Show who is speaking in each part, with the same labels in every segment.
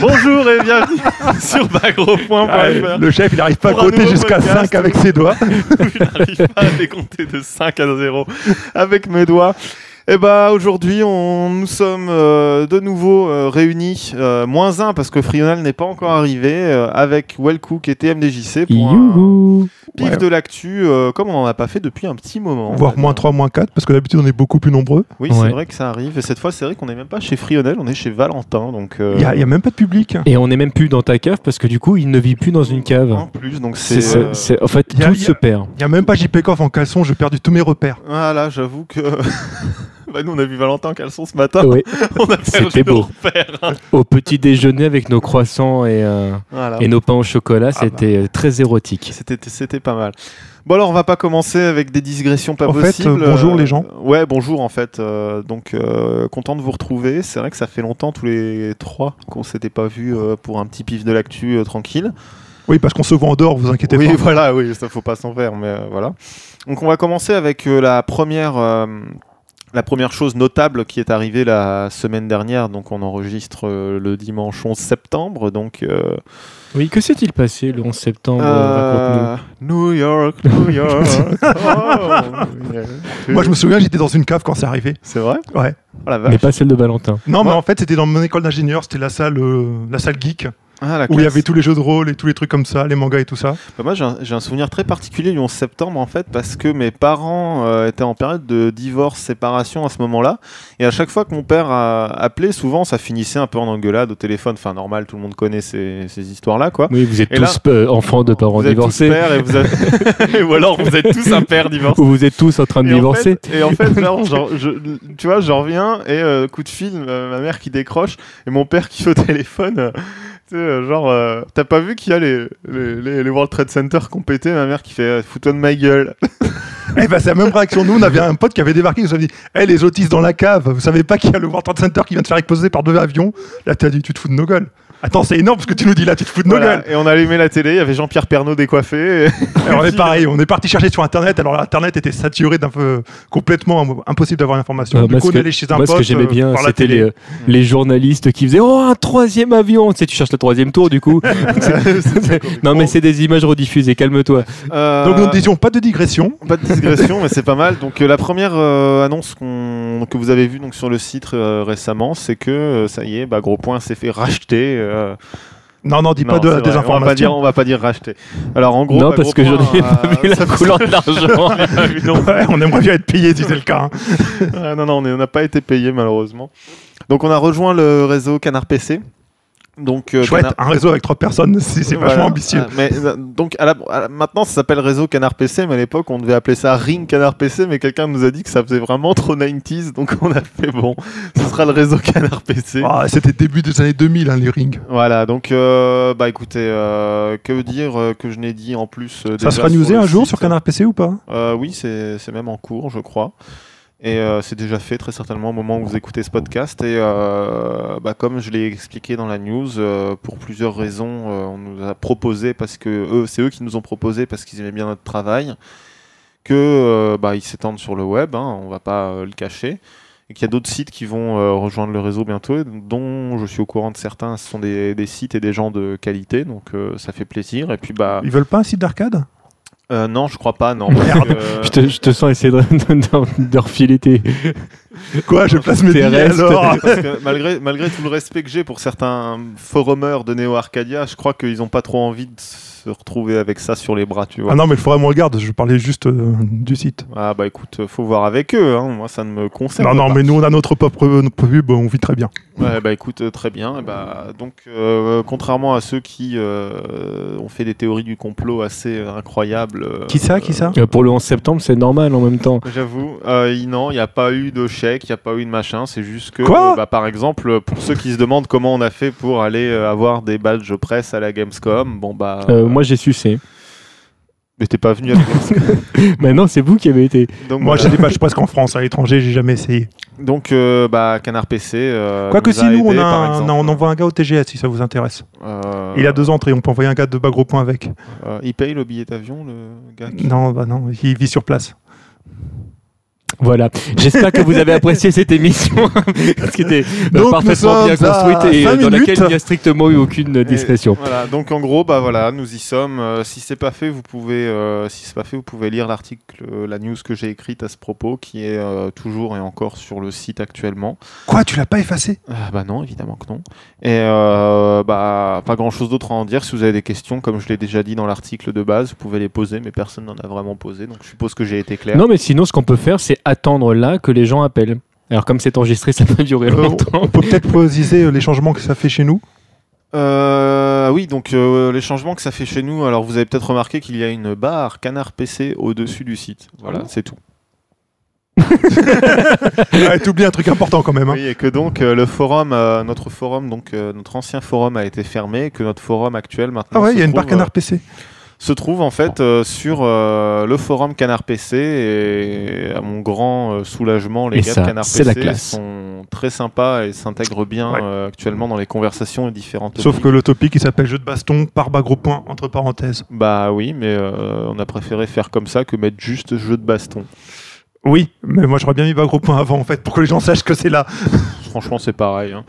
Speaker 1: Bonjour et bienvenue sur bagro.fr.
Speaker 2: Ah, le chef, il n'arrive pas à
Speaker 1: Pour un
Speaker 2: compter
Speaker 1: nouveau
Speaker 2: jusqu'à
Speaker 1: podcast. euh,
Speaker 2: 5 avec ses doigts.
Speaker 1: je n'arrive pas à décompter de 5 à 0 avec mes doigts. Et bah aujourd'hui, on, nous sommes euh, de nouveau euh, réunis, euh, moins 1 parce que Frional n'est pas encore arrivé, euh, avec Wellcook et TMDJC pour un
Speaker 3: Youhou
Speaker 1: pif
Speaker 2: Ouais.
Speaker 1: de l'actu, euh, comme on n'en a pas fait depuis un petit moment. en
Speaker 2: Voire
Speaker 1: fait.
Speaker 2: moins 3, moins 4, parce que d'habitude, on est beaucoup plus nombreux.
Speaker 1: Oui, c'est
Speaker 3: Ouais.
Speaker 1: vrai que ça arrive. Et cette fois, c'est vrai qu'on n'est même pas chez Frionel, on est chez Valentin. Donc, euh,
Speaker 2: Il n'y a, il y a même pas de public.
Speaker 3: Et on n'est même plus dans ta cave parce que du coup, il ne vit plus dans une
Speaker 1: en
Speaker 3: cave.
Speaker 1: plus, donc c'est.
Speaker 3: C'est ça,
Speaker 1: euh,
Speaker 3: c'est- en fait,
Speaker 2: y a-
Speaker 3: tout
Speaker 2: y a-
Speaker 3: se perd.
Speaker 2: Il n'y a même pas JP Coff en caleçon, j'ai perdu tous mes repères.
Speaker 1: Voilà, j'avoue que. bah, nous, on a vu Valentin en caleçon ce
Speaker 2: Oh.
Speaker 1: matin.
Speaker 3: Oui,
Speaker 1: on a perdu
Speaker 3: C'était
Speaker 1: nos
Speaker 3: beau.
Speaker 1: repères.
Speaker 3: au petit déjeuner avec nos croissants et, euh,
Speaker 1: Voilà.
Speaker 3: et nos pains au
Speaker 1: Ah bah.
Speaker 3: chocolat, c'était euh, très érotique.
Speaker 1: C'était, c'était pas mal. Bon alors on va pas commencer avec des digressions pas
Speaker 2: En fait,
Speaker 1: possibles.
Speaker 2: euh, bonjour, les gens.
Speaker 1: Ouais bonjour en fait. Euh, donc euh, content de vous retrouver. C'est vrai que ça fait longtemps tous les trois qu'on s'était pas vus euh, pour un petit pif de l'actu euh, tranquille.
Speaker 2: Oui, parce qu'on se voit en dehors, vous inquiétez
Speaker 1: oui
Speaker 2: pas.
Speaker 1: voilà oui ça faut pas s'en faire mais euh, voilà. Donc on va commencer avec euh, la première. euh, la première chose notable qui est arrivée la semaine dernière, donc on enregistre euh, le dimanche 11 septembre, donc euh,
Speaker 3: Oui, que s'est-il passé le 11 septembre
Speaker 1: euh, New York, New York. Oh,
Speaker 2: Moi, je me souviens, j'étais dans une cave quand c'est arrivé.
Speaker 1: C'est vrai
Speaker 2: Ouais.
Speaker 1: Oh la
Speaker 3: Mais
Speaker 1: vache.
Speaker 3: pas celle de Valentin.
Speaker 2: Non, mais
Speaker 1: Ouais.
Speaker 2: en fait, c'était dans mon école d'ingénieur, c'était la salle, euh, la salle geek,
Speaker 1: Ah, la
Speaker 2: où il y
Speaker 1: classe.
Speaker 2: avait tous les jeux de rôle et tous les trucs comme ça, les mangas et tout ça.
Speaker 1: Bah, moi, j'ai un, j'ai un souvenir très particulier du 11 septembre, en fait, parce que mes parents euh, étaient en période de divorce, séparation à ce moment-là. Et à chaque fois que mon père a appelé, souvent, ça finissait un peu en engueulade au téléphone. Enfin, normal, tout le monde connaît ces, ces histoires-là, quoi.
Speaker 3: Oui, vous êtes
Speaker 1: Ah. Et
Speaker 3: tous euh, enfants de parents
Speaker 1: vous êtes tous
Speaker 3: divorcés.
Speaker 1: pères et vous avez- Ou alors, vous êtes tous un père divorcé.
Speaker 3: Ou vous êtes tous en train de
Speaker 1: Et en
Speaker 3: divorcer.
Speaker 1: fait- Et en fait, genre, genre, je- tu vois, j'en reviens et euh, coup de fil, euh, ma mère qui décroche et mon père qui fait au téléphone. euh, tu sais, euh, genre, euh, t'as pas vu qu'il y a les, les, les- les World Trade Center qui ont pété Ma mère qui fait euh, fous-toi de ma gueule.
Speaker 2: Eh ben, c'est la même réaction. Nous, on avait un pote qui avait débarqué, il nous avait dit Eh, les autistes dans la cave, vous savez pas qu'il y a le World Trade Center qui vient de faire exploser par deux avions Là, t'as dit Tu te fous de nos gueules. Attends, c'est énorme parce que tu nous dis là, tu te fous de nos
Speaker 1: Voilà.
Speaker 2: gueules.
Speaker 1: Et on allumait la télé, il y avait Jean-Pierre Pernaud décoiffé. et-
Speaker 2: Alors, on est pareil, on est parti chercher sur Internet. Alors, Internet était saturé d'un peu complètement im- impossible d'avoir l'information.
Speaker 3: Ah,
Speaker 2: du
Speaker 3: moi,
Speaker 2: coup,
Speaker 3: ce
Speaker 2: on
Speaker 3: que-
Speaker 2: allait chez un
Speaker 3: Moi,
Speaker 2: pote
Speaker 3: ce que j'aimais
Speaker 2: euh,
Speaker 3: bien,
Speaker 2: par la
Speaker 3: c'était les,
Speaker 2: télé.
Speaker 3: euh, les journalistes qui faisaient Oh, un troisième avion Tu sais, tu cherches le troisième tour, du coup. non, mais c'est des images rediffusées, calme-toi.
Speaker 1: Euh,
Speaker 2: Donc, nous ne disions pas de digression.
Speaker 1: Pas de digression, mais c'est pas mal. Donc euh, la première euh, annonce qu'on- que vous avez vue donc, sur le site euh, récemment, c'est que euh, ça y est, bah, Gros Point s'est fait racheter. euh,
Speaker 2: Non, non, dis
Speaker 1: Non,
Speaker 2: pas de
Speaker 1: c'est
Speaker 2: la
Speaker 1: vrai, On va pas dire,
Speaker 2: désinformation.
Speaker 1: on va pas dire racheter. Alors en gros,
Speaker 3: non,
Speaker 1: bah, gros
Speaker 3: parce que je
Speaker 1: point,
Speaker 3: n'ai pas hein.
Speaker 1: euh,
Speaker 3: vu la
Speaker 1: ça-
Speaker 3: couleur de l'argent.
Speaker 1: on n'a pas vu, non.
Speaker 2: Ouais, on aimerait bien être payé si c'est le cas. hein.
Speaker 1: Ah, non, non, on est- on n'a pas été payé malheureusement. Donc on a rejoint le réseau Canard PC. Donc euh,
Speaker 2: Chouette,
Speaker 1: Canard-
Speaker 2: un réseau avec trois personnes, c'est c'est
Speaker 1: Voilà.
Speaker 2: vachement ambitieux.
Speaker 1: Ah, Mais euh, donc à la- à la- maintenant ça s'appelle réseau Canard PC, mais à l'époque on devait appeler ça Ring Canard PC, mais quelqu'un nous a dit que ça faisait vraiment trop 90s, donc on a fait bon, ce sera le réseau Canard PC.
Speaker 2: Ah, C'était début des années 2000, hein, les rings.
Speaker 1: Voilà, donc euh, bah écoutez, euh, que dire euh, que je n'ai dit en plus. euh, déjà
Speaker 2: Ça sera
Speaker 1: sur
Speaker 2: newsé
Speaker 1: le
Speaker 2: un jour
Speaker 1: site,
Speaker 2: sur Canard PC ou pas
Speaker 1: Euh, oui, c'est c'est même en cours, je crois. Et euh, c'est déjà fait très certainement au moment où vous écoutez ce podcast. Et euh, bah, comme je l'ai expliqué dans la news, euh, pour plusieurs raisons, euh, on nous a proposé parce que eux, c'est eux qui nous ont proposé parce qu'ils aimaient bien notre travail, que euh, bah, ils s'étendent sur le web. hein, on va pas euh, le cacher. Et qu'il y a d'autres sites qui vont euh, rejoindre le réseau bientôt, et dont je suis au courant de certains. Ce sont des, des sites et des gens de qualité, donc euh, ça fait plaisir. Et puis bah
Speaker 2: Ils veulent pas un site d'arcade
Speaker 1: euh, non, je crois pas, non. parce
Speaker 2: Merde.
Speaker 1: que, euh,
Speaker 3: je, te, je te sens essayer de, de, de refiler tes-
Speaker 2: Quoi, je place mes billets
Speaker 3: Terrestre.
Speaker 2: alors
Speaker 1: Parce que malgré, malgré tout le respect que j'ai pour certains forumers de Neo Arcadia, je crois qu'ils n'ont pas trop envie de se retrouver avec ça sur les bras, tu vois.
Speaker 2: Ah non, mais le forum regarde, je parlais juste euh, du site.
Speaker 1: Ah bah écoute, euh, faut voir avec eux, hein. moi ça ne me concerne
Speaker 2: Non, non,
Speaker 1: pas.
Speaker 2: mais nous on a notre propre pub, on vit très bien.
Speaker 1: Ouais, bah écoute, euh, très bien. Et Bah, donc, euh, contrairement à ceux qui euh, ont fait des théories du complot assez euh, incroyables. euh,
Speaker 2: Qui ça, qui ça
Speaker 3: Euh, Pour le 11 septembre, c'est normal en même temps.
Speaker 1: J'avoue, euh, il- non, il n'y a pas eu de chèque, il n'y a pas eu de machin, c'est juste que,
Speaker 2: Quoi
Speaker 1: euh, bah, par exemple, pour ceux qui se demandent comment on a fait pour aller euh, avoir des badges presse à la Gamescom, bon bah...
Speaker 3: Euh, moi, j'ai sucé.
Speaker 1: Mais t'es pas venu à la Gamescom.
Speaker 3: Maintenant, c'est vous qui avez été.
Speaker 1: donc,
Speaker 2: Euh, Moi
Speaker 1: voilà.
Speaker 2: j'ai des pages presque en France, à l'étranger j'ai jamais essayé.
Speaker 1: donc euh, bah, Canard PC... euh,
Speaker 2: Quoique
Speaker 1: nous
Speaker 2: si nous
Speaker 1: aidés,
Speaker 2: on, a
Speaker 1: par
Speaker 2: un-
Speaker 1: exemple.
Speaker 2: non, on envoie un gars au TGS si ça vous intéresse.
Speaker 1: Euh,
Speaker 2: Il a deux entrées, on peut envoyer un gars de bas gros point avec.
Speaker 1: euh, il paye le billet d'avion, le gars qui-
Speaker 2: Non, bah non, il vit sur place.
Speaker 3: Voilà. J'espère que vous avez apprécié cette émission, qui était euh,
Speaker 2: Donc, nous
Speaker 3: parfaitement bien
Speaker 2: sommes à
Speaker 3: construite et
Speaker 2: cinq
Speaker 3: euh, dans laquelle
Speaker 2: minutes.
Speaker 3: il n'y a strictement eu aucune
Speaker 1: Et
Speaker 3: discrétion.
Speaker 1: Voilà, donc en gros, bah voilà, nous y sommes. Euh, si c'est pas fait, vous pouvez, euh, si c'est pas fait, vous pouvez lire l'article, euh, la news que j'ai écrite à ce propos, qui est euh, toujours et encore sur le site actuellement.
Speaker 2: Quoi, tu l'as pas effacé
Speaker 1: Ah bah non, évidemment que non. Et euh, bah pas grand chose d'autre à en dire. Si vous avez des questions, comme je l'ai déjà dit dans l'article de base, vous pouvez les poser, mais personne n'en a vraiment posé, donc je suppose que j'ai été clair.
Speaker 3: Non, mais sinon, ce qu'on peut faire, c'est attendre là que les gens appellent. Alors, comme c'est enregistré, ça peut durer
Speaker 2: Euh,
Speaker 3: longtemps.
Speaker 2: On peut peut-être préciser euh, les changements que ça fait chez nous.
Speaker 1: Euh, oui, donc euh, les changements que ça fait chez nous. Alors vous avez peut-être remarqué qu'il y a une barre canard PC au-dessus du site. Voilà, c'est tout.
Speaker 2: Ah, T'oublies un truc important quand même. hein.
Speaker 1: Oui, et que donc euh, le forum, euh, notre forum, donc euh, notre ancien forum a été fermé, et que notre forum actuel maintenant
Speaker 2: Ah ouais,
Speaker 1: se
Speaker 2: il y a une
Speaker 1: trouve,
Speaker 2: barre canard PC.
Speaker 1: euh, se trouve en fait euh, sur euh, le forum Canard PC et à mon grand euh, soulagement, les
Speaker 3: Et
Speaker 1: gars
Speaker 3: ça,
Speaker 1: de Canard
Speaker 3: c'est la
Speaker 1: PC
Speaker 3: classe.
Speaker 1: sont très sympas et s'intègrent bien
Speaker 2: Ouais.
Speaker 1: euh, actuellement dans les conversations et différentes.
Speaker 2: Sauf que le topic il s'appelle jeu de baston par bas gros point entre parenthèses.
Speaker 1: bah oui, mais euh, on a préféré faire comme ça que mettre juste jeu de baston.
Speaker 2: Oui, mais moi j'aurais bien mis bas gros point avant en fait pour que les gens sachent que c'est là.
Speaker 1: Franchement, c'est pareil. hein.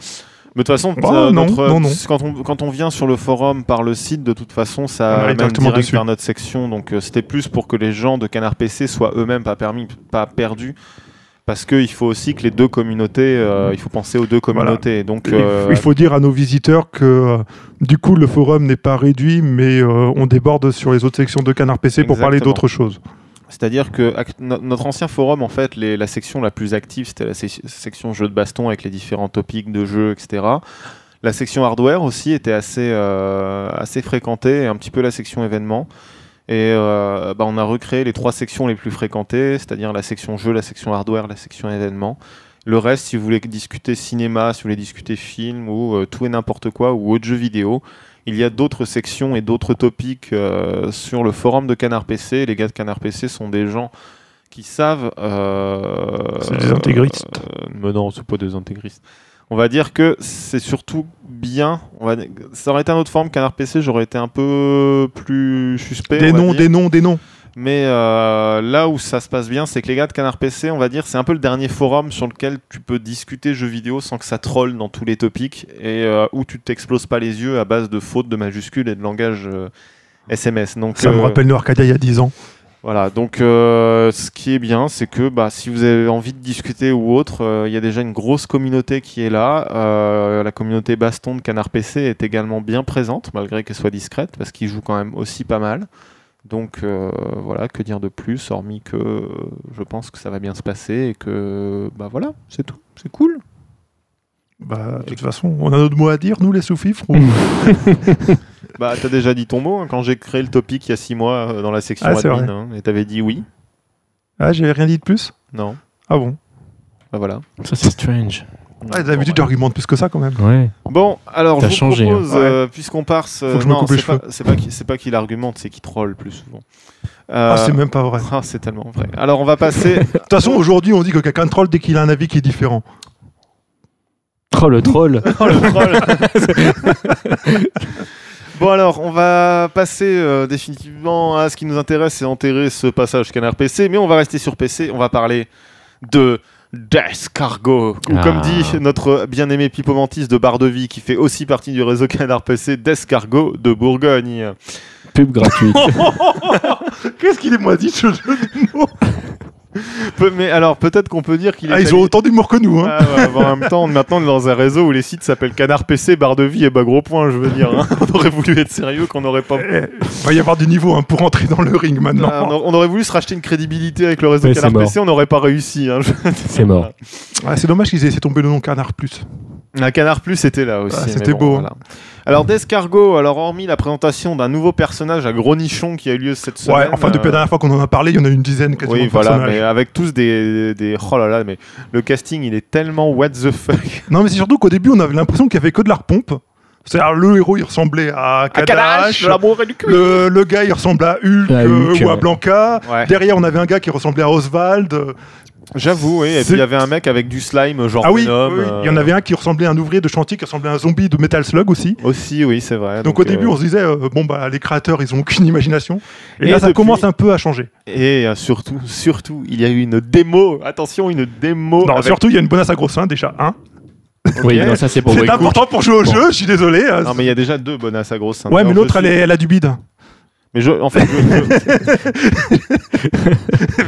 Speaker 1: Mais de toute façon,
Speaker 2: Bah,
Speaker 1: euh,
Speaker 2: non,
Speaker 1: notre-
Speaker 2: non, non.
Speaker 1: Quand, on, quand on vient sur le forum par le site, de toute façon,
Speaker 2: On
Speaker 1: ça
Speaker 2: arrive
Speaker 1: mène
Speaker 2: directement
Speaker 1: direct
Speaker 2: dessus.
Speaker 1: vers notre section. Donc euh, c'était plus pour que les gens de Canard PC soient eux-mêmes pas permis, pas perdus. Parce qu'il faut aussi que les deux communautés, euh, il faut penser aux deux
Speaker 2: Voilà.
Speaker 1: communautés. Donc,
Speaker 2: Il
Speaker 1: euh,
Speaker 2: f- Il faut dire à nos visiteurs que euh, du coup le forum n'est pas réduit, mais euh, on déborde sur les autres sections de Canard PC pour parler
Speaker 1: Exactement.
Speaker 2: d'autres choses.
Speaker 1: C'est-à-dire que act- no- notre ancien forum, en fait, les- la section la plus active, c'était la se- section jeux de baston avec les différents topics de jeux, etc. La section hardware aussi était assez, euh, assez fréquentée, et un petit peu la section événements. Et euh, bah, on a recréé les trois sections les plus fréquentées, c'est-à-dire la section jeux, la section hardware, la section événements. Le reste, si vous voulez discuter cinéma, si vous voulez discuter film ou euh, tout et n'importe quoi ou autre jeu vidéo, il y a d'autres sections et d'autres topics euh, sur le forum de Canard PC. Les gars de Canard PC sont des gens qui savent. euh,
Speaker 2: C'est des intégristes.
Speaker 1: euh, mais non, ce pas des intégristes. On va dire que c'est surtout bien. On va... Ça aurait été un autre forum Canard PC, j'aurais été un peu plus suspect.
Speaker 2: Des
Speaker 1: on va
Speaker 2: noms,
Speaker 1: dire.
Speaker 2: des noms, des noms.
Speaker 1: Mais euh, là où ça se passe bien, c'est que les gars de Canard PC, on va dire, c'est un peu le dernier forum sur lequel tu peux discuter jeux vidéo sans que ça troll dans tous les topics et euh, où tu t'exploses pas les yeux à base de fautes de majuscules et de langage euh, SMS. Donc,
Speaker 2: Ça me
Speaker 1: euh,
Speaker 2: rappelle nos Arcadia il y a 10 ans.
Speaker 1: Voilà, donc euh, ce qui est bien, c'est que bah, si vous avez envie de discuter ou autre, euh, il y a déjà une grosse communauté qui est là. Euh, la communauté baston de Canard PC est également bien présente, malgré qu'elle soit discrète, parce qu'ils jouent quand même aussi pas mal. Donc euh, voilà, que dire de plus, hormis que euh, je pense que ça va bien se passer et que bah voilà, c'est tout, c'est cool.
Speaker 2: Bah, de toute façon, on a notre mot à dire, nous les sous-fifres. ou-
Speaker 1: Bah t'as déjà dit ton mot hein, quand j'ai créé le topic il y a six mois euh, dans la section
Speaker 2: Ah, c'est
Speaker 1: admin, hein, et t'avais dit oui,
Speaker 2: Ah, j'avais rien dit de plus
Speaker 1: non,
Speaker 2: Ah bon
Speaker 1: bah voilà.
Speaker 3: Ça, c'est strange.
Speaker 2: Ah, D'habitude, j'argumente plus que ça quand même.
Speaker 3: Ouais.
Speaker 1: Bon, alors je
Speaker 3: T'as
Speaker 1: vous
Speaker 3: changé,
Speaker 1: propose,
Speaker 2: hein.
Speaker 1: euh, puisqu'on part, ce-
Speaker 2: Faut que je me
Speaker 1: non,
Speaker 2: coupe les
Speaker 1: c'est pas,
Speaker 2: cheveux.
Speaker 1: c'est pas qu'il- c'est pas qu'il argumente, c'est qu'il troll plus souvent. Euh,
Speaker 2: Ah, c'est même pas vrai.
Speaker 1: ah, c'est tellement vrai. Alors on va passer.
Speaker 2: De toute façon, aujourd'hui, on dit que quelqu'un troll dès qu'il a un avis qui est différent.
Speaker 3: Troll, troll.
Speaker 1: Oh, le troll. bon alors, on va passer euh, définitivement à ce qui nous intéresse et enterrer ce passage canard PC, mais on va rester sur PC. On va parler de Death Cargo, ou
Speaker 3: Ah.
Speaker 1: comme dit notre bien-aimé Pipo Mantis de Barre de Vie, qui fait aussi partie du réseau canard PC, Death Cargo de Bourgogne.
Speaker 3: Pub gratuite.
Speaker 2: Qu'est-ce qu'il est moisi ce jeu
Speaker 1: Peu- mais alors peut-être qu'on peut dire qu'il est.
Speaker 2: ah, Ils ont autant d'humour que nous. Hein.
Speaker 1: Ah, ouais, bon, en même temps, on- maintenant on est dans un réseau où les sites s'appellent Canard PC, Barre de Vie et Bah Gros Point, je veux dire. hein. On aurait voulu être sérieux, qu'on aurait pas.
Speaker 2: Eh, Il va y avoir du niveau hein, pour entrer dans le ring maintenant.
Speaker 1: Ah, on aur- on aurait voulu se racheter une crédibilité avec le réseau
Speaker 3: Ouais,
Speaker 1: Canard
Speaker 3: c'est mort.
Speaker 1: PC, on n'aurait pas réussi. hein, je-
Speaker 3: C'est mort.
Speaker 2: Ah, c'est dommage qu'ils aient laissé tomber le nom Canard Plus.
Speaker 1: Un Canard Plus était là aussi.
Speaker 2: Ah,
Speaker 1: mais
Speaker 2: c'était
Speaker 1: bon,
Speaker 2: beau, hein.
Speaker 1: voilà. Alors, Descargo, alors hormis la présentation d'un nouveau personnage à gros nichon qui a eu lieu cette semaine.
Speaker 2: ouais, enfin, depuis
Speaker 1: euh,
Speaker 2: la dernière fois qu'on en a parlé, il y en a une dizaine quasiment.
Speaker 1: Oui,
Speaker 2: de
Speaker 1: voilà,
Speaker 2: personnages.
Speaker 1: mais avec tous des, des. Oh là là, mais le casting il est tellement what the fuck.
Speaker 2: Non, mais c'est surtout qu'au début, on avait l'impression qu'il y avait que de la repompe. C'est-à-dire, le héros, il ressemblait à
Speaker 1: Un
Speaker 2: Kadash.
Speaker 1: de l'amour et du cul.
Speaker 2: Le, le gars, il ressemblait à Hulk,
Speaker 3: À Hulk,
Speaker 2: euh, ou à
Speaker 3: ouais.
Speaker 2: Blanca.
Speaker 1: Ouais.
Speaker 2: Derrière, on avait un gars qui ressemblait à Oswald. euh,
Speaker 1: J'avoue, oui. Et
Speaker 2: C'est-
Speaker 1: puis il y avait un mec avec du slime, genre
Speaker 2: Ah oui,
Speaker 1: Venom,
Speaker 2: oui, oui. il y en
Speaker 1: euh,
Speaker 2: avait un qui ressemblait à un ouvrier de chantier, qui ressemblait à un zombie de Metal Slug aussi.
Speaker 1: Aussi, oui, c'est vrai.
Speaker 2: Donc, au début,
Speaker 1: euh,
Speaker 2: on se disait, euh, bon, bah, les créateurs, ils ont aucune imagination. Et,
Speaker 1: Et
Speaker 2: là, ça
Speaker 1: depuis-
Speaker 2: commence un peu à changer.
Speaker 1: Et euh, surtout, surtout, il y a eu une démo. Attention, une démo.
Speaker 2: Non,
Speaker 1: avec-
Speaker 2: surtout, il y a une bonasse à grosse hein, déjà. Hein.
Speaker 3: Oui,
Speaker 1: Ok.
Speaker 3: non, ça c'est pour
Speaker 2: c'est
Speaker 3: Wake Cook.
Speaker 2: important pour jouer au
Speaker 3: Bon.
Speaker 2: jeu, je suis désolé. euh,
Speaker 1: Non, mais il y a déjà deux bonasses à grosse.
Speaker 2: ouais,
Speaker 1: Alors,
Speaker 2: mais
Speaker 1: je
Speaker 2: l'autre,
Speaker 1: suis-
Speaker 2: elle, est- elle a du bide.
Speaker 1: Mais je, en fait, je- je-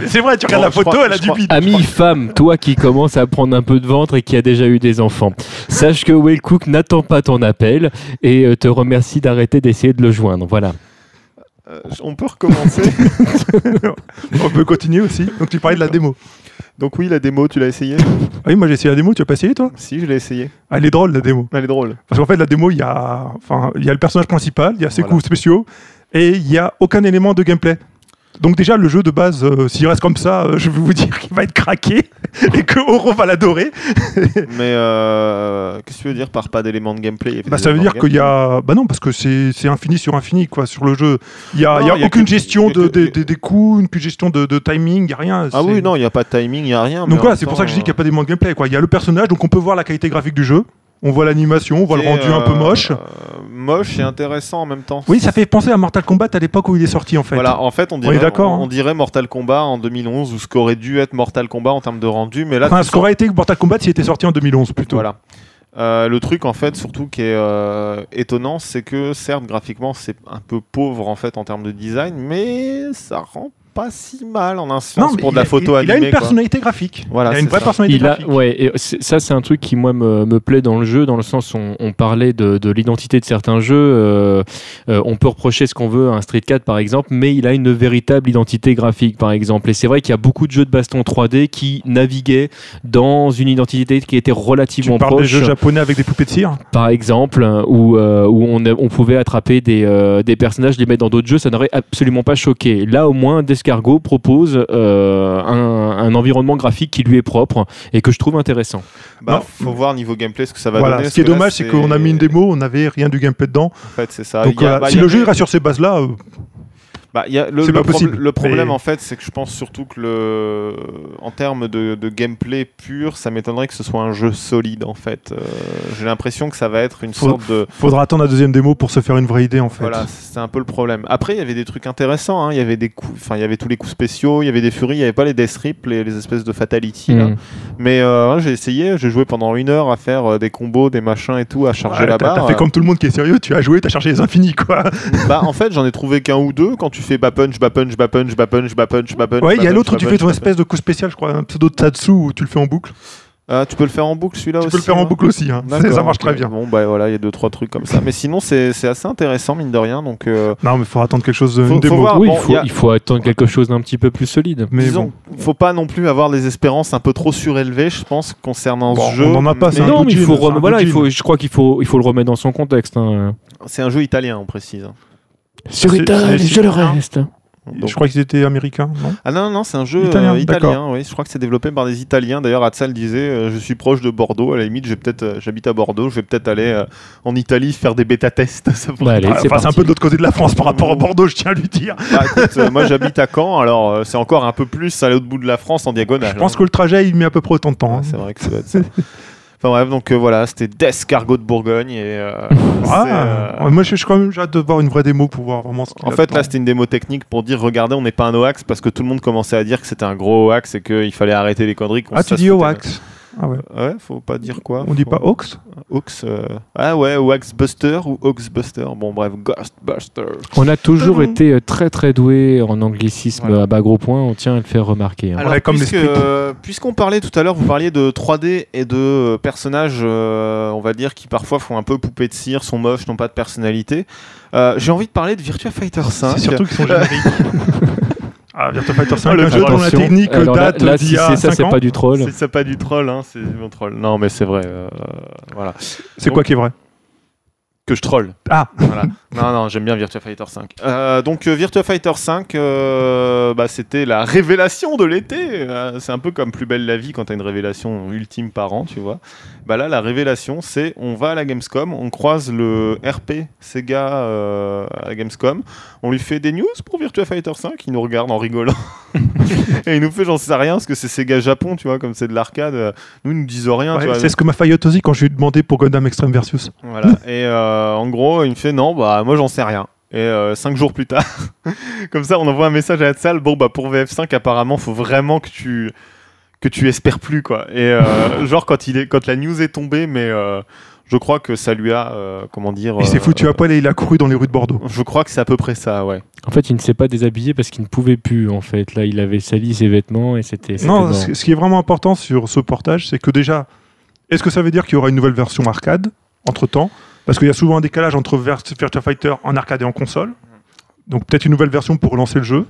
Speaker 2: c'est vrai, tu regardes
Speaker 1: Non,
Speaker 2: la
Speaker 1: je
Speaker 2: photo,
Speaker 1: crois-
Speaker 2: elle a
Speaker 1: je
Speaker 2: du
Speaker 1: crois-
Speaker 2: bide.
Speaker 3: Ami femme, toi qui commences à prendre un peu de ventre et qui a déjà eu des enfants, sache que Will Cook n'attend pas ton appel et euh, te remercie d'arrêter d'essayer de le joindre. Voilà.
Speaker 1: euh, je- on peut recommencer.
Speaker 2: On peut continuer aussi. Donc, tu parlais de la démo.
Speaker 1: Donc oui, la démo, tu l'as essayé
Speaker 2: Ah oui, moi, j'ai essayé la démo, tu as pas essayé, toi Ah,
Speaker 1: Si, je l'ai essayé.
Speaker 2: Elle est drôle, la démo.
Speaker 1: Elle est drôle.
Speaker 2: Parce qu'en fait, la démo, il y a, enfin, il y a le personnage principal, il y a ses
Speaker 1: Voilà.
Speaker 2: coups spéciaux, et il n'y a aucun élément de gameplay. Donc déjà, le jeu de base, euh, s'il reste comme ça, euh, je vais vous dire qu'il va être craqué et que Oro va l'adorer.
Speaker 1: Mais euh, qu'est-ce que tu veux dire par pas d'éléments de gameplay Il y a
Speaker 2: Bah,
Speaker 1: des
Speaker 2: ça veut
Speaker 1: éléments
Speaker 2: dire
Speaker 1: de
Speaker 2: qu'il y
Speaker 1: gameplay.
Speaker 2: a... Bah non, parce que c'est c'est infini sur infini, quoi, sur le jeu. Il n'y a,
Speaker 1: Non,
Speaker 2: il y a
Speaker 1: il y a
Speaker 2: aucune
Speaker 1: que-
Speaker 2: gestion
Speaker 1: il y a que-
Speaker 2: de, des- des- des coups, aucune gestion de, de timing, il n'y a rien.
Speaker 1: Ah
Speaker 2: c'est-
Speaker 1: oui, non, il n'y a pas de timing, il n'y a rien. mais
Speaker 2: Donc
Speaker 1: en
Speaker 2: voilà,
Speaker 1: même
Speaker 2: c'est pour
Speaker 1: temps,
Speaker 2: ça que je dis qu'il n'y a pas d'élément de gameplay. quoi. Il y a le personnage, donc on peut voir la qualité graphique du jeu, on voit l'animation, on voit le
Speaker 1: qui est,
Speaker 2: rendu un peu
Speaker 1: euh,
Speaker 2: moche.
Speaker 1: euh, moche et intéressant en même temps.
Speaker 2: Oui, ça fait penser à Mortal Kombat à l'époque où il est sorti, en fait.
Speaker 1: Voilà, en fait, on
Speaker 2: est
Speaker 1: dirait,
Speaker 2: d'accord,
Speaker 1: on,
Speaker 2: hein.
Speaker 1: on dirait Mortal Kombat en 2011 ou ce qu'aurait dû être Mortal Kombat en termes de rendu, mais là,
Speaker 2: Enfin, ce qu'aurait été Mortal Kombat s'il était sorti en 2011 plutôt.
Speaker 1: Voilà. Euh, le truc en fait surtout qui est euh, étonnant c'est que certes graphiquement c'est un peu pauvre en fait en termes de design mais ça rend pas si mal en un sens
Speaker 2: mais
Speaker 1: pour de
Speaker 2: il
Speaker 1: la
Speaker 2: a-
Speaker 1: photo
Speaker 2: il,
Speaker 1: animée.
Speaker 2: il a une
Speaker 1: quoi.
Speaker 2: personnalité graphique.
Speaker 1: Voilà,
Speaker 2: il a une
Speaker 1: c'est
Speaker 2: vraie
Speaker 1: ça.
Speaker 2: personnalité
Speaker 3: Il a,
Speaker 2: graphique.
Speaker 3: ouais, et c'est- ça c'est un truc qui moi me, me plaît dans le jeu, dans le sens où on, on parlait de, de l'identité de certains jeux. euh, euh, on peut reprocher ce qu'on veut à un Street 4 par exemple, mais il a une véritable identité graphique par exemple. Et c'est vrai qu'il y a beaucoup de jeux de baston 3D qui naviguaient dans une identité qui était
Speaker 2: Tu
Speaker 3: relativement
Speaker 2: parles des
Speaker 3: proche.
Speaker 2: jeux japonais avec des poupées de cire.
Speaker 3: par exemple, euh, où, euh, où on, a- on pouvait attraper des, euh, des personnages, les mettre dans d'autres jeux, ça n'aurait absolument pas choqué. Là, au moins, Descargo propose euh, un, un environnement graphique qui lui est propre et que je trouve intéressant.
Speaker 1: Bah,
Speaker 2: Non.
Speaker 1: faut voir niveau gameplay ce que ça va
Speaker 2: Voilà.
Speaker 1: donner.
Speaker 2: Ce qui est
Speaker 1: parce que là,
Speaker 2: dommage, c'est qu'on a mis une démo, on n'avait rien du gameplay dedans.
Speaker 1: En fait, c'est ça.
Speaker 2: Donc
Speaker 1: Il y a-
Speaker 2: voilà,
Speaker 1: bah,
Speaker 2: si
Speaker 1: il y a
Speaker 2: le jeu
Speaker 1: que-
Speaker 2: ira sur ces bases-là, euh,
Speaker 1: Bah, il y a le,
Speaker 2: C'est
Speaker 1: le
Speaker 2: pas
Speaker 1: prob-
Speaker 2: possible,
Speaker 1: le problème,
Speaker 2: mais-
Speaker 1: en fait, c'est que je pense surtout que le, en termes de, de gameplay pur, ça m'étonnerait que ce soit un jeu solide, en fait. Euh, J'ai l'impression que ça va être une
Speaker 2: Faut-
Speaker 1: sorte de.
Speaker 2: faudra attendre la deuxième démo pour se faire une vraie idée en fait.
Speaker 1: Voilà, c'est un peu le problème. Après, il y avait des trucs intéressants. hein. Il y avait des coups, enfin, il y avait tous les coups spéciaux. Il y avait des furies. Il n'y avait pas les death rips, les, les espèces de fatality. là.
Speaker 2: Hmm.
Speaker 3: Mm.
Speaker 1: Mais euh, j'ai essayé. J'ai joué pendant une heure à faire euh, des combos, des machins et tout, à charger
Speaker 2: Ouais,
Speaker 1: la
Speaker 2: t'as-
Speaker 1: barre.
Speaker 2: T'as fait comme tout le monde qui est sérieux, tu as joué, t'as cherché les infinis quoi.
Speaker 1: Bah, en fait, j'en ai trouvé qu'un ou deux. Quand tu fais bas punch, bas punch, bas punch, bas punch, bas punch, bas punch.
Speaker 2: Ouais, il y a
Speaker 1: bas
Speaker 2: l'autre où
Speaker 1: punch,
Speaker 2: tu
Speaker 1: bas
Speaker 2: fais
Speaker 1: punch,
Speaker 2: ton
Speaker 1: bas
Speaker 2: espèce de coup spécial, je crois, un pseudo de Tatsu où tu le fais en boucle.
Speaker 1: Ah, tu peux le faire en boucle celui-là
Speaker 2: Tu
Speaker 1: aussi.
Speaker 2: peux le faire en
Speaker 1: hein
Speaker 2: boucle aussi, hein. ça
Speaker 1: D'accord,
Speaker 2: ça marche
Speaker 1: ok.
Speaker 2: très bien.
Speaker 1: Bon, bah voilà, il y a deux, trois trucs comme ça. Mais sinon, c'est c'est assez intéressant, mine de rien. Donc, euh,
Speaker 2: Non, mais faudra attendre quelque chose,
Speaker 1: Faut-
Speaker 2: une
Speaker 1: faut
Speaker 2: démo.
Speaker 1: voir. Ah,
Speaker 3: oui,
Speaker 1: bon,
Speaker 3: il, faut,
Speaker 1: y a-
Speaker 3: il faut attendre quelque chose d'un petit peu plus solide.
Speaker 2: Mais
Speaker 1: disons,
Speaker 2: bon.
Speaker 1: faut pas non plus avoir des espérances un peu trop surélevées, je pense, concernant
Speaker 2: Bon,
Speaker 1: ce jeu.
Speaker 2: on en a pas, c'est
Speaker 1: Mais
Speaker 2: un
Speaker 3: non,
Speaker 2: goût
Speaker 3: mais il
Speaker 2: de
Speaker 3: faut,
Speaker 2: jean, c'est un
Speaker 3: rem- voilà,
Speaker 2: goût de
Speaker 3: il faut, je crois qu'il faut, il faut le remettre dans son contexte. hein.
Speaker 1: C'est un jeu italien, on précise. hein.
Speaker 3: Sur
Speaker 2: C'est- Italie, c'est- je le
Speaker 3: reste.
Speaker 1: Donc-
Speaker 2: Je crois qu'ils étaient américains, non
Speaker 1: Ah non, non, non, c'est un jeu euh,
Speaker 2: Italien,
Speaker 1: italien.
Speaker 2: d'accord.
Speaker 1: oui. Je crois que c'est développé par des Italiens. D'ailleurs, Atsal disait euh, Je suis proche de Bordeaux. À la limite, j'ai peut-être, euh, j'habite à Bordeaux. Je vais peut-être aller euh, en Italie faire des bêta-tests. Ça pourrait-
Speaker 3: Bah, allez,
Speaker 2: Ah,
Speaker 3: c'est
Speaker 2: enfin, c'est un
Speaker 3: parti.
Speaker 2: peu de l'autre côté de la France par rapport
Speaker 1: Mm.
Speaker 2: à Bordeaux, je tiens à lui dire.
Speaker 1: Bah, écoute, euh, moi, j'habite à Caen. Alors, euh, c'est encore un peu plus à l'autre bout de la France en diagonale.
Speaker 2: Je pense
Speaker 1: hein.
Speaker 2: que le trajet, il met à peu près autant de temps.
Speaker 1: Ouais,
Speaker 2: hein.
Speaker 1: c'est vrai que ça doit être ça. Enfin bref, donc euh, voilà, c'était Descargot de Bourgogne et euh, c'est, euh,
Speaker 2: Ah, moi, je je suis quand même j'ai hâte de voir une vraie démo pour voir vraiment ce qu'il y
Speaker 1: En
Speaker 2: a
Speaker 1: fait,
Speaker 2: dedans.
Speaker 1: là, c'était une démo technique pour dire regardez, on n'est pas un hoax parce que tout le monde commençait à dire que c'était un gros hoax et qu'il fallait arrêter les conneries. qu'on
Speaker 2: Ah,
Speaker 1: se
Speaker 2: tu
Speaker 1: fasse
Speaker 2: dis
Speaker 1: foutre.
Speaker 2: Oax. Ah ouais.
Speaker 1: Ouais, faut pas dire quoi.
Speaker 2: On dit
Speaker 1: Ah, faut-
Speaker 2: pas Ox
Speaker 1: hoax. euh, Ah ouais, hoax buster ou hoax buster. Bon, bref, Ghostbuster.
Speaker 3: On a toujours
Speaker 1: Tadam.
Speaker 3: été euh, très très doué en anglicisme
Speaker 1: Voilà.
Speaker 3: à bas gros point, on tient à le faire remarquer. hein.
Speaker 1: Alors,
Speaker 2: Ouais, comme
Speaker 1: puisque-
Speaker 2: les sprites.
Speaker 1: euh, puisqu'on parlait tout à l'heure, vous parliez de 3D et de euh, personnages, euh, on va dire, qui parfois font un peu poupée de cire, sont moches, n'ont pas de personnalité. Euh, J'ai envie de parler de Virtua Fighter 5.
Speaker 2: C'est surtout qu'ils sont génériques. ah, Virtua Fighter 5,
Speaker 1: Oh, le
Speaker 2: un
Speaker 3: hein,
Speaker 1: jeu
Speaker 2: jeu dont la
Speaker 3: Attention.
Speaker 2: technique
Speaker 3: Alors là-
Speaker 2: date
Speaker 3: là,
Speaker 2: d'il
Speaker 3: si
Speaker 2: y a
Speaker 3: c'est ça,
Speaker 2: 5
Speaker 3: c'est
Speaker 2: ans.
Speaker 3: pas du troll.
Speaker 1: C'est c'est pas du troll, hein, c'est mon troll. Non, mais c'est vrai. euh, voilà.
Speaker 3: Ah,
Speaker 2: C'est quoi qui est vrai
Speaker 1: que je troll.
Speaker 2: Ah.
Speaker 1: Voilà. Non, non, j'aime bien Virtua Fighter 5. Euh, donc, euh, Virtua Fighter 5, euh, bah, c'était la révélation de l'été. Euh, c'est un peu comme Plus Belle la Vie quand t'as une révélation ultime par an, tu vois. Bah là, la révélation, c'est on va à la Gamescom, on croise le RP Sega euh, à la Gamescom, on lui fait des news pour Virtua Fighter 5, il nous regarde en rigolant. Et il nous fait, j'en sais rien, parce que c'est Sega Japon, tu vois, comme c'est de l'arcade. Nous, ils nous disent rien, tu
Speaker 2: Ouais,
Speaker 1: vois.
Speaker 2: c'est ce que m'a failli aussi quand je lui ai demandé pour Gundam Extreme Versus.
Speaker 1: Voilà. Et euh, en gros, il me fait non, bah moi j'en sais rien. Et euh, cinq jours plus tard, comme ça, on envoie un message à la salle. Bon, bah pour VF5, apparemment, faut vraiment que tu que tu espères plus quoi. Et euh, genre quand il est quand la news est tombée, mais euh, je crois que ça lui a euh, comment dire.
Speaker 2: Il s'est
Speaker 1: euh,
Speaker 2: foutu à poil et il a couru dans les rues de Bordeaux.
Speaker 1: Je crois que c'est à peu près ça, ouais.
Speaker 3: En fait, il ne s'est pas déshabillé parce qu'il ne pouvait plus. En fait, là, il avait sali ses vêtements et c'était. c'était
Speaker 2: Non,
Speaker 3: mort.
Speaker 2: ce ce qui est vraiment important sur ce portage, c'est que déjà, est-ce que ça veut dire qu'il y aura une nouvelle version arcade entre temps Parce qu'il y a souvent un décalage entre vers- Virtua Fighter en arcade et en console. Donc peut-être une nouvelle version pour lancer le jeu.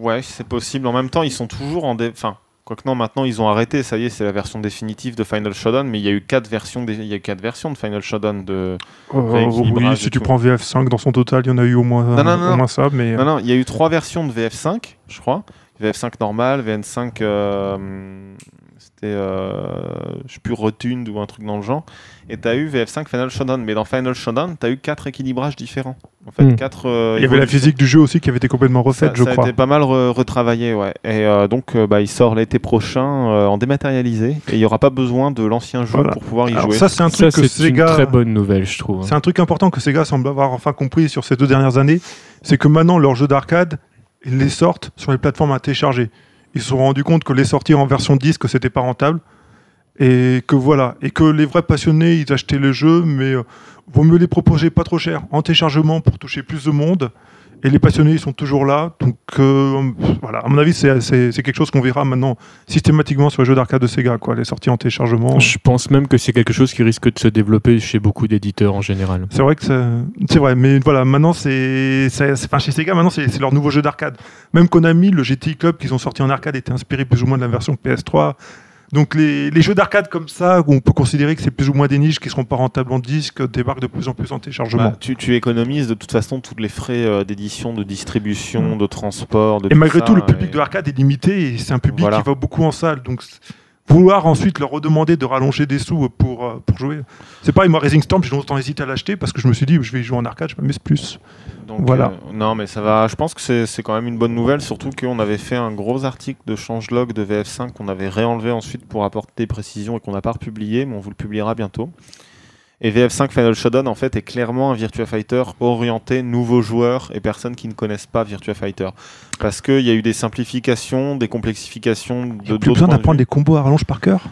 Speaker 1: Ouais, c'est possible. En même temps, ils sont toujours en. dé- Enfin, quoique non, maintenant ils ont arrêté. Ça y est, c'est la version définitive de Final Showdown. Mais il y a eu quatre versions. dé- Il y a eu quatre versions de Final Showdown de. rééquilibrage
Speaker 2: oui,
Speaker 1: et
Speaker 2: si tu
Speaker 1: tout.
Speaker 2: prends VF5 dans son total, il y en a eu au moins,
Speaker 1: Non, non, non,
Speaker 2: au
Speaker 1: non.
Speaker 2: moins ça. Mais euh,
Speaker 1: Non, non, il y a eu trois versions de VF5, je crois. VF5 normal, VN5, euh, c'était, euh, je sais plus, Rotund ou un truc dans le genre. Et t'as eu VF5 Final Showdown. Mais dans Final Showdown, t'as eu quatre équilibrages différents. En fait,
Speaker 3: Hmm.
Speaker 1: quatre. euh,
Speaker 2: il y avait la
Speaker 1: évolutions.
Speaker 2: physique du jeu aussi qui avait été complètement
Speaker 1: Ça,
Speaker 2: refaite, je
Speaker 1: ça
Speaker 2: crois.
Speaker 1: a été pas mal re- retravaillé, ouais. Et euh, donc, euh, bah, il sort l'été prochain euh, en dématérialisé. Et il n'y aura pas besoin de l'ancien jeu
Speaker 2: Voilà.
Speaker 1: pour pouvoir y
Speaker 2: Alors
Speaker 1: jouer.
Speaker 2: ça, c'est un
Speaker 3: Ça,
Speaker 2: truc que
Speaker 3: c'est une
Speaker 2: Sega...
Speaker 3: très bonne nouvelle, je trouve. hein.
Speaker 2: C'est un truc important que Sega semble avoir enfin compris sur ces deux dernières années, c'est que maintenant leurs jeux d'arcade, ils les sortent sur les plateformes à télécharger. Ils se sont rendus compte que les sortir en version disque, c'était pas rentable. Et que voilà, et que les vrais passionnés, ils achetaient les jeux, mais euh, vaut mieux les proposer pas trop cher, en téléchargement pour toucher plus de monde. Et les passionnés, ils sont toujours là. Donc euh, pff, voilà, à mon avis, c'est- c'est c'est quelque chose qu'on verra maintenant systématiquement sur les jeux d'arcade de Sega, quoi, les sorties en téléchargement.
Speaker 3: Je pense même que c'est quelque chose qui risque de se développer chez beaucoup d'éditeurs en général.
Speaker 2: C'est vrai que c'est- c'est vrai, mais voilà, maintenant c'est, c'est- c'est- enfin chez Sega, maintenant c'est, c'est leur nouveau jeu d'arcade. Même Konami, le GTI Club qu'ils ont sorti en arcade était inspiré plus ou moins de la version PS3. Donc les, les jeux d'arcade comme ça, où on peut considérer que c'est plus ou moins des niches qui seront pas rentables en disque, débarquent de plus en plus en téléchargement.
Speaker 1: Bah, tu, tu économises de toute façon tous les frais euh, d'édition, de distribution, de transport. De
Speaker 2: Hmm. et malgré
Speaker 1: ça,
Speaker 2: tout, le public
Speaker 1: et-
Speaker 2: de l'arcade est limité et c'est un public
Speaker 1: Voilà.
Speaker 2: qui va beaucoup en salle. Donc c- vouloir ensuite leur redemander de rallonger des sous pour, euh, pour jouer, c'est pareil. Moi, Raising Storm, j'ai longtemps hésité à l'acheter parce que je me suis dit, je vais y jouer en arcade, je m'amuse plus.
Speaker 1: Donc,
Speaker 2: Voilà.
Speaker 1: euh, non, mais ça va. Je pense que c'est- c'est quand même une bonne nouvelle, surtout qu'on avait fait un gros article de changelog de VF5 qu'on avait réenlevé ensuite pour apporter des précisions et qu'on n'a pas republié, mais on vous le publiera bientôt. Et VF5 Final Showdown, en fait, est clairement un Virtua Fighter orienté nouveaux joueurs et personnes qui ne connaissent pas Virtua Fighter. Parce qu'il y a eu des simplifications, des complexifications
Speaker 2: Il n'y
Speaker 1: de
Speaker 2: a plus
Speaker 1: d'autres points
Speaker 2: besoin
Speaker 1: de
Speaker 2: d'apprendre
Speaker 1: vue.
Speaker 2: les combos à rallonge par cœur.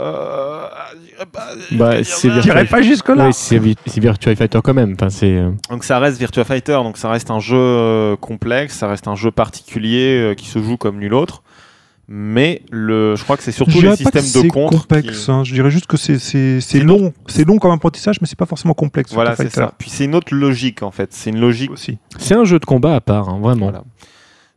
Speaker 1: Euh, je dirais pas- je
Speaker 3: Bah,
Speaker 1: dirais
Speaker 3: c'est
Speaker 1: pas-
Speaker 3: Virtua- J'irai
Speaker 2: pas jusque
Speaker 3: Ouais, c'est vi- c'est Virtua Fighter quand même. Enfin, c'est. euh,
Speaker 1: Donc ça reste Virtua Fighter, donc ça reste un jeu euh, complexe, ça reste un jeu particulier euh, qui se joue comme nul autre. Mais le, je crois que c'est surtout les systèmes de contre.
Speaker 2: complexe.
Speaker 1: qui-
Speaker 2: hein. Je dirais juste que c'est c'est- c'est
Speaker 1: C'est
Speaker 2: long, c'est long comme apprentissage, mais c'est pas forcément complexe.
Speaker 1: Voilà,
Speaker 2: Virtua
Speaker 1: c'est
Speaker 2: Fighter
Speaker 1: ça. Puis c'est une autre logique en fait. C'est une logique.
Speaker 2: aussi.
Speaker 3: C'est un jeu de combat à part, hein, vraiment.
Speaker 1: Voilà.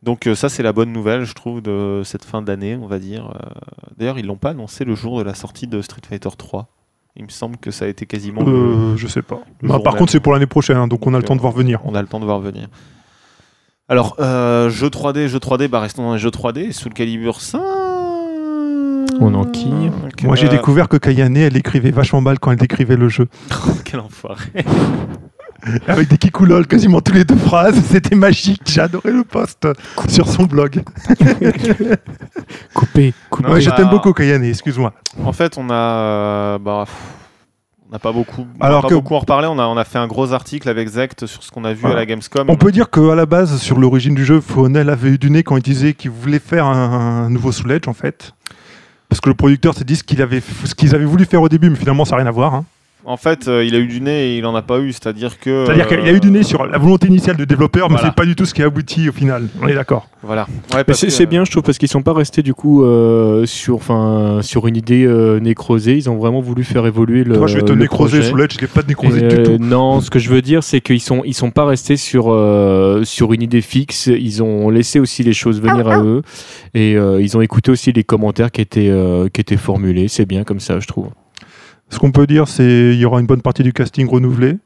Speaker 1: Donc euh, ça c'est la bonne nouvelle, je trouve, de cette fin d'année, on va dire. Euh, D'ailleurs, ils l'ont pas annoncé le jour de la sortie de Street Fighter 3. Il me semble que ça a été quasiment. le-
Speaker 2: Euh, je sais pas.
Speaker 1: le
Speaker 2: Bah,
Speaker 1: jour
Speaker 2: par
Speaker 1: même.
Speaker 2: contre, c'est pour l'année prochaine, hein, donc on a
Speaker 1: Donc,
Speaker 2: le temps de voir venir.
Speaker 1: on a le temps de voir venir. Alors, euh, jeu 3D, jeu 3D, bah restons dans les jeux 3D. Soul Calibur 5.
Speaker 3: On enquille.
Speaker 1: Donc,
Speaker 2: Moi, j'ai
Speaker 1: euh,
Speaker 2: découvert que Kayane, elle écrivait vachement mal quand elle décrivait le jeu.
Speaker 1: Quel enfoiré.
Speaker 2: Avec des kikoulols quasiment tous les deux phrases. C'était magique. J'ai adoré le post sur son blog.
Speaker 3: Coupé, coupé.
Speaker 1: Non,
Speaker 2: Ouais, je
Speaker 1: bah-
Speaker 2: t'aime beaucoup, Kayane, excuse-moi.
Speaker 1: En fait, on a. euh, bah, pff, on n'a pas beaucoup. on
Speaker 2: Alors
Speaker 1: n'a pas
Speaker 2: que-
Speaker 1: beaucoup en reparlé. On a, on a fait un gros article avec Zect sur ce qu'on a vu
Speaker 2: Voilà.
Speaker 1: à la Gamescom.
Speaker 2: On peut dire qu'à la base, sur l'origine du jeu, Fonel avait eu du nez quand il disait qu'il voulait faire un, un nouveau Soul Edge, en fait. Parce que le producteur s'est dit ce qu'il avait, ce qu'ils avaient voulu faire au début, mais finalement, ça n'a rien à voir. hein.
Speaker 1: En fait, euh, il a eu du nez et il en a pas eu. C'est-à-dire que.
Speaker 2: C'est-à-dire qu'il y a eu du nez sur la volonté initiale du développeur, mais
Speaker 1: Voilà.
Speaker 2: c'est pas du tout ce qui a abouti au final. On est d'accord.
Speaker 1: euh, Voilà. Ouais,
Speaker 3: Mais
Speaker 1: parce
Speaker 3: C'est
Speaker 1: que-
Speaker 2: euh,
Speaker 3: c'est bien, je trouve, parce qu'ils sont pas restés du coup euh, sur, enfin, sur une idée euh, nécrosée. Ils ont vraiment voulu faire évoluer le.
Speaker 2: Toi, je vais te
Speaker 3: le
Speaker 2: nécroser
Speaker 3: projet.
Speaker 2: Soul Edge, je l'ai pas nécrosé
Speaker 3: Et,
Speaker 2: du
Speaker 3: euh,
Speaker 2: tout.
Speaker 3: non, ce que je veux dire, c'est qu'ils sont ils sont pas restés sur euh, sur une idée fixe. Ils ont laissé aussi les choses venir à eux et euh, ils ont écouté aussi les commentaires qui étaient euh, qui étaient formulés. C'est bien comme ça, je trouve.
Speaker 2: Ce qu'on peut dire, c'est qu'il y aura une bonne partie du casting renouvelé.
Speaker 1: euh,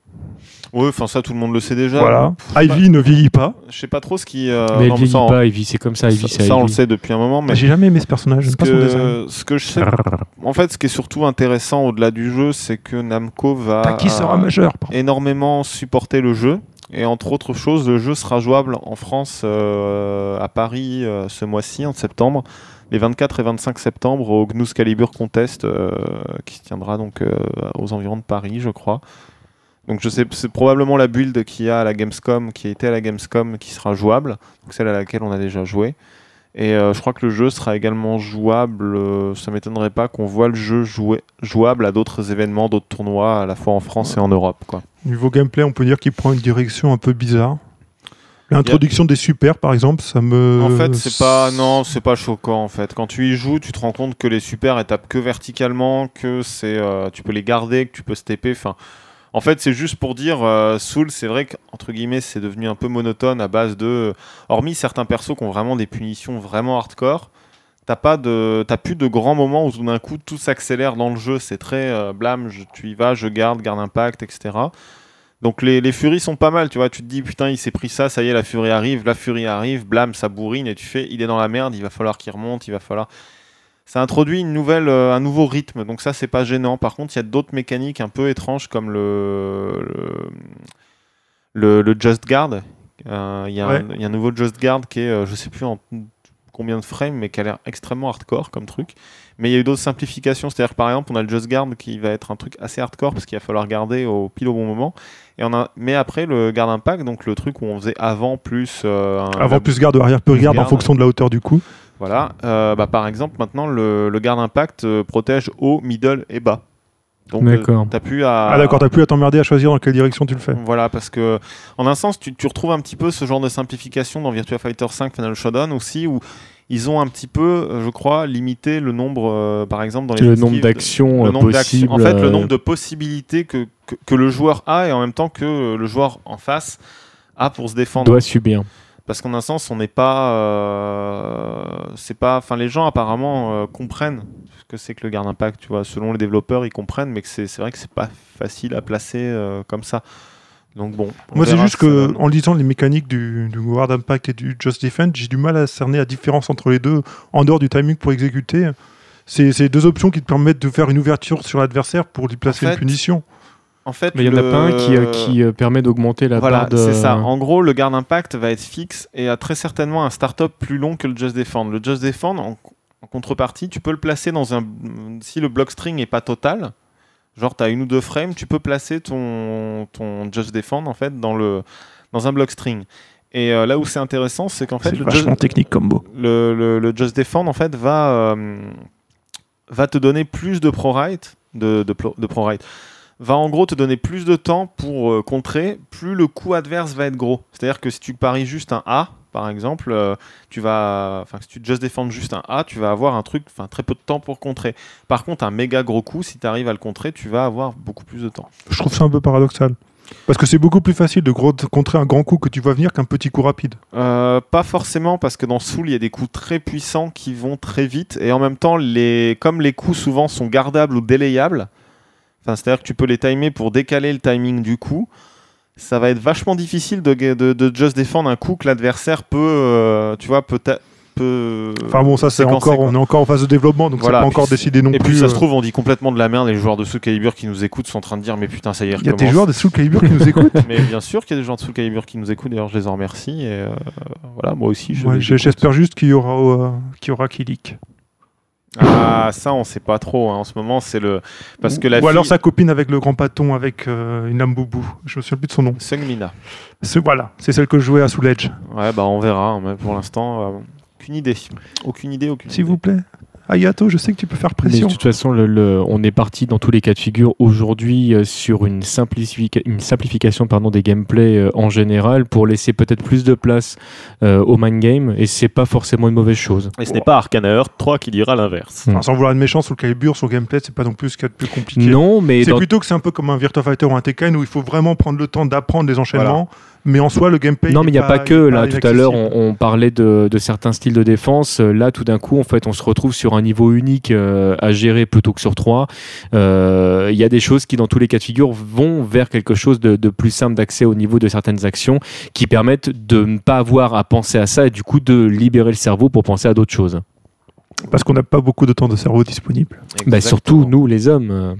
Speaker 1: Ouais, enfin ça, tout le monde le sait déjà.
Speaker 2: Voilà. Ivy ne vieillit pas.
Speaker 1: Je sais pas trop ce qui. euh,
Speaker 3: mais
Speaker 1: non,
Speaker 3: elle vieillit
Speaker 1: ça, on-
Speaker 3: pas, Ivy, c'est comme ça,
Speaker 1: ça-
Speaker 3: Ivy. c'est
Speaker 1: ça, on le
Speaker 3: Ivy.
Speaker 1: sait depuis un moment, mais
Speaker 2: Ah, J'ai jamais aimé ce personnage.
Speaker 1: ce
Speaker 2: J'aime Pas son design.
Speaker 1: que, ce que je sais,
Speaker 2: Ah,
Speaker 1: en fait, ce qui est surtout intéressant au-delà du jeu, c'est que Namco va
Speaker 2: Taki sera
Speaker 1: euh,
Speaker 2: majeur. pardon.
Speaker 1: énormément supporter le jeu. Et entre autres choses, le jeu sera jouable en France euh, à Paris euh, ce mois-ci, en septembre, les 24 et 25 septembre, au Gnus Calibur Contest, euh, qui se tiendra donc euh, aux environs de Paris, je crois. Donc je sais, c'est probablement la build qu'il y a à la Gamescom, qui était à la Gamescom, qui sera jouable, donc celle à laquelle on a déjà joué. Et euh, je crois que le jeu sera également jouable, euh, ça m'étonnerait pas qu'on voit le jeu jouer, jouable à d'autres événements, d'autres tournois, à la fois en France et en Europe. Quoi.
Speaker 2: Niveau gameplay, on peut dire qu'il prend une direction un peu bizarre. L'introduction des supers, par exemple, ça me.
Speaker 1: En fait, c'est pas non, c'est pas choquant en fait. Quand tu y joues, tu te rends compte que les super étapes que verticalement, que c'est euh, tu peux les garder, que tu peux stepper, enfin en fait, c'est juste pour dire, euh, Soul, c'est vrai qu'entre guillemets, c'est devenu un peu monotone à base de. Hormis certains persos qui ont vraiment des punitions vraiment hardcore, t'as pas de, t'as plus de grands moments où tout d'un coup tout s'accélère dans le jeu. C'est très euh, blâme, je- tu y vas, je garde, garde impact, etc. Donc les, les furies sont pas mal, tu vois. Tu te dis, putain, il s'est pris ça, ça y est, la furie arrive, la furie arrive, blâme, ça bourrine, et tu fais, il est dans la merde, il va falloir qu'il remonte, il va falloir. Ça introduit une nouvelle, euh, un nouveau rythme, donc ça, c'est pas gênant. Par contre, il y a d'autres mécaniques un peu étranges comme le. le, le- le Just Guard. Euh, Il y, a un- il y a un nouveau Just Guard qui est, euh, je sais plus en combien de frames, mais qui a l'air extrêmement hardcore comme truc. Mais il y a eu d'autres simplifications, c'est-à-dire par exemple, on a le Just Guard qui va être un truc assez hardcore parce qu'il va falloir garder au pile au bon moment. Et on a... Mais après, le Guard Impact, donc le truc où on faisait avant plus. euh, un-
Speaker 2: Avant
Speaker 1: la-
Speaker 2: plus garde, arrière plus garde, en
Speaker 1: Garde.
Speaker 2: fonction de la hauteur du coup.
Speaker 1: Voilà, Euh, bah, par exemple, maintenant le, le Guard Impact euh, protège haut, middle et bas. Donc, euh,
Speaker 3: D'accord.
Speaker 1: t'as plus à.
Speaker 2: Ah, d'accord, t'as plus à t'emmerder à choisir dans quelle direction tu le fais.
Speaker 1: Voilà, parce que en un sens, tu, tu retrouves un petit peu ce genre de simplification dans Virtua Fighter 5 Final Showdown aussi, où ils ont un petit peu, euh, je crois, limité le nombre, euh, par exemple, dans les
Speaker 3: Le nombre
Speaker 1: esquives de-
Speaker 3: d'actions
Speaker 1: le
Speaker 3: euh,
Speaker 1: nombre d'actions.
Speaker 3: possibles.
Speaker 1: En fait, le
Speaker 3: euh,
Speaker 1: nombre de possibilités que, que, que le joueur a et en même temps que euh, le joueur en face a pour se défendre.
Speaker 3: doit subir.
Speaker 1: Parce qu'en un sens, on n'est pas, euh, c'est pas, enfin, les gens apparemment euh, comprennent ce que c'est que le garde impact. Tu vois, selon les développeurs, ils comprennent, mais que c'est, c'est vrai que c'est pas facile à placer euh, comme ça. Donc bon. on
Speaker 2: Moi, c'est
Speaker 1: verra ce
Speaker 2: juste
Speaker 1: que ça
Speaker 2: que,
Speaker 1: donne.
Speaker 2: en lisant les mécaniques du, du Guard Impact et du Just Defend, j'ai du mal à cerner la différence entre les deux en dehors du timing pour exécuter. C'est c'est deux options qui te permettent de faire une ouverture sur l'adversaire pour lui placer
Speaker 1: En fait,
Speaker 2: une punition.
Speaker 1: En fait,
Speaker 3: Mais il y en a
Speaker 1: le-
Speaker 3: pas un qui, euh, qui euh, permet d'augmenter la
Speaker 1: voilà,
Speaker 3: part de.
Speaker 1: c'est ça. En gros, le garde impact va être fixe et a très certainement un start-up plus long que le Just Defend. Le Just Defend, en, en contrepartie, tu peux le placer dans un. Si le block string n'est pas total, genre tu as une ou deux frames, tu peux placer ton, ton Just Defend en fait dans, le, dans un block string. Et euh, là où c'est intéressant, c'est qu'en fait, le Just-
Speaker 4: technique combo.
Speaker 1: le, le, le Just Defend en fait va, euh, va te donner plus de pro-right de, de, pro- de pro-right va en gros te donner plus de temps pour euh, contrer plus le coup adverse va être gros c'est à dire que si tu paries juste un A par exemple euh, tu vas enfin si tu Just Defend juste un A tu vas avoir un truc enfin très peu de temps pour contrer par contre un méga gros coup si tu arrives à le contrer tu vas avoir beaucoup plus de temps
Speaker 2: Je trouve ça un peu paradoxal. Parce que c'est beaucoup plus facile de gros- de contrer un grand coup que tu vois venir qu'un petit coup rapide.
Speaker 1: Euh, pas forcément parce que dans Soul il y a des coups très puissants qui vont très vite et en même temps les comme les coups souvent sont gardables ou délayables enfin c'est à dire que tu peux les timer pour décaler le timing du coup ça va être vachement difficile de, de, de just défendre un coup que l'adversaire peut euh, tu vois peut ta- peut
Speaker 2: Enfin bon, ça, c'est
Speaker 1: séquencer,
Speaker 2: encore,
Speaker 1: quoi.
Speaker 2: on est encore en phase de développement, donc
Speaker 1: Voilà,
Speaker 2: c'est pas
Speaker 1: puis
Speaker 2: encore
Speaker 1: c'est-
Speaker 2: décidé non
Speaker 1: et
Speaker 2: plus.
Speaker 1: puis ça se
Speaker 2: euh,
Speaker 1: trouve on dit complètement de la merde et les joueurs de Soul Calibur qui nous écoutent sont en train de dire mais putain ça y est
Speaker 2: Il y a des
Speaker 1: recommence.
Speaker 2: joueurs de Soul Calibur qui nous écoutent.
Speaker 1: mais bien sûr qu'il y a des gens de Soul Calibur qui nous écoutent d'ailleurs je les en remercie et euh, voilà moi aussi je
Speaker 2: Ouais,
Speaker 1: les
Speaker 2: j'ai-
Speaker 1: écoute.
Speaker 2: J'espère juste qu'il y aura, euh, qu'il y aura qui leak.
Speaker 1: Ah, ça, on sait pas trop. hein. En ce moment, c'est le. Parce que la
Speaker 2: Ou
Speaker 1: fille.
Speaker 2: alors sa copine avec le grand bâton, avec euh, une lame boubou. Je me souviens plus de son nom.
Speaker 1: Sungmina.
Speaker 2: C'est voilà, c'est celle que je jouais à Soul Edge.
Speaker 1: Ouais, bah, on verra. hein, Mais pour l'instant, euh, aucune idée. Aucune idée, aucune
Speaker 2: S'il
Speaker 1: idée.
Speaker 2: vous plaît. Ayato, je sais que tu peux faire
Speaker 3: Mais de
Speaker 2: pression.
Speaker 3: toute façon, le- le- on est parti dans tous les cas de figure aujourd'hui euh, sur une, simplifica- une simplification pardon, des gameplays euh, en général pour laisser peut-être plus de place euh, au mind game et c'est pas forcément une mauvaise chose.
Speaker 5: Et ce n'est pas Arcana Earth 3 qui dira l'inverse.
Speaker 2: Enfin, sans vouloir être méchant, Soul Calibur, son gameplay, c'est pas non plus ce qu'il y a de plus compliqué.
Speaker 3: Non, mais
Speaker 2: C'est
Speaker 3: dans-
Speaker 2: plutôt que c'est un peu comme un Virtua Fighter ou un Tekken où il faut vraiment prendre le temps d'apprendre les enchaînements, mais en soi, le gameplay.
Speaker 3: Non, mais il n'y a pas, que.
Speaker 2: est
Speaker 3: Là, tout à l'heure,
Speaker 2: inaccessible.
Speaker 3: on, on parlait de, de certains styles de défense. Euh, Là, tout d'un coup, en fait, on se retrouve sur un niveau unique euh, à gérer plutôt que sur trois. Euh, Il y a des choses qui, dans tous les cas de figure, vont vers quelque chose de, de plus simple d'accès au niveau de certaines actions qui permettent de ne pas avoir à penser à ça et du coup de libérer le cerveau pour penser à d'autres choses.
Speaker 2: Parce qu'on n'a pas beaucoup de temps de cerveau disponible.
Speaker 3: Bah,
Speaker 1: Exactement.
Speaker 3: surtout, nous, les hommes. euh,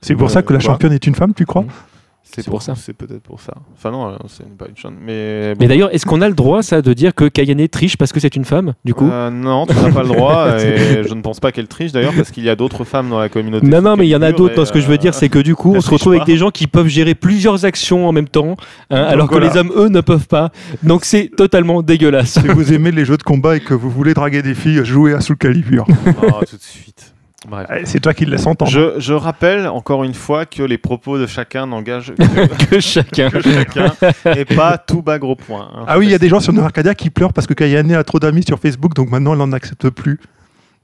Speaker 2: C'est pour
Speaker 1: Euh,
Speaker 2: ça que la
Speaker 1: voilà.
Speaker 2: championne est une femme, tu crois
Speaker 1: C'est
Speaker 3: c'est
Speaker 1: pour
Speaker 3: pour ça.
Speaker 1: C'est peut-être pour ça. Enfin, non, euh, c'est pas une chance. Mais,
Speaker 3: Mais d'ailleurs, est-ce qu'on a le droit, ça, de dire que Kayane triche parce que c'est une femme, du coup
Speaker 1: Euh, non, tu n'as pas le droit. et je ne pense pas qu'elle triche d'ailleurs, parce qu'il y a d'autres femmes dans la communauté.
Speaker 3: Non, non, mais il y en a
Speaker 1: culture,
Speaker 3: d'autres.
Speaker 1: et,
Speaker 3: Non, ce que je veux dire,
Speaker 1: euh,
Speaker 3: c'est que du coup,
Speaker 1: elle
Speaker 3: on se
Speaker 1: triche
Speaker 3: retrouve
Speaker 1: pas.
Speaker 3: avec des gens qui peuvent gérer plusieurs actions en même temps, hein, alors que
Speaker 2: voilà.
Speaker 3: les hommes, eux, ne peuvent pas. Donc c'est totalement dégueulasse.
Speaker 2: Si vous aimez les jeux de combat et que vous voulez draguer des filles, jouez à Soul Calibur.
Speaker 1: oh, tout de suite. Bref.
Speaker 2: Eh, C'est toi qui le laisse entendre.
Speaker 1: Je, je rappelle encore une fois que les propos de chacun n'engagent
Speaker 3: que chacun.
Speaker 1: que chacun et pas tout bas gros point. hein.
Speaker 2: Ah oui, il y a des gens sur New Arcadia qui pleurent parce que Kayane a trop d'amis sur Facebook, donc maintenant elle n'en accepte plus.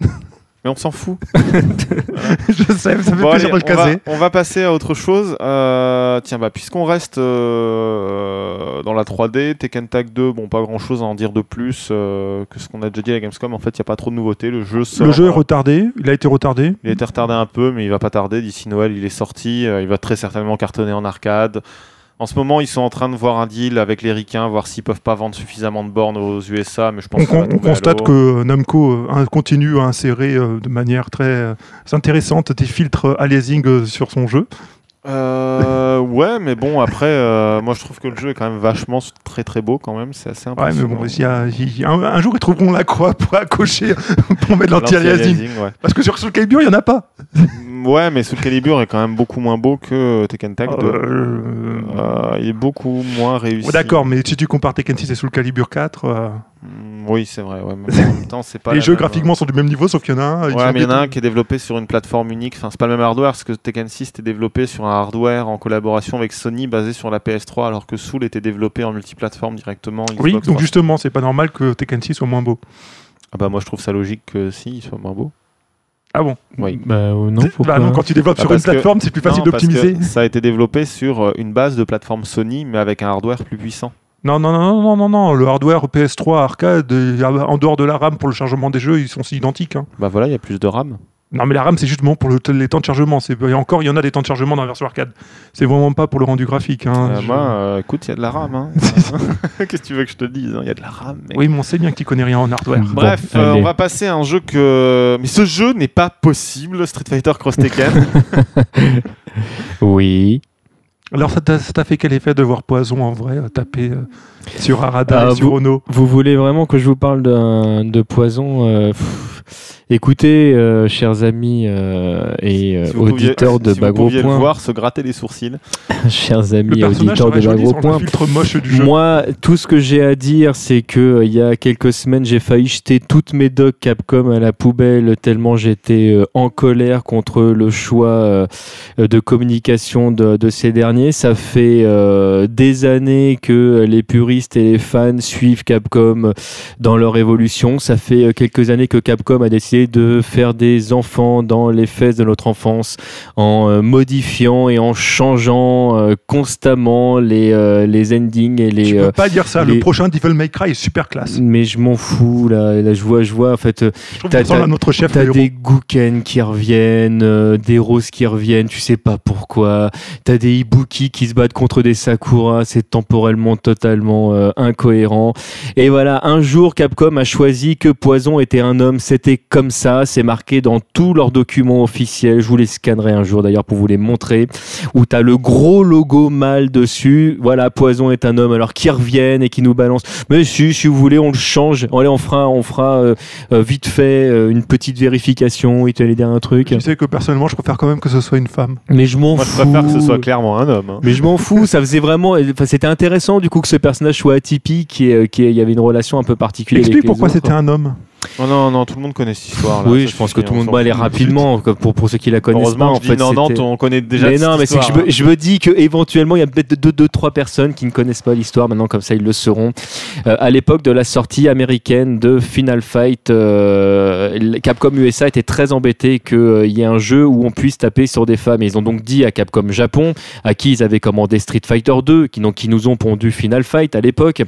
Speaker 1: Mais on s'en fout.
Speaker 2: je sais, ça fait
Speaker 1: Bon,
Speaker 2: plaisir
Speaker 1: allez,
Speaker 2: de le
Speaker 1: on, va,
Speaker 2: caser.
Speaker 1: on va passer à autre chose. Euh, tiens, bah, puisqu'on reste euh, dans la 3D, Tekken Tag 2, bon, pas grand chose à en dire de plus euh, que ce qu'on a déjà dit à la Gamescom. En fait, il n'y a pas trop de nouveautés. Le jeu sort.
Speaker 2: Le jeu est
Speaker 1: euh,
Speaker 2: retardé, il a été retardé.
Speaker 1: Il a été retardé un peu, mais il va pas tarder. D'ici Noël, il est sorti. Euh, il va très certainement cartonner en arcade. En ce moment, ils sont en train de voir un deal avec les Ricains, voir s'ils peuvent pas vendre suffisamment de bornes aux USA, mais je pense
Speaker 2: On,
Speaker 1: que ça va
Speaker 2: on
Speaker 1: tomber à
Speaker 2: constate
Speaker 1: l'eau.
Speaker 2: que Namco euh, continue à insérer euh, de manière très euh, intéressante des filtres euh, aliasing euh, sur son jeu.
Speaker 1: Euh, ouais, mais bon, après, euh, moi je trouve que le jeu est quand même vachement s- très très beau quand même. C'est assez
Speaker 2: Ouais, mais
Speaker 1: impressionnant.
Speaker 2: bon, il y a- il y a- un, un jour ils trouveront la croix pour accrocher, pour mettre l'anti-aliasing.
Speaker 1: L'anti-aliasing, ouais.
Speaker 2: Parce que sur Soul Calibur, il n'y en a pas.
Speaker 1: Mm, ouais, mais Soul Calibur est quand même beaucoup moins beau que euh, Tekken Tag 2.
Speaker 2: Oh, Ah, Euh,
Speaker 1: Euh, il est beaucoup moins réussi.
Speaker 2: ouais, D'accord, mais si tu compares Tekken 6 et Soul Calibur 4, euh,
Speaker 1: Mm, Oui, c'est vrai. Ouais, mais en même temps, c'est pas
Speaker 2: les
Speaker 1: la
Speaker 2: jeux
Speaker 1: même, euh,
Speaker 2: graphiquement sont du même niveau, sauf qu'il y en a un. ils
Speaker 1: Ouais,
Speaker 2: ont
Speaker 1: mais il y en a
Speaker 2: des-
Speaker 1: un qui est développé sur une plateforme unique. Enfin, c'est pas le même hardware, parce que Tekken 6 était développé sur un hardware en collaboration avec Sony basé sur la PS3, alors que Soul était développé en multiplateforme directement. Xbox
Speaker 2: Oui, donc
Speaker 1: 360.
Speaker 2: justement, c'est pas normal que Tekken 6 soit moins beau.
Speaker 1: Ah bah moi je trouve ça logique que si, il soit moins beau.
Speaker 2: Ah bon
Speaker 1: Oui.
Speaker 3: Bah euh, non, pourquoi
Speaker 2: Bah non, quand tu développes
Speaker 1: Bah
Speaker 2: sur une
Speaker 1: parce que-
Speaker 2: plateforme, c'est plus facile
Speaker 1: Non, parce que
Speaker 2: d'optimiser.
Speaker 1: Ça a été développé sur euh, une base de plateforme Sony, mais avec un hardware plus puissant.
Speaker 2: Non, non, non, non, non, non, le hardware PS3 arcade, euh, en dehors de la RAM pour le chargement des jeux, ils sont identiques. hein.
Speaker 1: Bah voilà, il y a plus de RAM.
Speaker 2: Non, mais la RAM, c'est justement pour le- les temps de chargement. C'est- Et encore, il y en a des temps de chargement dans la version arcade. C'est vraiment pas pour le rendu graphique.
Speaker 3: Ah,
Speaker 2: hein.
Speaker 1: Euh,
Speaker 2: Je-
Speaker 1: Moi, euh, écoute, il y a de la RAM. hein. Qu'est-ce que tu veux que je te dise hein Il y a de la RAM. mec.
Speaker 2: Oui, mais on sait bien que tu connais rien en hardware.
Speaker 3: Bon,
Speaker 1: Bref, euh,
Speaker 3: allez.
Speaker 1: on va passer à un jeu que. Mais ce jeu n'est pas possible, Street Fighter Cross Tekken.
Speaker 3: Oui.
Speaker 2: Alors, ça t'a ça t'a fait quel effet de voir Poison en vrai euh, taper euh, sur Arada
Speaker 3: Ah,
Speaker 2: et sur
Speaker 3: vous-
Speaker 2: Ono
Speaker 3: Vous voulez vraiment que je vous parle d'un- de poison euh, pff. Écoutez, euh, chers amis euh, et euh,
Speaker 1: Si vous pouviez-
Speaker 3: auditeurs de
Speaker 1: si vous
Speaker 3: Bagro
Speaker 1: pouviez le
Speaker 3: Point,
Speaker 1: voir se gratter les sourcils.
Speaker 3: chers
Speaker 2: Le
Speaker 3: amis et
Speaker 2: personnage
Speaker 3: auditeurs
Speaker 2: serait
Speaker 3: de
Speaker 2: joli
Speaker 3: Bagro
Speaker 2: sans le
Speaker 3: Point,
Speaker 2: filtre moche du jeu.
Speaker 3: Moi, tout ce que j'ai à dire, c'est que euh, il y a quelques semaines, j'ai failli jeter toutes mes docs Capcom à la poubelle tellement j'étais euh, en colère contre le choix euh, de communication de, de ces derniers. Ça fait euh, des années que les puristes et les fans suivent Capcom dans leur évolution. Ça fait euh, quelques années que Capcom a décidé de faire des enfants dans les fesses de notre enfance en euh, modifiant et en changeant euh, constamment les, euh, les endings et
Speaker 2: Tu
Speaker 3: les.
Speaker 2: peux
Speaker 3: euh,
Speaker 2: pas dire ça. Le
Speaker 3: les- Mm.
Speaker 2: prochain Devil May Cry est super classe.
Speaker 3: mais je m'en fous, là, là je vois, je vois, en fait, euh,
Speaker 2: Je trouve
Speaker 3: t'as-
Speaker 2: que ça ressemble
Speaker 3: t'as-
Speaker 2: à notre chef
Speaker 3: t'as
Speaker 2: le héros.
Speaker 3: des Gouken qui reviennent, euh, des roses qui reviennent, tu sais pas pourquoi, t'as des Ibuki qui se battent contre des Sakura, c'est temporellement totalement euh, incohérent. Et voilà, un jour, Capcom a choisi que Poison était un homme, c'était comme ça, c'est marqué dans tous leurs documents officiels, je vous les scannerai un jour d'ailleurs pour vous les montrer où t'as le gros logo mâle dessus. Voilà, Poison est un homme. Alors qu'ils reviennent et qu'ils nous balancent. Mais si, si vous voulez, on le change. Allez, on fera, on fera euh, euh, vite fait euh, une petite vérification. Il te allait dire un truc.
Speaker 2: Tu sais que personnellement, je préfère quand même que ce soit une femme.
Speaker 3: Mais je m'en
Speaker 1: Moi, je
Speaker 3: fous.
Speaker 1: préfère que ce soit clairement un homme. hein.
Speaker 3: Mais je m'en fous, ça faisait vraiment. Enfin, c'était intéressant du coup que ce personnage soit atypique et euh, qu'il y avait une relation un peu particulière.
Speaker 2: Explique
Speaker 3: avec les
Speaker 2: pourquoi
Speaker 3: autres.
Speaker 2: c'était un homme.
Speaker 1: Oh non, non, tout le monde connaît cette histoire.
Speaker 3: Oui, je pense que tout le monde va aller rapidement comme pour, pour ceux qui la connaissent pas.
Speaker 1: Heureusement,
Speaker 3: En
Speaker 1: je dis
Speaker 3: fait,
Speaker 1: non, non,
Speaker 3: c'était-
Speaker 1: on connaît déjà
Speaker 3: mais
Speaker 1: cette
Speaker 3: non, mais c'est que je
Speaker 1: histoire,
Speaker 3: me, je me dis que éventuellement il y a peut-être deux, deux, trois personnes qui ne connaissent pas l'histoire. Maintenant, comme ça, ils le sauront. Euh, à l'époque de la sortie américaine de Final Fight, euh, euh, Capcom USA était très embêté qu'il y ait un jeu où on puisse taper sur des femmes. Et ils ont donc dit à Capcom Japon, à qui ils avaient commandé Street Fighter 2, qui, donc, qui nous ont pondu Final Fight à l'époque,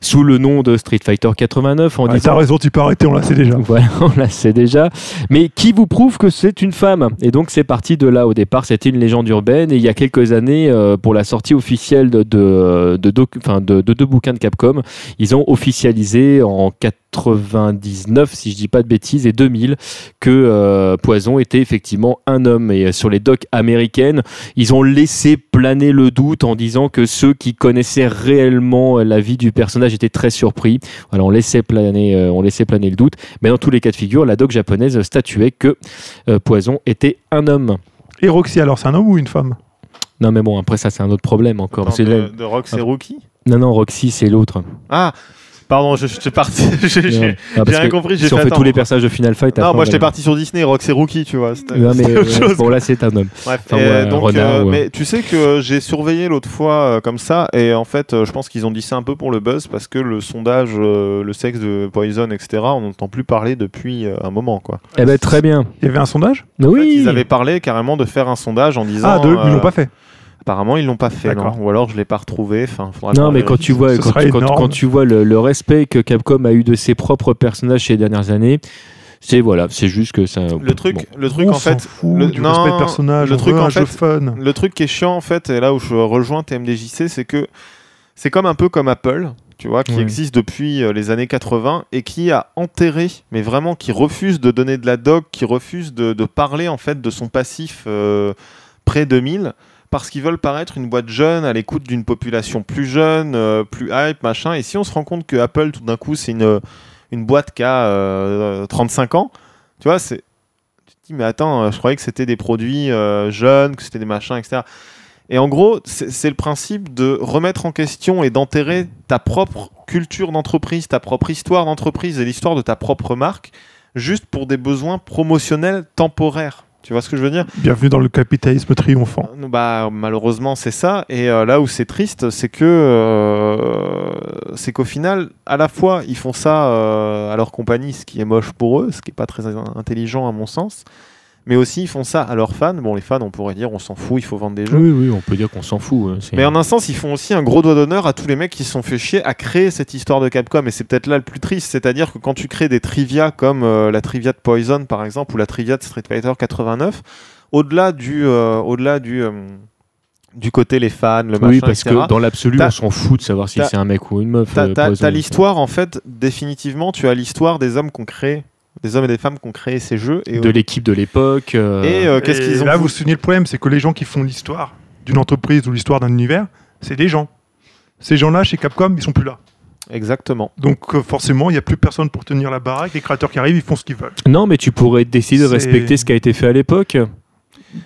Speaker 3: sous le nom de Street Fighter 89, en
Speaker 2: Ah,
Speaker 3: disant
Speaker 2: T'as raison, tu peux arrêter, on l'a sait déjà.
Speaker 3: voilà, on la sait déjà. Mais qui vous prouve que c'est une femme Et donc c'est parti de là. Au départ, c'était une légende urbaine. Et il y a quelques années, euh, pour la sortie officielle de, de, de, doc- enfin, de- de deux bouquins de Capcom, ils ont officialisé en 99, si je dis pas de bêtises, et 2000, que euh, Poison était effectivement un homme. Et euh, sur les docs américaines, ils ont laissé planer le doute en disant que ceux qui connaissaient réellement euh, la vie du personnage étaient très surpris. Voilà, on laissait planer, euh, on laissait planer le doute. Mais dans tous les cas de figure, la doc japonaise statuait que euh, Poison était un homme.
Speaker 2: Et Roxy, alors c'est un homme ou une femme
Speaker 3: Non, mais bon, après ça, c'est un autre problème encore.
Speaker 1: Attends, euh,
Speaker 3: C'est
Speaker 1: de,
Speaker 3: Ah. la-
Speaker 1: de Rock, c'est Rookie
Speaker 3: Non, non, Roxy, c'est l'autre.
Speaker 1: Ah, pardon, je, je t'ai parti. j'ai-
Speaker 3: Non.
Speaker 1: j'ai-
Speaker 3: Ah, parce
Speaker 1: rien
Speaker 3: que
Speaker 1: compris, j'ai
Speaker 3: Si on
Speaker 1: fait
Speaker 3: fait tous les
Speaker 1: attendre.
Speaker 3: personnages de Final Fight,
Speaker 1: Non,
Speaker 3: après,
Speaker 1: moi
Speaker 3: on
Speaker 1: j'étais
Speaker 3: va-
Speaker 1: parti sur Disney, Rock c'est Rookie, tu vois. c'était-
Speaker 3: Non, mais
Speaker 1: c'était autre
Speaker 3: ouais,
Speaker 1: chose.
Speaker 3: bon, là, c'est un homme.
Speaker 1: Bref,
Speaker 3: Enfin,
Speaker 1: et,
Speaker 3: ouais,
Speaker 1: donc,
Speaker 3: renard,
Speaker 1: euh,
Speaker 3: ouais.
Speaker 1: mais tu sais que euh, j'ai surveillé l'autre fois euh, comme ça, et en fait, euh, je pense qu'ils ont dit ça un peu pour le buzz parce que le sondage, euh, le sexe de Poison, etc., on n'entend plus parler depuis euh, un moment, quoi.
Speaker 3: Eh ben, très bien.
Speaker 2: Il y avait un sondage
Speaker 3: Mais
Speaker 1: En fait,
Speaker 3: oui.
Speaker 1: ils avaient parlé carrément de faire un sondage en disant.
Speaker 2: Ah, deux, ils
Speaker 1: euh,
Speaker 2: l'ont pas fait.
Speaker 1: Apparemment, ils l'ont pas fait, non
Speaker 2: D'accord.
Speaker 1: Ou alors, je l'ai pas retrouvé. Enfin, faudra
Speaker 3: Non,
Speaker 1: qu'on
Speaker 3: mais quand
Speaker 1: vérifie.
Speaker 3: tu vois,
Speaker 2: Ce
Speaker 3: quand
Speaker 2: serait
Speaker 3: tu, quand-
Speaker 2: énorme.
Speaker 3: quand tu vois le, le respect que Capcom a eu de ses propres personnages ces dernières années, c'est voilà, c'est juste que ça.
Speaker 1: Le truc,
Speaker 3: bon.
Speaker 1: le truc
Speaker 2: On
Speaker 1: en fait,
Speaker 2: s'en fout
Speaker 1: le-
Speaker 2: du
Speaker 1: non,
Speaker 2: respect de personnage,
Speaker 1: le
Speaker 2: on
Speaker 1: truc,
Speaker 2: veut
Speaker 1: en
Speaker 2: un jeu
Speaker 1: fait,
Speaker 2: fun.
Speaker 1: Le truc qui est chiant en fait, et là où je rejoins TMDJC, c'est que c'est comme un peu comme Apple, tu vois, qui
Speaker 3: Ouais.
Speaker 1: existe depuis euh, les années 80 et qui a enterré, mais vraiment qui refuse de donner de la doc, qui refuse de, de parler en fait de son passif euh, près 2000 parce qu'ils veulent paraître une boîte jeune à l'écoute d'une population plus jeune, euh, plus hype, machin. Et si on se rend compte que Apple tout d'un coup c'est une une boîte qui a euh, 35 ans, tu vois, c'est tu te dis mais attends, euh, je croyais que c'était des produits euh, jeunes, que c'était des machins, etc. Et en gros, c'est c'est le principe de remettre en question et d'enterrer ta propre culture d'entreprise, ta propre histoire d'entreprise et l'histoire de ta propre marque, juste pour des besoins promotionnels temporaires. Tu vois ce que je veux dire
Speaker 2: Bienvenue dans le capitalisme triomphant.
Speaker 1: euh, Bah malheureusement c'est ça et euh, là où c'est triste c'est que euh, c'est qu'au final à la fois ils font ça euh, à leur compagnie ce qui est moche pour eux ce qui est pas très in- intelligent à mon sens mais aussi ils font ça à leurs fans bon les fans on pourrait dire on s'en fout il faut vendre des jeux
Speaker 3: Oui, oui, on peut dire qu'on s'en fout. hein, c'est-
Speaker 1: mais en un sens, ils font aussi un gros doigt d'honneur à tous les mecs qui se sont fait chier à créer cette histoire de Capcom. Et c'est peut-être là le plus triste. C'est-à-dire que quand tu crées des trivia comme euh, la trivia de Poison, par exemple, ou la trivia de Street Fighter 89, au-delà du, euh, au-delà du, euh, du côté les fans, le machin,
Speaker 3: oui, parce
Speaker 1: etc.,
Speaker 3: que dans l'absolu,
Speaker 1: T'as-
Speaker 3: on s'en fout de savoir si
Speaker 1: t'as-
Speaker 3: c'est un mec ou une meuf.
Speaker 1: T'as-
Speaker 3: euh,
Speaker 1: T'as
Speaker 3: Poison.
Speaker 1: t'as l'histoire, en fait, définitivement, tu as l'histoire des hommes qu'on crée, des hommes et des femmes qui ont créé ces jeux. Et,
Speaker 3: de l'équipe de l'époque. euh,
Speaker 1: et, euh, qu'est-ce
Speaker 2: Et
Speaker 1: qu'ils ont
Speaker 2: là, vous vous
Speaker 1: foutu
Speaker 2: souvenez le problème, c'est que les gens qui font l'histoire d'une entreprise ou l'histoire d'un univers, c'est des gens. Ces gens-là, chez Capcom, ils sont plus là.
Speaker 1: Exactement.
Speaker 2: Donc euh, forcément, il n'y a plus personne pour tenir la baraque. Les créateurs qui arrivent, ils font ce qu'ils veulent.
Speaker 3: Non, mais tu pourrais décider de
Speaker 2: C'est-
Speaker 3: respecter ce qui a été fait à l'époque.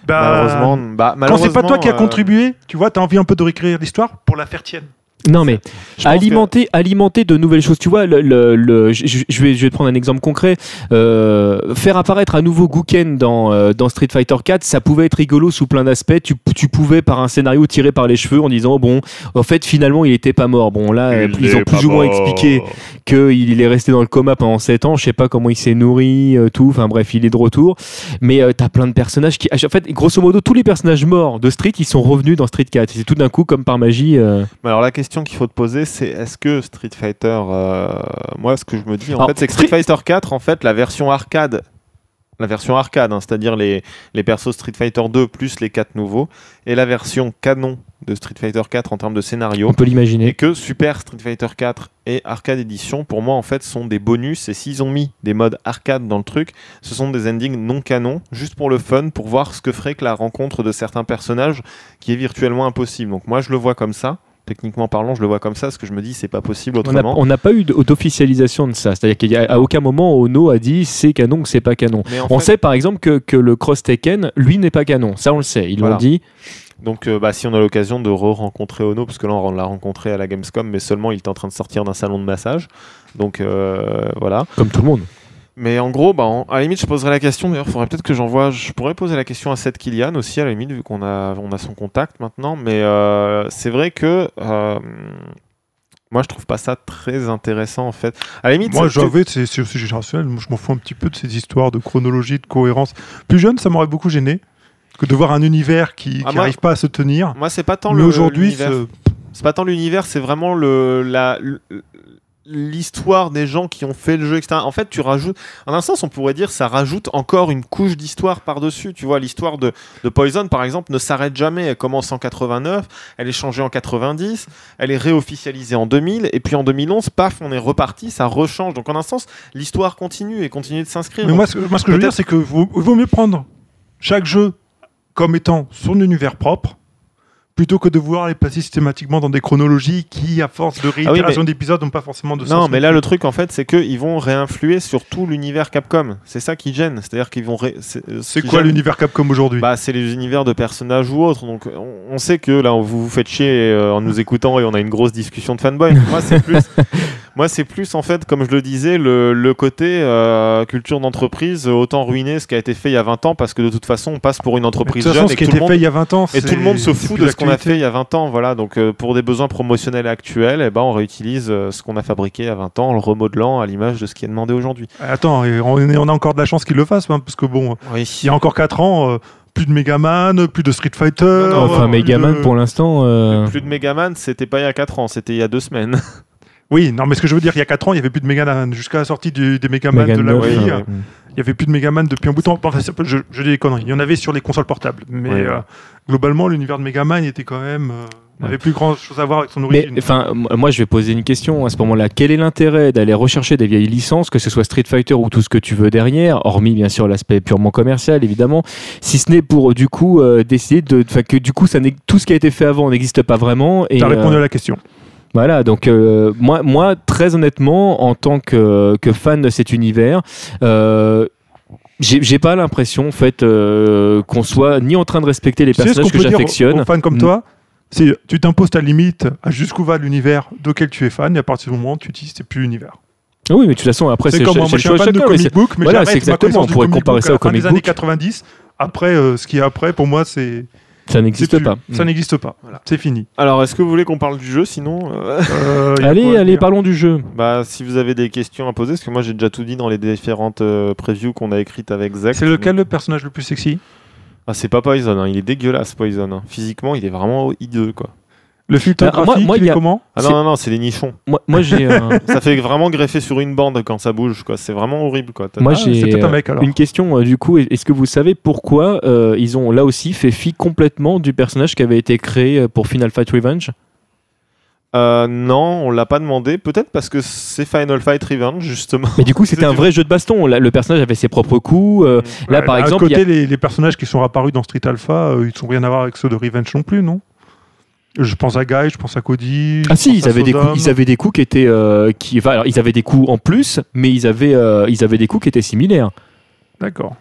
Speaker 2: Bah,
Speaker 1: Malheureusement, bah,
Speaker 2: Quand c'est pas
Speaker 1: malheureusement,
Speaker 2: toi qui as
Speaker 1: euh,
Speaker 2: contribué, tu vois, t'as envie un peu de réécrire l'histoire pour la faire tienne.
Speaker 3: Non, mais
Speaker 1: je pense que-
Speaker 3: alimenter, alimenter de nouvelles choses. Tu vois, le, le- le- je, je- je vais, je vais te prendre un exemple concret. Euh, faire apparaître à nouveau Gouken dans, euh, dans Street Fighter 4, ça pouvait être rigolo sous plein d'aspects. Tu, tu pouvais, par un scénario, tirer par les cheveux en disant Bon, en fait, finalement, il était pas mort. Bon, là, euh, ils ont plus ou moins expliqué qu'il est resté dans le coma pendant 7 ans. Je sais pas comment il s'est nourri, euh, tout. Enfin, bref, il est de retour. Mais euh, t'as plein de personnages qui. En fait, grosso modo, tous les personnages morts de Street, ils sont revenus dans Street 4. C'est tout d'un coup, comme par magie. euh,
Speaker 1: Mais alors la question qu'il faut te poser, c'est est-ce que Street Fighter, euh, moi ce que je me dis en
Speaker 3: Alors,
Speaker 1: fait, c'est que Street
Speaker 3: Street-
Speaker 1: Fighter 4, en fait, la version arcade, la version arcade, hein, c'est-à-dire les, les persos Street Fighter 2 plus les 4 nouveaux, et la version canon de Street Fighter 4 en termes de scénario,
Speaker 3: on peut l'imaginer.
Speaker 1: et que Super Street Fighter 4 et Arcade Edition, pour moi en fait, sont des bonus, et s'ils ont mis des modes arcade dans le truc, ce sont des endings non canon, juste pour le fun, pour voir ce que ferait que la rencontre de certains personnages qui est virtuellement impossible. Donc moi je le vois comme ça, techniquement parlant, je le vois comme ça, parce que je me dis c'est pas possible
Speaker 3: On n'a-
Speaker 1: autrement.
Speaker 3: On n'a pas eu d- d'officialisation de ça. C'est-à-dire qu'à aucun moment Ono a dit c'est canon ou c'est pas canon.
Speaker 1: Mais en
Speaker 3: on
Speaker 1: fait-
Speaker 3: sait par exemple que, que le Cross Tekken, lui, n'est pas canon. Ça, on le sait. Ils l'ont
Speaker 1: Voilà.
Speaker 3: dit.
Speaker 1: Donc euh, bah, si on a l'occasion de re-rencontrer Ono, parce que là on l'a rencontré à la Gamescom, mais seulement il était en train de sortir d'un salon de massage. Donc euh, voilà.
Speaker 3: Comme tout le monde.
Speaker 1: Mais en gros, bah, en- à la limite, je poserai la question. D'ailleurs, faudrait peut-être que j'envoie. Je pourrais poser la question à Seth Kilian aussi, à la limite, vu qu'on a, on a son contact maintenant. Mais euh, c'est vrai que euh, Moi, je trouve pas ça très intéressant en fait. À la limite,
Speaker 2: Moi,
Speaker 1: c'est-
Speaker 2: j'avais, c'est c'est aussi générationnel, moi, je m'en fous un petit peu de ces histoires de chronologie, de cohérence. Plus jeune, ça m'aurait beaucoup gêné que de voir un univers qui
Speaker 1: Ah,
Speaker 2: qui
Speaker 1: moi-
Speaker 2: n'arrive pas à se tenir.
Speaker 1: moi, c'est pas tant
Speaker 2: Mais
Speaker 1: le-
Speaker 2: aujourd'hui,
Speaker 1: l'univers.
Speaker 2: ce-
Speaker 1: c'est pas tant l'univers, c'est vraiment le la l- l'histoire des gens qui ont fait le jeu, etc. En fait, tu rajoutes, en un sens, on pourrait dire, ça rajoute encore une couche d'histoire par-dessus. Tu vois, l'histoire de, de Poison, par exemple, ne s'arrête jamais. Elle commence en 89, elle est changée en 90, elle est réofficialisée en 2000, et puis en 2011, paf, on est reparti, ça rechange. Donc, en un sens, l'histoire continue et continue de s'inscrire.
Speaker 2: Mais moi, ce que, moi, ce que je veux dire,
Speaker 1: Peut-être-
Speaker 2: c'est que vaut, vaut mieux prendre chaque jeu comme étant son univers propre, plutôt que de vouloir les placer systématiquement dans des chronologies qui, à force de réitération d'épisodes, n'ont pas forcément de sens.
Speaker 1: Ah Non, mais là, le truc, en fait, c'est qu'ils vont réinfluer sur tout l'univers Capcom. C'est ça qui gêne. C'est-à-dire qu'ils vont. ré- C'est euh, ce
Speaker 2: C'est
Speaker 1: qui
Speaker 2: quoi
Speaker 1: gêne-
Speaker 2: l'univers Capcom aujourd'hui
Speaker 1: Bah, c'est les univers de personnages ou autres. Donc, on, on sait que là, on- vous vous faites chier euh, en nous écoutant et on a une grosse discussion de fanboy. Moi, c'est plus, moi, c'est plus en fait, comme je le disais, le, le côté euh, culture d'entreprise. euh, Autant ruiner ce qui a été fait il y a 20 ans parce que de toute façon, on passe pour une
Speaker 2: Mais De
Speaker 1: entreprise
Speaker 2: toute façon,
Speaker 1: jeune
Speaker 2: ce
Speaker 1: et
Speaker 2: qui
Speaker 1: que
Speaker 2: a
Speaker 1: tout le
Speaker 2: été
Speaker 1: monde
Speaker 2: fait il y a 20 ans,
Speaker 1: et tout le monde se
Speaker 2: c'est- c'est
Speaker 1: fout
Speaker 2: plus
Speaker 1: de ce qu'on a
Speaker 2: d'actualité.
Speaker 1: fait il y a 20 ans, voilà. Donc euh, pour des besoins promotionnels actuels, eh ben on réutilise euh, ce qu'on a fabriqué à 20 ans en le remodelant à l'image de ce qui est demandé aujourd'hui.
Speaker 2: Attends, et on, est- on a encore de la chance qu'ils le fassent, hein, parce que bon, il y a encore 4 ans, euh, plus de Megaman, plus de Street Fighter. euh,
Speaker 1: Non,
Speaker 3: Enfin,
Speaker 1: non,
Speaker 2: plus
Speaker 3: Megaman,
Speaker 2: de-
Speaker 3: pour l'instant. euh,
Speaker 1: Plus de Megaman, c'était pas il y a 4 ans, c'était il y a 2 semaines.
Speaker 2: Oui, non, mais ce que je veux dire, il y a 4 ans, il n'y avait plus de Megaman. Jusqu'à la sortie du- des Megaman,
Speaker 3: Megan
Speaker 2: de la
Speaker 3: Love,
Speaker 2: Wii,
Speaker 1: oui,
Speaker 2: euh,
Speaker 3: euh,
Speaker 2: Il n'y avait plus de Megaman depuis un bout de temps. Enfin, c'est- je, je dis des conneries. Il y en avait sur les consoles portables. Mais
Speaker 1: Ouais.
Speaker 2: euh, globalement, l'univers de Megaman était quand même. euh, n'avait plus grand chose à voir avec son
Speaker 3: Mais
Speaker 2: origine.
Speaker 3: enfin, m- moi je vais poser une question à ce moment-là. Quel est l'intérêt d'aller rechercher des vieilles licences, que ce soit Street Fighter ou tout ce que tu veux derrière, hormis bien sûr l'aspect purement commercial évidemment, si ce n'est pour du coup euh, décider de, enfin que du coup ça n'est- tout ce qui a été fait avant n'existe pas vraiment. Et,
Speaker 2: T'as
Speaker 3: euh,
Speaker 2: répondu à la question.
Speaker 3: Voilà, donc euh, moi, moi, très honnêtement, en tant que, que fan de cet univers, euh, j'ai j'ai pas l'impression, en fait, euh, qu'on soit ni en train de respecter les
Speaker 2: Tu sais ce qu'on
Speaker 3: personnages que
Speaker 2: peut dire aux-
Speaker 3: j'affectionne.
Speaker 2: aux fans comme
Speaker 3: Mm.
Speaker 2: toi C'est tu t'imposes ta limite à jusqu'où va l'univers d'auquel tu es fan, et à partir du moment où tu dis c'est plus l'univers.
Speaker 3: Ah Oui, mais de toute façon, après,
Speaker 2: C'est
Speaker 3: c'est
Speaker 2: comme
Speaker 3: c'est
Speaker 2: moi, moi,
Speaker 3: le
Speaker 2: je suis
Speaker 3: choix
Speaker 2: un fan
Speaker 3: de
Speaker 2: de
Speaker 3: chacun, mais c'est-
Speaker 2: comic book, mais
Speaker 3: voilà,
Speaker 2: j'arrête
Speaker 3: c'est
Speaker 2: ma
Speaker 3: exactement,
Speaker 2: connaissance
Speaker 3: on
Speaker 2: du
Speaker 3: pourrait
Speaker 2: comic
Speaker 3: comparer
Speaker 2: book à
Speaker 3: ça
Speaker 2: la
Speaker 3: au
Speaker 2: fin
Speaker 3: comic
Speaker 2: des années
Speaker 3: book.
Speaker 2: 90. Après, euh, ce qui est après, pour moi, c'est
Speaker 3: ça
Speaker 2: c'est
Speaker 3: n'existe
Speaker 2: plus-
Speaker 3: pas. Mm.
Speaker 2: Ça n'existe pas.
Speaker 1: Voilà.
Speaker 2: C'est fini.
Speaker 1: Alors, est-ce que vous voulez qu'on parle du jeu sinon euh,
Speaker 2: Euh, y a
Speaker 3: Allez,
Speaker 2: quoi à
Speaker 3: allez,
Speaker 2: dire
Speaker 3: parlons du jeu.
Speaker 1: Bah, si vous avez des questions à poser, parce que moi j'ai déjà tout dit dans les différentes euh, previews qu'on a écrites avec Zach.
Speaker 2: C'est lequel le personnage le plus sexy
Speaker 1: Ah, c'est pas Poison, hein, il est dégueulasse Poison. hein. Physiquement, il est vraiment hideux quoi.
Speaker 2: Le filtre
Speaker 3: Ah, moi-
Speaker 2: graphique,
Speaker 3: moi,
Speaker 2: il
Speaker 3: il y
Speaker 2: est
Speaker 3: a-
Speaker 2: comment
Speaker 1: Ah
Speaker 3: C'est-
Speaker 1: non, non, non, c'est des nichons.
Speaker 3: Moi, moi j'ai
Speaker 2: euh,
Speaker 3: un-
Speaker 1: ça fait vraiment greffer sur une bande quand ça bouge quoi. C'est vraiment horrible quoi. T'as-
Speaker 3: moi,
Speaker 2: Ah,
Speaker 3: j'ai
Speaker 2: c'est peut-être un mec, alors.
Speaker 3: une question, euh, du coup, est-ce que vous savez pourquoi euh, ils ont là aussi fait fi complètement du personnage qui avait été créé euh, pour Final Fight Revenge
Speaker 1: Euh, non, on l'a pas demandé. Peut-être parce que c'est Final Fight Revenge justement.
Speaker 3: Mais du coup, c'était un vrai jeu de baston. Là, le personnage avait ses propres coups. euh, là,
Speaker 2: Ouais,
Speaker 3: par
Speaker 2: d'un
Speaker 3: exemple, il y a-
Speaker 2: côté, les, les personnages qui sont apparus dans Street Alpha, euh, ils sont rien à voir avec ceux de Revenge non plus, non Je pense à Guy, je pense à Cody.
Speaker 3: Ah
Speaker 2: je
Speaker 3: si,
Speaker 2: pense
Speaker 3: ils
Speaker 2: à
Speaker 3: avaient, des
Speaker 2: Sodom.
Speaker 3: coups, ils avaient des coups qui étaient... euh, qui, enfin, alors, ils avaient des coups en plus, mais ils avaient, euh, ils avaient des coups qui étaient similaires.
Speaker 2: D'accord.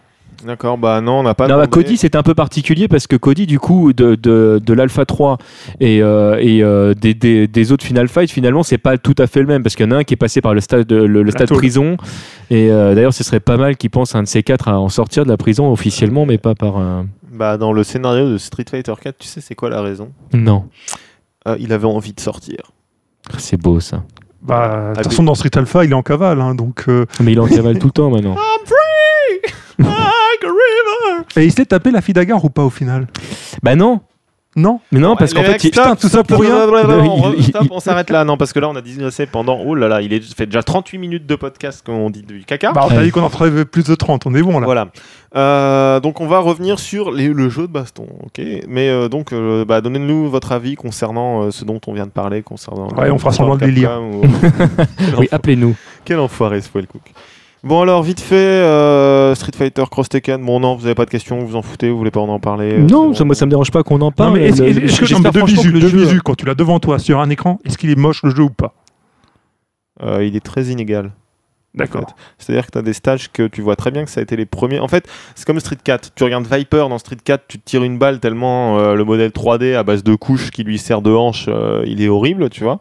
Speaker 1: D'accord, bah non, on n'a pas
Speaker 3: non, bah,
Speaker 1: demandé.
Speaker 3: Cody, c'est un peu particulier parce que Cody, du coup, de, de, de l'Alpha 3 et, euh, et euh, des, des, des autres Final Fight, finalement, c'est pas tout à fait le même parce qu'il y en a un qui est passé par le stade, le, le stade
Speaker 2: tôle.
Speaker 3: prison. Et euh, d'ailleurs, ce serait pas mal qu'ils pensent à un de ces quatre à en sortir de la prison officiellement, mais pas par... euh,
Speaker 1: Bah dans le scénario de Street Fighter 4, tu sais c'est quoi la raison
Speaker 3: Non,
Speaker 1: Euh, Il avait envie de sortir.
Speaker 3: c'est beau ça.
Speaker 2: Bah, de
Speaker 1: Ah,
Speaker 2: toute façon, dans Street Alpha, il est en cavale, hein, donc... euh,
Speaker 3: Mais il en cavale tout le temps maintenant.
Speaker 1: Like a river.
Speaker 2: Et il s'est tapé la fille d'Agar ou pas, au final
Speaker 3: Bah non,
Speaker 2: Non
Speaker 3: mais non,
Speaker 1: Ouais,
Speaker 3: parce
Speaker 1: les
Speaker 3: qu'en fait...
Speaker 1: mecs,
Speaker 3: il-
Speaker 2: Putain, tout ça pour rien
Speaker 1: Blablabla, on
Speaker 3: Il-
Speaker 1: re-
Speaker 3: il-
Speaker 1: stop, on s'arrête là. Non, parce que là, on a digressé pendant. Oh là là, il est fait déjà 38 minutes de podcast quand on dit du caca.
Speaker 2: Bah, on t'a
Speaker 3: Ouais.
Speaker 2: dit qu'on en ferait plus de 30, on est bon, là.
Speaker 1: Voilà. Euh, donc on va revenir sur les- le jeu de baston, ok Mais euh, donc, euh, bah, donnez-nous votre avis concernant euh, ce dont on vient de parler, concernant.
Speaker 2: Ouais, on fera semblant de les lire.
Speaker 1: Capcom ou-
Speaker 3: Oui, appelez-nous.
Speaker 1: Quel enfoiré, Spoil Cook. Bon alors, vite fait, euh, Street Fighter Cross Tekken. Bon non, vous avez pas de questions, vous vous en foutez, vous voulez pas en parler. euh,
Speaker 3: Non,
Speaker 1: c'est
Speaker 3: ça,
Speaker 1: bon.
Speaker 3: moi ça me dérange pas qu'on en
Speaker 2: Non,
Speaker 3: parle.
Speaker 2: mais est-ce
Speaker 3: Le-
Speaker 2: est-ce que,
Speaker 3: j'espère
Speaker 2: non, mais de
Speaker 3: franchement
Speaker 2: visu,
Speaker 3: que le
Speaker 2: de
Speaker 3: jeu-
Speaker 2: visu, quand tu l'as devant toi sur un écran, est-ce qu'il est moche, le jeu, ou pas
Speaker 1: Euh, il est très inégal. En fait. C'est-à-dire que tu as des stages que tu vois très bien que ça a été les premiers. En fait, c'est comme Street 4. Tu regardes Viper dans Street 4, tu te tires une balle tellement euh, le modèle 3D à base de couches qui lui sert de hanche, euh, il est horrible, tu vois.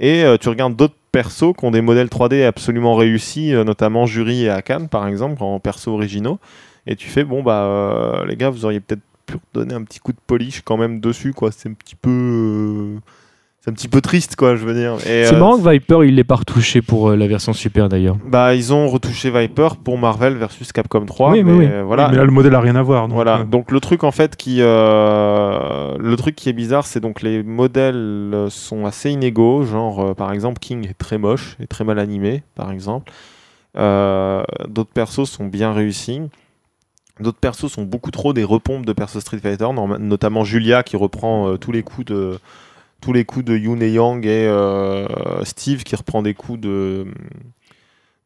Speaker 1: Et euh, tu regardes d'autres persos qui ont des modèles 3D absolument réussis, euh, notamment Jury et Akan, par exemple, en persos originaux. Et tu fais, bon, bah, euh, les gars, vous auriez peut-être pu donner un petit coup de polish quand même dessus, quoi. C'est un petit peu. euh, C'est un petit peu triste, quoi, je veux dire. Et,
Speaker 3: C'est
Speaker 1: euh,
Speaker 3: marrant que Viper, il l'ait pas retouché pour euh, la version Super d'ailleurs.
Speaker 1: Bah, ils ont retouché Viper pour Marvel versus Capcom 3.
Speaker 3: Oui,
Speaker 1: mais
Speaker 3: oui, oui.
Speaker 1: euh, voilà.
Speaker 2: Mais là, le modèle a rien à voir. donc,
Speaker 1: Voilà.
Speaker 2: euh,
Speaker 1: Donc le truc en fait qui, euh, le truc qui est bizarre, c'est donc les modèles euh, sont assez inégaux. Genre euh, par exemple King est très moche et très mal animé, par exemple. Euh, D'autres persos sont bien réussis. D'autres persos sont beaucoup trop des repompes de persos Street Fighter, norma- notamment Julia qui reprend euh, tous les coups de tous les coups de Yun et Yang et euh, Steve qui reprend des coups de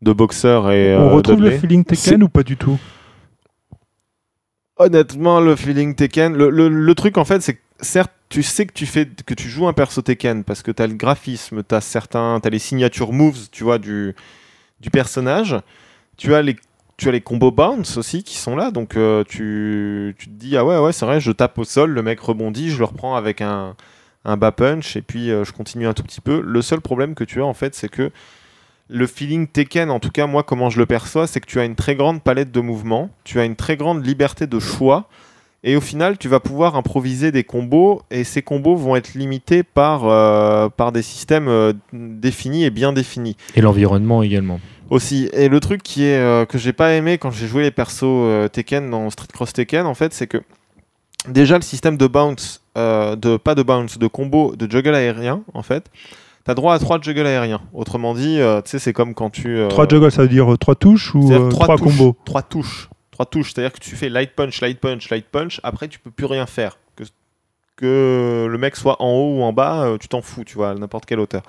Speaker 1: de boxeur et
Speaker 2: on
Speaker 1: euh,
Speaker 2: retrouve
Speaker 1: Dudley.
Speaker 2: le feeling Tekken
Speaker 3: C'est-
Speaker 2: ou pas du tout
Speaker 1: Honnêtement, le feeling Tekken, le, le- le truc en fait, c'est que certes, tu sais que tu fais que tu joues un perso Tekken parce que t'as le graphisme, t'as certains, t'as les signatures moves, tu vois du du personnage, tu as les tu as les combos bounce aussi qui sont là, donc euh, tu, tu te dis ah ouais ouais c'est vrai, je tape au sol, le mec rebondit, je le reprends avec un un bas punch et puis euh, je continue un tout petit peu. Le seul problème que tu as en fait, c'est que le feeling Tekken, en tout cas moi comment je le perçois, c'est que tu as une très grande palette de mouvements, tu as une très grande liberté de choix, et au final tu vas pouvoir improviser des combos, et ces combos vont être limités par, euh, par des systèmes euh, définis et bien définis
Speaker 3: Et l'environnement également.
Speaker 1: aussi. Et le truc qui est euh, que j'ai pas aimé quand j'ai joué les persos euh, Tekken dans Street Cross Tekken, en fait, c'est que déjà le système de bounce, euh, de pas de bounce, de combo, de juggle aérien, en fait, t'as droit à 3 juggles aériens. Autrement dit, euh, tu sais, c'est comme quand tu euh,
Speaker 2: 3 juggles, ça veut dire 3 touches ou
Speaker 1: c'est-à-dire
Speaker 2: 3
Speaker 1: touches,
Speaker 2: combos
Speaker 1: Trois touches. Trois touches. C'est-à-dire que tu fais light punch, light punch, light punch. Après, tu peux plus rien faire. Que, que le mec soit en haut ou en bas, euh, tu t'en fous, tu vois, à n'importe quelle hauteur.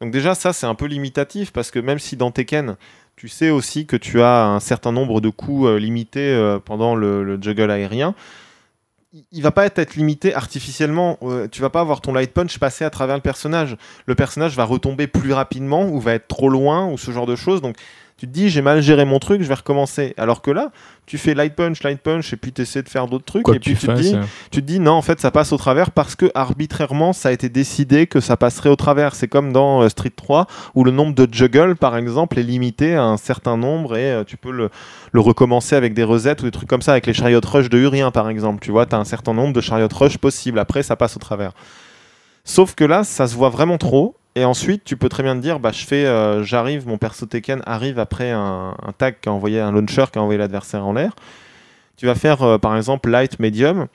Speaker 1: Donc, déjà, ça, c'est un peu limitatif parce que même si dans Tekken, tu sais aussi que tu as un certain nombre de coups euh, limités euh, pendant le, le juggle aérien. il- Il va pas être limité artificiellement. Euh, tu vas pas avoir ton light punch passer à travers le personnage. Le personnage va retomber plus rapidement ou va être trop loin ou ce genre de choses. Donc tu te dis, j'ai mal géré mon truc, je vais recommencer. Alors que là, tu fais light punch, light punch, et puis tu essaies de faire d'autres trucs,
Speaker 3: Quoi
Speaker 1: et
Speaker 3: que
Speaker 1: puis
Speaker 3: tu
Speaker 1: tu, te
Speaker 3: fasses.
Speaker 1: dis,
Speaker 3: euh,
Speaker 1: tu te dis, non, en fait, ça passe au travers parce que arbitrairement, ça a été décidé que ça passerait au travers. C'est comme dans euh, Street 3, où le nombre de juggles, par exemple, est limité à un certain nombre, et euh, tu peux le, le recommencer avec des resets ou des trucs comme ça, avec les chariot rush de Urien, par exemple. Tu vois, tu as un certain nombre de chariot rush possibles. Après, ça passe au travers. Sauf que là, ça se voit vraiment trop. Et ensuite, tu peux très bien te dire, bah, je fais, euh, j'arrive, mon perso Tekken arrive après un, un tag qui a envoyé un launcher qui a envoyé l'adversaire en l'air. Tu vas faire, euh, par exemple, light, medium.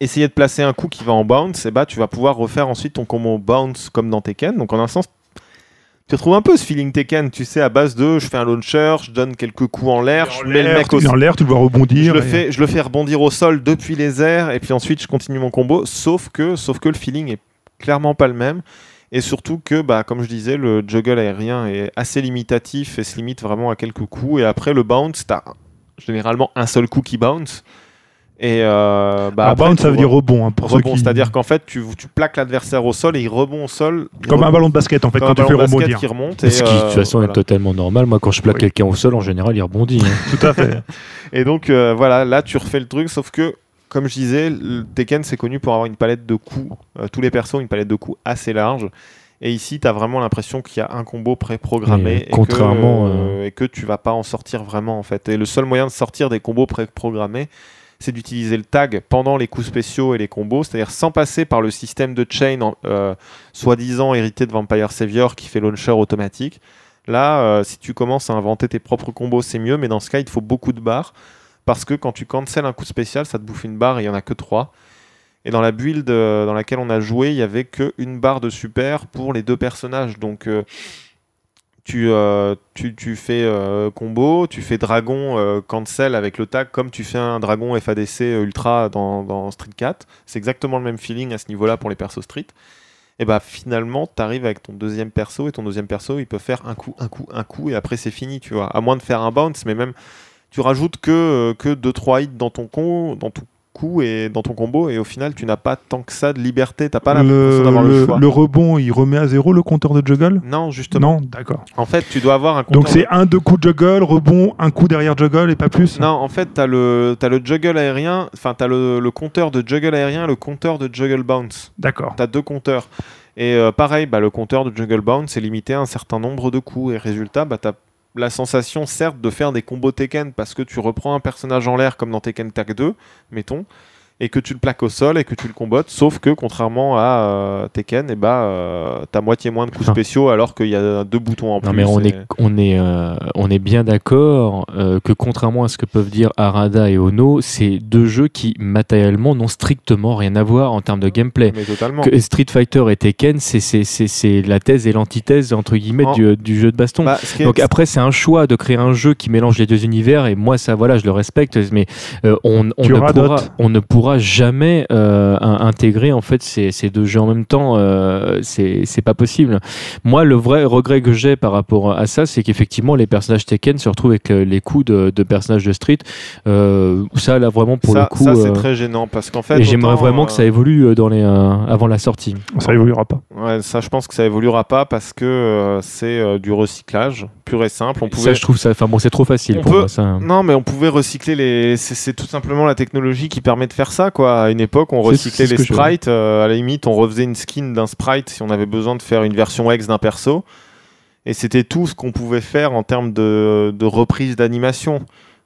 Speaker 1: Essayer de placer un coup qui va en bounce, et bah, tu vas pouvoir refaire ensuite ton combo bounce comme dans Tekken. Donc, en un sens, tu retrouves un peu ce feeling Tekken, tu sais, à base de, je fais un launcher, je donne quelques coups en l'air, je mets le mec au
Speaker 2: tu- dans l'air, tu dois
Speaker 1: je
Speaker 2: rebondir.
Speaker 1: le,
Speaker 2: et-
Speaker 1: fais, je le fais rebondir au sol depuis les airs et puis ensuite je continue mon combo. Sauf que, sauf que le feeling est clairement pas le même. Et surtout que, bah, comme je disais, le juggle aérien est assez limitatif et se limite vraiment à quelques coups. Et après, le bounce, t'as généralement un seul coup qui bounce. Et euh, bah,
Speaker 2: Ah,
Speaker 1: après,
Speaker 2: bounce,
Speaker 1: tu
Speaker 2: ça veut
Speaker 1: vois-
Speaker 2: dire rebond. hein, pour ceux
Speaker 1: rebond.
Speaker 2: qui-
Speaker 1: C'est-à-dire qu'en fait, tu, tu plaques l'adversaire au sol et il rebond au sol. Il
Speaker 2: Comme un
Speaker 1: rebond-
Speaker 2: ballon de basket, en fait,
Speaker 1: comme un
Speaker 2: quand tu
Speaker 1: ballon
Speaker 2: fais
Speaker 1: de basket
Speaker 2: rebondir.
Speaker 1: qui remonte. et,
Speaker 3: Ce qui, de
Speaker 1: euh,
Speaker 3: toute façon,
Speaker 1: voilà.
Speaker 3: est totalement normal. Moi, quand je plaque
Speaker 1: Oui.
Speaker 3: quelqu'un au sol, en général, il rebondit. hein.
Speaker 2: Tout à fait.
Speaker 1: Et donc euh, voilà, là tu refais le truc, sauf que comme je disais, le Tekken c'est connu pour avoir une palette de coups, euh, tous les persos ont une palette de coups assez large. Et ici, tu as vraiment l'impression qu'il y a un combo
Speaker 3: Mais,
Speaker 1: pré-programmé. et que,
Speaker 3: contrairement,
Speaker 1: euh, Et que tu vas pas en sortir vraiment, en fait. Et le seul moyen de sortir des combos pré-programmés, c'est d'utiliser le tag pendant les coups spéciaux et les combos, c'est-à-dire sans passer par le système de chain, en- euh, soi-disant hérité de Vampire Savior qui fait launcher automatique. Là, euh, si tu commences à inventer tes propres combos, c'est mieux, mais dans ce cas, il te faut beaucoup de barres. Parce que quand tu cancels un coup spécial, ça te bouffe une barre et il n'y en a que 3. Et dans la build euh, dans laquelle on a joué, il y avait que une barre de super pour les deux personnages. Donc euh, tu, euh, tu, tu fais euh, combo, tu fais dragon euh, cancel avec le tag comme tu fais un dragon FADC ultra dans, dans Street 4. C'est exactement le même feeling à ce niveau-là pour les persos Street. Et bah finalement, tu arrives avec ton deuxième perso et ton deuxième perso, il peut faire un coup, un coup, un coup et après c'est fini, tu vois. À moins de faire un bounce, mais même tu rajoutes que euh, que 2 3 hits dans ton con, dans ton coup et dans ton combo et au final, tu n'as pas tant que ça de liberté, t'as pas l'impression d'avoir le,
Speaker 2: le,
Speaker 1: choix.
Speaker 2: le rebond, il remet à zéro le compteur de juggle
Speaker 1: Non, justement.
Speaker 2: Non, d'accord.
Speaker 1: En fait, tu dois avoir un compteur
Speaker 2: Donc c'est un, deux coups de juggle, rebond, un coup derrière juggle et pas plus
Speaker 1: Non, en fait, t'as le, t'as le juggle aérien, enfin, t'as le, le compteur de juggle aérien, le compteur de juggle bounce.
Speaker 2: D'accord.
Speaker 1: T'as deux compteurs. Et euh, pareil, bah, le compteur de juggle bounce est limité à un certain nombre de coups. Et résultat, bah, t'as la sensation, certes, de faire des combos Tekken parce que tu reprends un personnage en l'air comme dans Tekken Tag 2, mettons. et que tu le plaques au sol et que tu le combattes. Sauf que contrairement à euh, Tekken, et bah, euh, t'as moitié moins de coups
Speaker 3: Ah.
Speaker 1: spéciaux alors qu'il y a deux boutons en plus.
Speaker 3: Non mais on
Speaker 1: et-
Speaker 3: est, on est, euh, on est bien d'accord euh, que contrairement à ce que peuvent dire Arada et Ono, c'est deux jeux qui matériellement n'ont strictement rien à voir en termes de gameplay.
Speaker 1: mais totalement.
Speaker 3: Que Street Fighter et Tekken, c'est- c'est c'est- c'est la thèse et l'antithèse entre guillemets
Speaker 1: En-
Speaker 3: du, euh, du jeu de baston.
Speaker 1: Bah, ce qui est-
Speaker 3: Donc après, c'est un choix de créer un jeu qui mélange les deux univers et moi, ça, voilà, je le respecte, mais euh, on, on
Speaker 2: Tu
Speaker 3: ne
Speaker 2: radotes.
Speaker 3: pourra, on ne pourra jamais euh, un- intégrer en fait ces, ces deux jeux en même temps. euh, c'est c'est pas possible. Moi, le vrai regret que j'ai par rapport à ça, c'est qu'effectivement, les personnages Tekken se retrouvent avec euh, les coups de, de personnages de Street. Euh, ça, là, vraiment, pour
Speaker 1: ça,
Speaker 3: le coup...
Speaker 1: ça, c'est
Speaker 3: euh,
Speaker 1: très gênant parce qu'en fait.
Speaker 3: et j'aimerais
Speaker 1: autant,
Speaker 3: vraiment
Speaker 1: euh,
Speaker 3: que ça évolue euh, dans les, euh, avant la sortie.
Speaker 2: Ça évoluera pas.
Speaker 1: euh, ouais, ça, je pense que ça évoluera pas parce que euh, c'est euh, du recyclage pur et simple. On
Speaker 3: Ça,
Speaker 1: pouvait
Speaker 3: je trouve ça... Enfin bon, c'est trop facile
Speaker 1: On
Speaker 3: pour
Speaker 1: peut-
Speaker 3: moi, ça.
Speaker 1: Non, mais on pouvait recycler les. C'est c'est tout simplement la technologie qui permet de faire ça, quoi. À une époque, on
Speaker 3: C'est-
Speaker 1: recyclait
Speaker 3: c'est ce
Speaker 1: les
Speaker 3: que je-
Speaker 1: sprites. euh, à la limite, on refaisait une skin d'un sprite si on avait besoin de faire une version ex d'un perso. Et c'était tout ce qu'on pouvait faire en termes de, de reprise d'animation.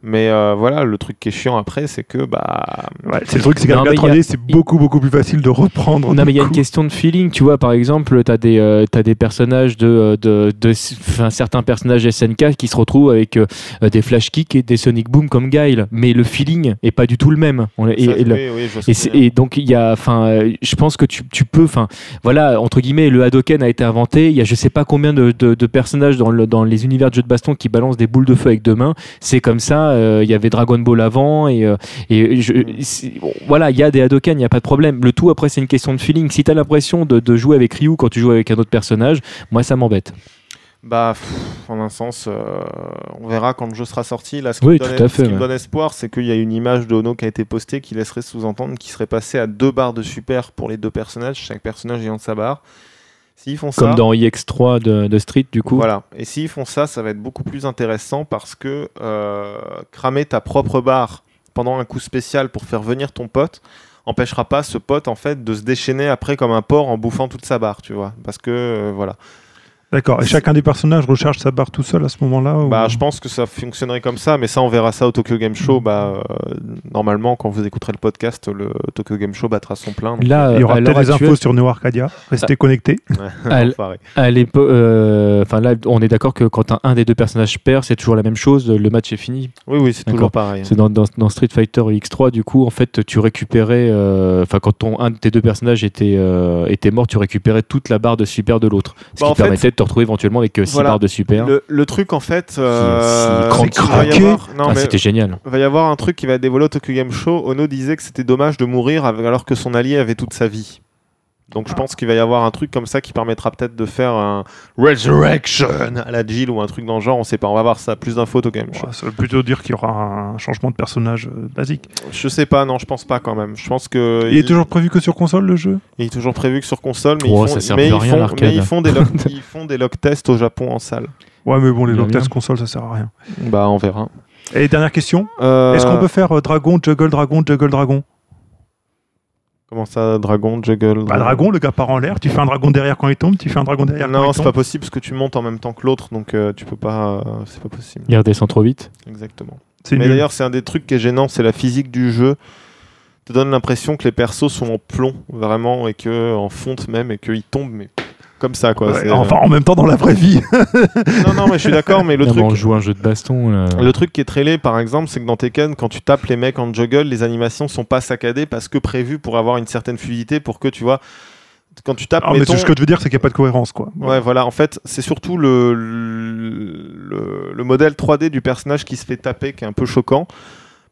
Speaker 1: Mais euh, voilà, le truc qui est chiant après, c'est que bah.
Speaker 2: c'est le truc, c'est
Speaker 3: Non,
Speaker 2: qu'avec la
Speaker 3: mais il y a-
Speaker 2: 3D, c'est beaucoup, beaucoup plus facile de reprendre.
Speaker 3: Non,
Speaker 2: du
Speaker 3: mais il y a
Speaker 2: coup.
Speaker 3: une question de feeling, tu vois. Par exemple, t'as des, euh, t'as des personnages de, euh, de, de, enfin, certains personnages SNK qui se retrouvent avec euh, des flash kicks et des sonic boom comme Guile, mais le feeling est pas du tout le même. On- et-
Speaker 1: ça-
Speaker 3: et le-
Speaker 1: oui, oui, je vois ce
Speaker 3: et,
Speaker 1: que tu
Speaker 3: c'est-
Speaker 1: veux dire.
Speaker 3: et donc il y a, enfin, euh, je pense que tu, tu peux, enfin, voilà, entre guillemets, le Hadoken a été inventé. Il y a je sais pas combien de, de- de personnages dans, le- dans les univers de jeux de baston qui balancent des boules de feu avec deux mains. C'est comme ça. euh, Il y avait Dragon Ball avant et, euh, et je-
Speaker 1: Mm.
Speaker 3: c'est- bon, voilà, il y a des Hadoken, il y a pas de problème. Le tout après c'est une question de feeling. Si t'as l'impression de, de jouer avec Ryu quand tu joues avec un autre personnage, moi ça m'embête.
Speaker 1: Bah, pff, en un sens, euh, on verra quand le jeu sera sorti. Là, ce qui,
Speaker 3: Oui,
Speaker 1: me, donne,
Speaker 3: tout à fait,
Speaker 1: ce qui me
Speaker 3: ouais.
Speaker 1: donne espoir, c'est qu'il y a une image de Ono qui a été postée qui laisserait sous-entendre qu'il serait passé à deux barres de super pour les deux personnages, chaque personnage ayant sa barre. S'ils font ça,
Speaker 3: Comme dans EX3 de, de Street du coup.
Speaker 1: voilà. Et s'ils font ça, ça va être beaucoup plus intéressant parce que euh, cramer ta propre barre pendant un coup spécial pour faire venir ton pote empêchera pas ce pote en fait de se déchaîner après comme un porc en bouffant toute sa barre, tu vois. Parce que euh, voilà.
Speaker 2: D'accord. Et chacun des personnages recharge sa barre tout seul à ce moment-là ou- Mm.
Speaker 1: Bah, je pense que ça fonctionnerait comme ça, mais ça, on verra ça au Tokyo Game Show. Bah, euh, normalement, quand vous écouterez le podcast, le Tokyo Game Show battra son plein. donc,
Speaker 3: Là,
Speaker 2: Il y aura
Speaker 3: Euh, à
Speaker 2: peut-être
Speaker 3: l'heure
Speaker 2: des
Speaker 3: actuelle, Euh,
Speaker 2: infos sur Neo Arcadia. Restez connectés.
Speaker 3: à l-
Speaker 1: pareil.
Speaker 3: À l'époque, euh, enfin là, on est d'accord que quand un, un des deux personnages perd, c'est toujours la même chose. Le match est fini.
Speaker 1: Oui, oui, c'est toujours pareil.
Speaker 3: C'est dans, dans- dans Street Fighter X3, du coup, en fait, tu récupérais, euh, enfin, quand ton un de tes deux personnages était euh, était mort, tu récupérais toute la barre de super de l'autre, ce
Speaker 1: Bah, en
Speaker 3: qui te
Speaker 1: fait,
Speaker 3: permettait de te retrouver éventuellement avec 6
Speaker 1: voilà.
Speaker 3: barres de super.
Speaker 1: Le, le truc, en fait, euh,
Speaker 3: Si- si
Speaker 1: c'est qu'il va y
Speaker 2: craqué.
Speaker 1: avoir- non,
Speaker 3: Ah,
Speaker 1: mais
Speaker 3: C'était génial.
Speaker 1: il va y avoir un truc qui va être dévoilé au Tokyo Game Show. Ono disait que c'était dommage de mourir avec- alors que son allié avait toute sa vie. Donc
Speaker 2: Ah.
Speaker 1: je pense qu'il va y avoir un truc comme ça qui permettra peut-être de faire un Resurrection à la Jill ou un truc dans le genre. On sait pas. On va voir ça. Plus d'infos au Tokyo Game Show.
Speaker 2: Ouais, ça veut plutôt dire qu'il y aura un changement de personnage euh, basique.
Speaker 1: Je sais pas. Non, je pense pas quand même. Je pense que
Speaker 2: Bah, Il est toujours prévu que sur console le jeu
Speaker 1: Il est toujours prévu que sur console, mais,
Speaker 3: Oh,
Speaker 1: ils, font,
Speaker 3: ça sert
Speaker 1: mais
Speaker 3: plus à
Speaker 1: ils
Speaker 3: rien,
Speaker 1: font-
Speaker 3: l'arcade.
Speaker 1: mais ils font des lock, ils font des lock tests au Japon en salle.
Speaker 2: Ouais, mais bon, les
Speaker 3: Il y a
Speaker 2: lock
Speaker 3: rien.
Speaker 2: tests console, ça sert à rien.
Speaker 1: Bah, on verra.
Speaker 2: Et dernière question Est-ce qu'on peut faire euh, Dragon, Juggle, Dragon, Juggle, Dragon
Speaker 1: Comment ça, Dragon, Juggle
Speaker 2: Bah, Dragon, le gars part en l'air, tu fais un dragon derrière quand il tombe, tu fais un dragon derrière
Speaker 1: Non,
Speaker 2: quand il
Speaker 1: c'est pas
Speaker 2: tombe.
Speaker 1: possible parce que tu montes en même temps que l'autre, donc euh, tu peux pas. euh, c'est pas possible.
Speaker 3: Il redescend trop vite.
Speaker 1: Exactement.
Speaker 2: C'est
Speaker 1: mais
Speaker 2: nul.
Speaker 1: d'ailleurs, c'est un des trucs qui est gênant, c'est la physique du jeu. Te donne l'impression que les persos sont en plomb, vraiment, et que en fonte même, et qu'ils tombent, mais comme ça, quoi.
Speaker 2: Ouais,
Speaker 1: C'est- euh,
Speaker 2: Enfin, en même temps, dans la vraie vie.
Speaker 1: Non, non, mais je suis d'accord, mais le
Speaker 3: Non, mais
Speaker 1: truc.
Speaker 3: on joue à un jeu de baston. là.
Speaker 1: Le truc qui est très laid, par exemple, c'est que dans Tekken, quand tu tapes les mecs en juggle, les animations sont pas saccadées parce que prévues pour avoir une certaine fluidité, pour que tu vois. Quand tu tapes,
Speaker 2: Ah, mais
Speaker 1: mettons-
Speaker 2: c'est- ce que je veux dire, c'est qu'il n'y a pas de cohérence, quoi.
Speaker 1: Ouais, voilà. En fait, c'est surtout le, le, le modèle 3D du personnage qui se fait taper qui est un peu choquant.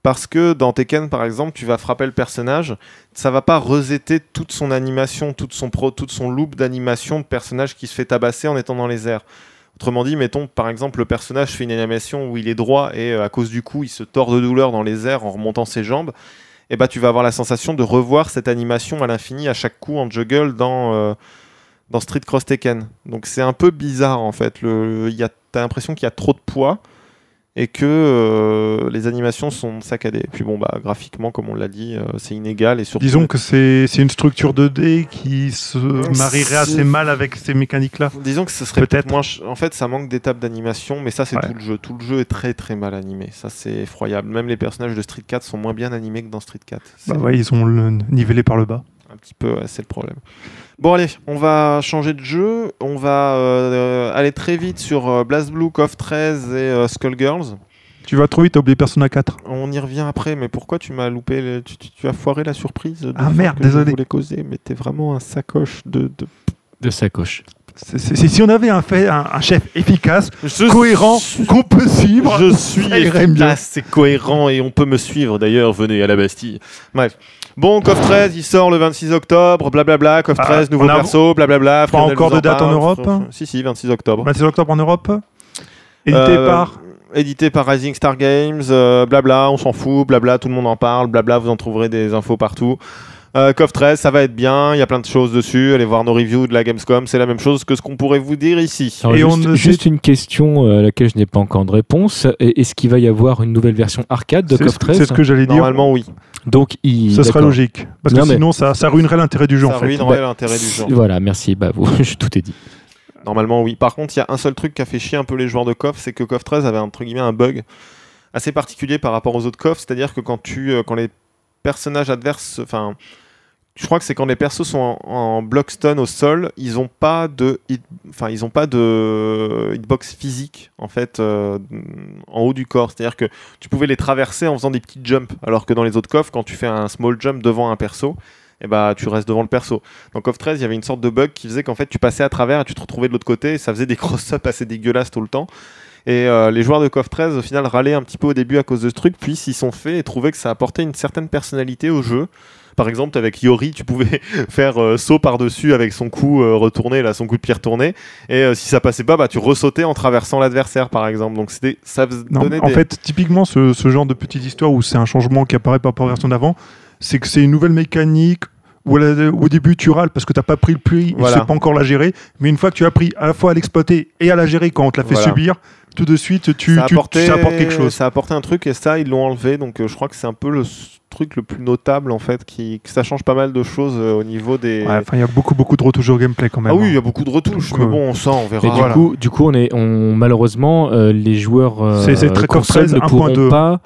Speaker 1: Parce que dans Tekken, par exemple, tu vas frapper le personnage, ça va pas resetter toute son animation, toute son, pro, toute son loop d'animation de personnage qui se fait tabasser en étant dans les airs. Autrement dit, mettons par exemple, le personnage fait une animation où il est droit et euh, à cause du coup, il se tord de douleur dans les airs en remontant ses jambes. Et bah, tu vas avoir la sensation de revoir cette animation à l'infini à chaque coup en juggle dans, euh, dans Street Cross Tekken. Donc c'est un peu bizarre en fait. Le, il y a, t'as l'impression qu'il y a trop de poids et que euh, les animations sont saccadées. Puis bon, bah, graphiquement, comme on l'a dit, euh, c'est inégal et surtout.
Speaker 2: Disons que c'est c'est une structure 2D qui se marierait assez mal avec ces mécaniques-là.
Speaker 1: Disons que ce serait
Speaker 2: Peut-être.
Speaker 1: peut-être moins. ch- En fait, ça manque d'étapes d'animation, mais ça, c'est
Speaker 2: Ouais.
Speaker 1: tout le jeu. Tout le jeu est très très mal animé. Ça, c'est effroyable. Même les personnages de Street Cat sont moins bien animés que dans Street Cat. C'est
Speaker 2: Bah ouais, ils ont le nivelé par le bas.
Speaker 1: un petit peu, ouais, c'est le problème. Bon, allez, on va changer de jeu. On va euh, aller très vite sur euh, BlazBlue, KOF 13 et euh, Skullgirls.
Speaker 2: Tu vas trop vite, t'as oublié Persona 4.
Speaker 1: On y revient après, mais pourquoi tu m'as loupé le- tu, tu- tu as foiré la surprise de
Speaker 2: Ah,
Speaker 1: faire
Speaker 2: merde,
Speaker 1: que je
Speaker 2: désolé.
Speaker 1: voulais causer, mais t'es vraiment un sacoche de. de...
Speaker 3: de sacoche.
Speaker 2: C'est- c'est- c'est- si on avait un, fait, un, un chef efficace,
Speaker 1: Je
Speaker 2: cohérent, qu'on peut suivre,
Speaker 1: Je suis
Speaker 2: Ça irait mieux.
Speaker 1: efficace, c'est cohérent et on peut me suivre d'ailleurs, venez à la Bastille. Bref. Bon, COF 13, il sort le 26 octobre, blablabla, COF
Speaker 2: Ah,
Speaker 1: 13, nouveau
Speaker 2: on a-
Speaker 1: perso, blablabla.
Speaker 2: Pas
Speaker 1: Lionel
Speaker 2: encore de
Speaker 1: vous
Speaker 2: date en
Speaker 1: parle.
Speaker 2: Europe
Speaker 1: Si, si, 26 octobre.
Speaker 2: 26 octobre Bah, en Europe, édité
Speaker 1: Euh,
Speaker 2: par.
Speaker 1: Édité par Rising Star Games, euh, blabla, on s'en fout, blabla, tout le monde en parle, blabla, vous en trouverez des infos partout. Euh, COF 13, ça va être bien, il y a plein de choses dessus, allez voir nos reviews de la Gamescom, c'est la même chose que ce qu'on pourrait vous dire ici.
Speaker 2: Et
Speaker 4: Et
Speaker 2: on
Speaker 4: juste,
Speaker 2: ne
Speaker 4: juste une question euh, à laquelle je n'ai pas encore de réponse. Et- Est-ce qu'il va y avoir une nouvelle version arcade de
Speaker 2: C'est
Speaker 4: KOF
Speaker 2: ce que- c'est
Speaker 4: 13
Speaker 2: ce que j'allais dire.
Speaker 1: Normalement, oui.
Speaker 4: Donc, il...
Speaker 2: Ce serait
Speaker 4: d'accord.
Speaker 2: logique. Parce
Speaker 4: Non,
Speaker 2: que
Speaker 4: mais-
Speaker 2: sinon, ça, ça ruinerait l'intérêt du jeu,
Speaker 1: Ça
Speaker 2: en fait.
Speaker 1: ruinerait
Speaker 4: Bah,
Speaker 1: l'intérêt du jeu.
Speaker 4: Voilà, merci. Bah, vous, je tout ai dit.
Speaker 1: Normalement, oui. Par contre, il y a un seul truc qui a fait chier un peu les joueurs de KOF, c'est que KOF 13 avait entre guillemets un bug assez particulier par rapport aux autres KOF, c'est-à-dire que quand tu, euh, quand les personnages adverses, enfin, je crois que c'est quand les persos sont en, en block stun au sol, ils ont pas de, hit- enfin, ils ont pas de hitbox physique en fait euh, en haut du corps, c'est-à-dire que tu pouvais les traverser en faisant des petits jumps, alors que dans les autres KOF, quand tu fais un small jump devant un perso, et bah tu restes devant le perso. Dans KOF 13, il y avait une sorte de bug qui faisait qu'en fait tu passais à travers et tu te retrouvais de l'autre côté et ça faisait des cross-ups assez dégueulasses tout le temps. Et euh, les joueurs de KOF 13 au final râlaient un petit peu au début à cause de ce truc, puis s'ils sont faits et trouvaient que ça apportait une certaine personnalité au jeu. Par exemple, avec Yori, tu pouvais faire euh, saut par-dessus avec son coup euh, retourné, là, son coup de pied retourné. Et euh, si ça passait pas, bah, tu ressautais en traversant l'adversaire, par exemple. Donc c'était, ça faisait-
Speaker 2: Bah, Non,
Speaker 1: donnait
Speaker 2: en
Speaker 1: des-
Speaker 2: fait, typiquement, ce, ce genre de petite histoire où c'est un changement qui apparaît par rapport à la version d'avant, c'est que c'est une nouvelle mécanique où, à la- où au début tu râles parce que t'as pas pris le prix,
Speaker 1: Voilà.
Speaker 2: tu sais pas encore la gérer, mais une fois que tu as appris à la fois à l'exploiter et à la gérer quand on te la fait
Speaker 1: Voilà.
Speaker 2: subir, tout de suite tu, tu-
Speaker 1: ça,
Speaker 2: tu-
Speaker 1: apportait,
Speaker 2: ça apporte quelque chose.
Speaker 1: Ça apportait un truc et ça, ils l'ont enlevé. Donc euh, je crois que c'est un peu le s- truc le plus notable en fait, qui, que ça change pas mal de choses euh, au niveau des.
Speaker 2: Ouais, Enfin, il y a beaucoup, beaucoup de retouches au gameplay quand même. hein.
Speaker 1: ah oui, il y a beaucoup de retouches,
Speaker 2: Donc,
Speaker 1: mais
Speaker 2: euh,
Speaker 1: bon, on sent, on verra.
Speaker 4: Mais du, coup, du coup, on est, on, malheureusement, euh, les joueurs euh,
Speaker 2: C'est- c'est très Coff
Speaker 4: consoles
Speaker 2: 13,
Speaker 4: ne pourront
Speaker 2: 1.2.
Speaker 4: pas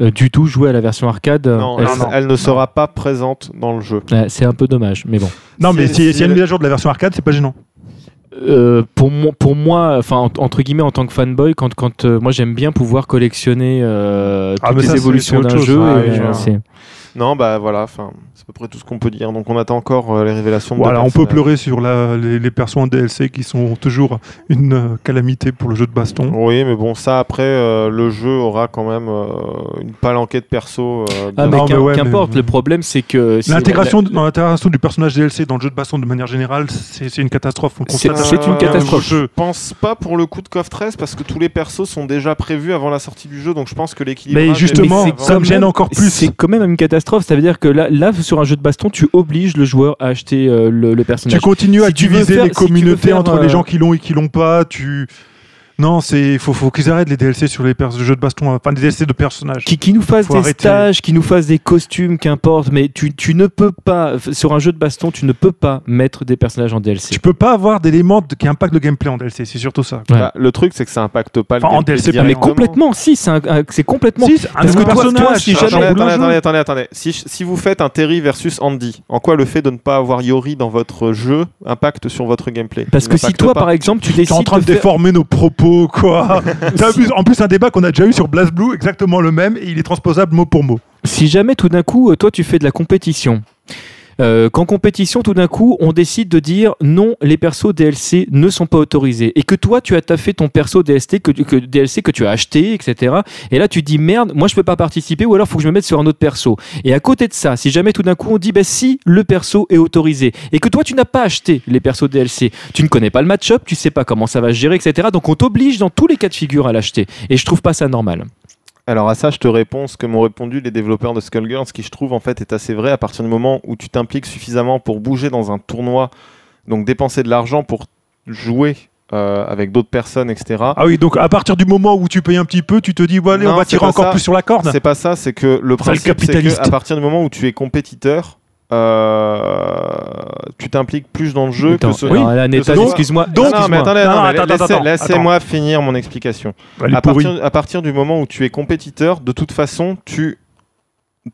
Speaker 4: euh, du tout jouer à la version arcade. Euh,
Speaker 1: Non, elle,
Speaker 2: non, non.
Speaker 1: elle ne sera pas présente dans le jeu.
Speaker 4: euh, C'est un peu dommage, mais bon.
Speaker 2: Non, mais
Speaker 1: C'est-
Speaker 2: s'il
Speaker 1: c'est
Speaker 2: si y a une
Speaker 1: le-
Speaker 2: mise à jour de la version arcade, c'est pas gênant.
Speaker 4: Euh,
Speaker 3: pour moi, pour moi enfin en- entre guillemets en tant que fanboy, quand quand euh, moi j'aime bien pouvoir collectionner euh,
Speaker 2: Ah,
Speaker 3: toutes
Speaker 2: mais
Speaker 3: les
Speaker 2: ça, c'est-
Speaker 3: évolutions
Speaker 2: c'est autre
Speaker 3: d'un
Speaker 2: chose.
Speaker 3: jeu.
Speaker 1: Ah,
Speaker 3: et,
Speaker 1: oui, je
Speaker 3: euh,
Speaker 1: vois.
Speaker 3: c'est-
Speaker 1: Non, bah voilà, enfin, c'est à peu près tout ce qu'on peut dire. Donc on attend encore euh, les révélations. de deux
Speaker 2: Voilà, on peut
Speaker 1: personnages.
Speaker 2: pleurer sur la- les, les persos en DLC qui sont toujours une euh, calamité pour le jeu de baston.
Speaker 1: Oui, mais bon, ça après, euh, le jeu aura quand même euh, une palanquée de persos. euh,
Speaker 3: Ah,
Speaker 1: bien-
Speaker 3: mais
Speaker 2: Non, mais
Speaker 3: qu'im-
Speaker 2: ouais,
Speaker 3: qu'importe,
Speaker 2: mais-
Speaker 3: le problème c'est que c'est-
Speaker 2: L'intégration de- dans l'intégration du personnage DLC dans le jeu de baston de manière générale, c'est c'est une catastrophe. On le
Speaker 3: C'est-
Speaker 2: constate.
Speaker 3: c'est une catastrophe.
Speaker 1: Euh, Je pense pas pour le coup de KOF 13 parce que tous les persos sont déjà prévus avant la sortie du jeu, donc je pense que l'équilibre.
Speaker 2: Mais justement,
Speaker 3: mais c'est
Speaker 2: ça
Speaker 3: quand
Speaker 2: me gêne
Speaker 3: même-
Speaker 2: encore plus.
Speaker 3: C'est quand même une catastrophe. Ça veut dire que là, là, sur un jeu de baston, tu obliges le joueur à acheter euh, le, le
Speaker 2: Tu
Speaker 3: personnage.
Speaker 2: continues à
Speaker 3: Si tu veux
Speaker 2: diviser
Speaker 3: faire-
Speaker 2: les
Speaker 3: si tu veux
Speaker 2: communautés
Speaker 3: faire,
Speaker 2: entre les
Speaker 3: euh,
Speaker 2: gens qui l'ont et qui l'ont pas. Tu non, c'est faut, faut qu'ils arrêtent les DLC sur les pers- jeux de baston, hein. enfin les DLC de personnages.
Speaker 3: Qui, qui nous fasse
Speaker 2: Faut
Speaker 3: des
Speaker 2: arrêter.
Speaker 3: stages, qui nous fasse des costumes, qu'importe, mais tu, tu ne peux pas, f- sur un jeu de baston, tu ne peux pas mettre des personnages en DLC.
Speaker 2: Tu peux pas avoir d'éléments de- qui impactent le gameplay en DLC. C'est surtout ça.
Speaker 1: Bah, le truc, c'est que ça impacte pas le
Speaker 2: Enfin, en
Speaker 1: gameplay
Speaker 2: DLC,
Speaker 3: Ah, mais
Speaker 1: directement.
Speaker 3: complètement, si, c'est un- un- c'est complètement.
Speaker 2: Si, c'est un
Speaker 3: Parce que
Speaker 2: nouveau
Speaker 3: toi- toi,
Speaker 2: personnage.
Speaker 3: si
Speaker 2: ça
Speaker 3: jamais-
Speaker 2: change
Speaker 1: Attendez, attendez,
Speaker 2: le jeu.
Speaker 1: attendez, attendez, attendez. Si, si vous faites un Terry versus Andy, en quoi le fait de ne pas avoir Yori dans votre jeu impacte sur votre gameplay
Speaker 3: Parce
Speaker 1: Il
Speaker 3: que si
Speaker 1: n'impacte
Speaker 3: toi,
Speaker 1: pas.
Speaker 3: par exemple, tu
Speaker 2: T'es
Speaker 3: décides
Speaker 2: en train de
Speaker 3: faire-
Speaker 2: déformer nos propos, quoi. T'abuses. en plus, un débat qu'on a déjà eu sur BlazBlue, exactement le même, et il est transposable mot pour mot.
Speaker 3: Si jamais tout d'un coup, euh, toi, tu fais de la compétition. euh, Qu'en compétition, tout d'un coup, on décide de dire non, les persos DLC ne sont pas autorisés, et que toi, tu as taffé ton perso DLC que, tu- que- DLC que tu as acheté, etc. Et là, tu dis merde, moi, je peux pas participer, ou alors faut que je me mette sur un autre perso. Et à côté de ça, si jamais tout d'un coup on dit bah si le perso est autorisé et que toi tu n'as pas acheté les persos DLC, tu ne connais pas le match-up, tu sais pas comment ça va se gérer, etc. Donc on t'oblige dans tous les cas de figure à l'acheter. Et je trouve pas ça normal.
Speaker 1: Alors à ça, je te réponds ce que m'ont répondu les développeurs de Skullgirls, ce qui je trouve en fait est assez vrai à partir du moment où tu t'impliques suffisamment pour bouger dans un tournoi, donc dépenser de l'argent pour jouer euh, avec d'autres personnes, etc.
Speaker 2: Ah oui, donc à partir du moment où tu payes un petit peu, tu te dis, bon, allez,
Speaker 1: Non,
Speaker 2: on va
Speaker 1: c'est
Speaker 2: tirer
Speaker 1: pas
Speaker 2: encore
Speaker 1: ça.
Speaker 2: plus sur la corde.
Speaker 1: C'est pas ça, c'est que le principe, c'est
Speaker 2: Ah, capitaliste.
Speaker 1: qu'à partir du moment où tu es compétiteur, euh, tu t'impliques plus dans le jeu
Speaker 6: Attends,
Speaker 1: que ce.
Speaker 6: alors,
Speaker 1: Non,
Speaker 6: là, Nathan,
Speaker 1: donc-
Speaker 6: excuse-moi.
Speaker 1: non, mais
Speaker 6: excuse-moi.
Speaker 1: attendez,
Speaker 2: Non,
Speaker 1: non, mais
Speaker 2: attends,
Speaker 1: laissez-
Speaker 2: attends,
Speaker 1: laissez-moi finir mon explication.
Speaker 2: Elle est
Speaker 1: à
Speaker 2: pourrie.
Speaker 1: partir, à partir du moment où tu es compétiteur, de toute façon, tu,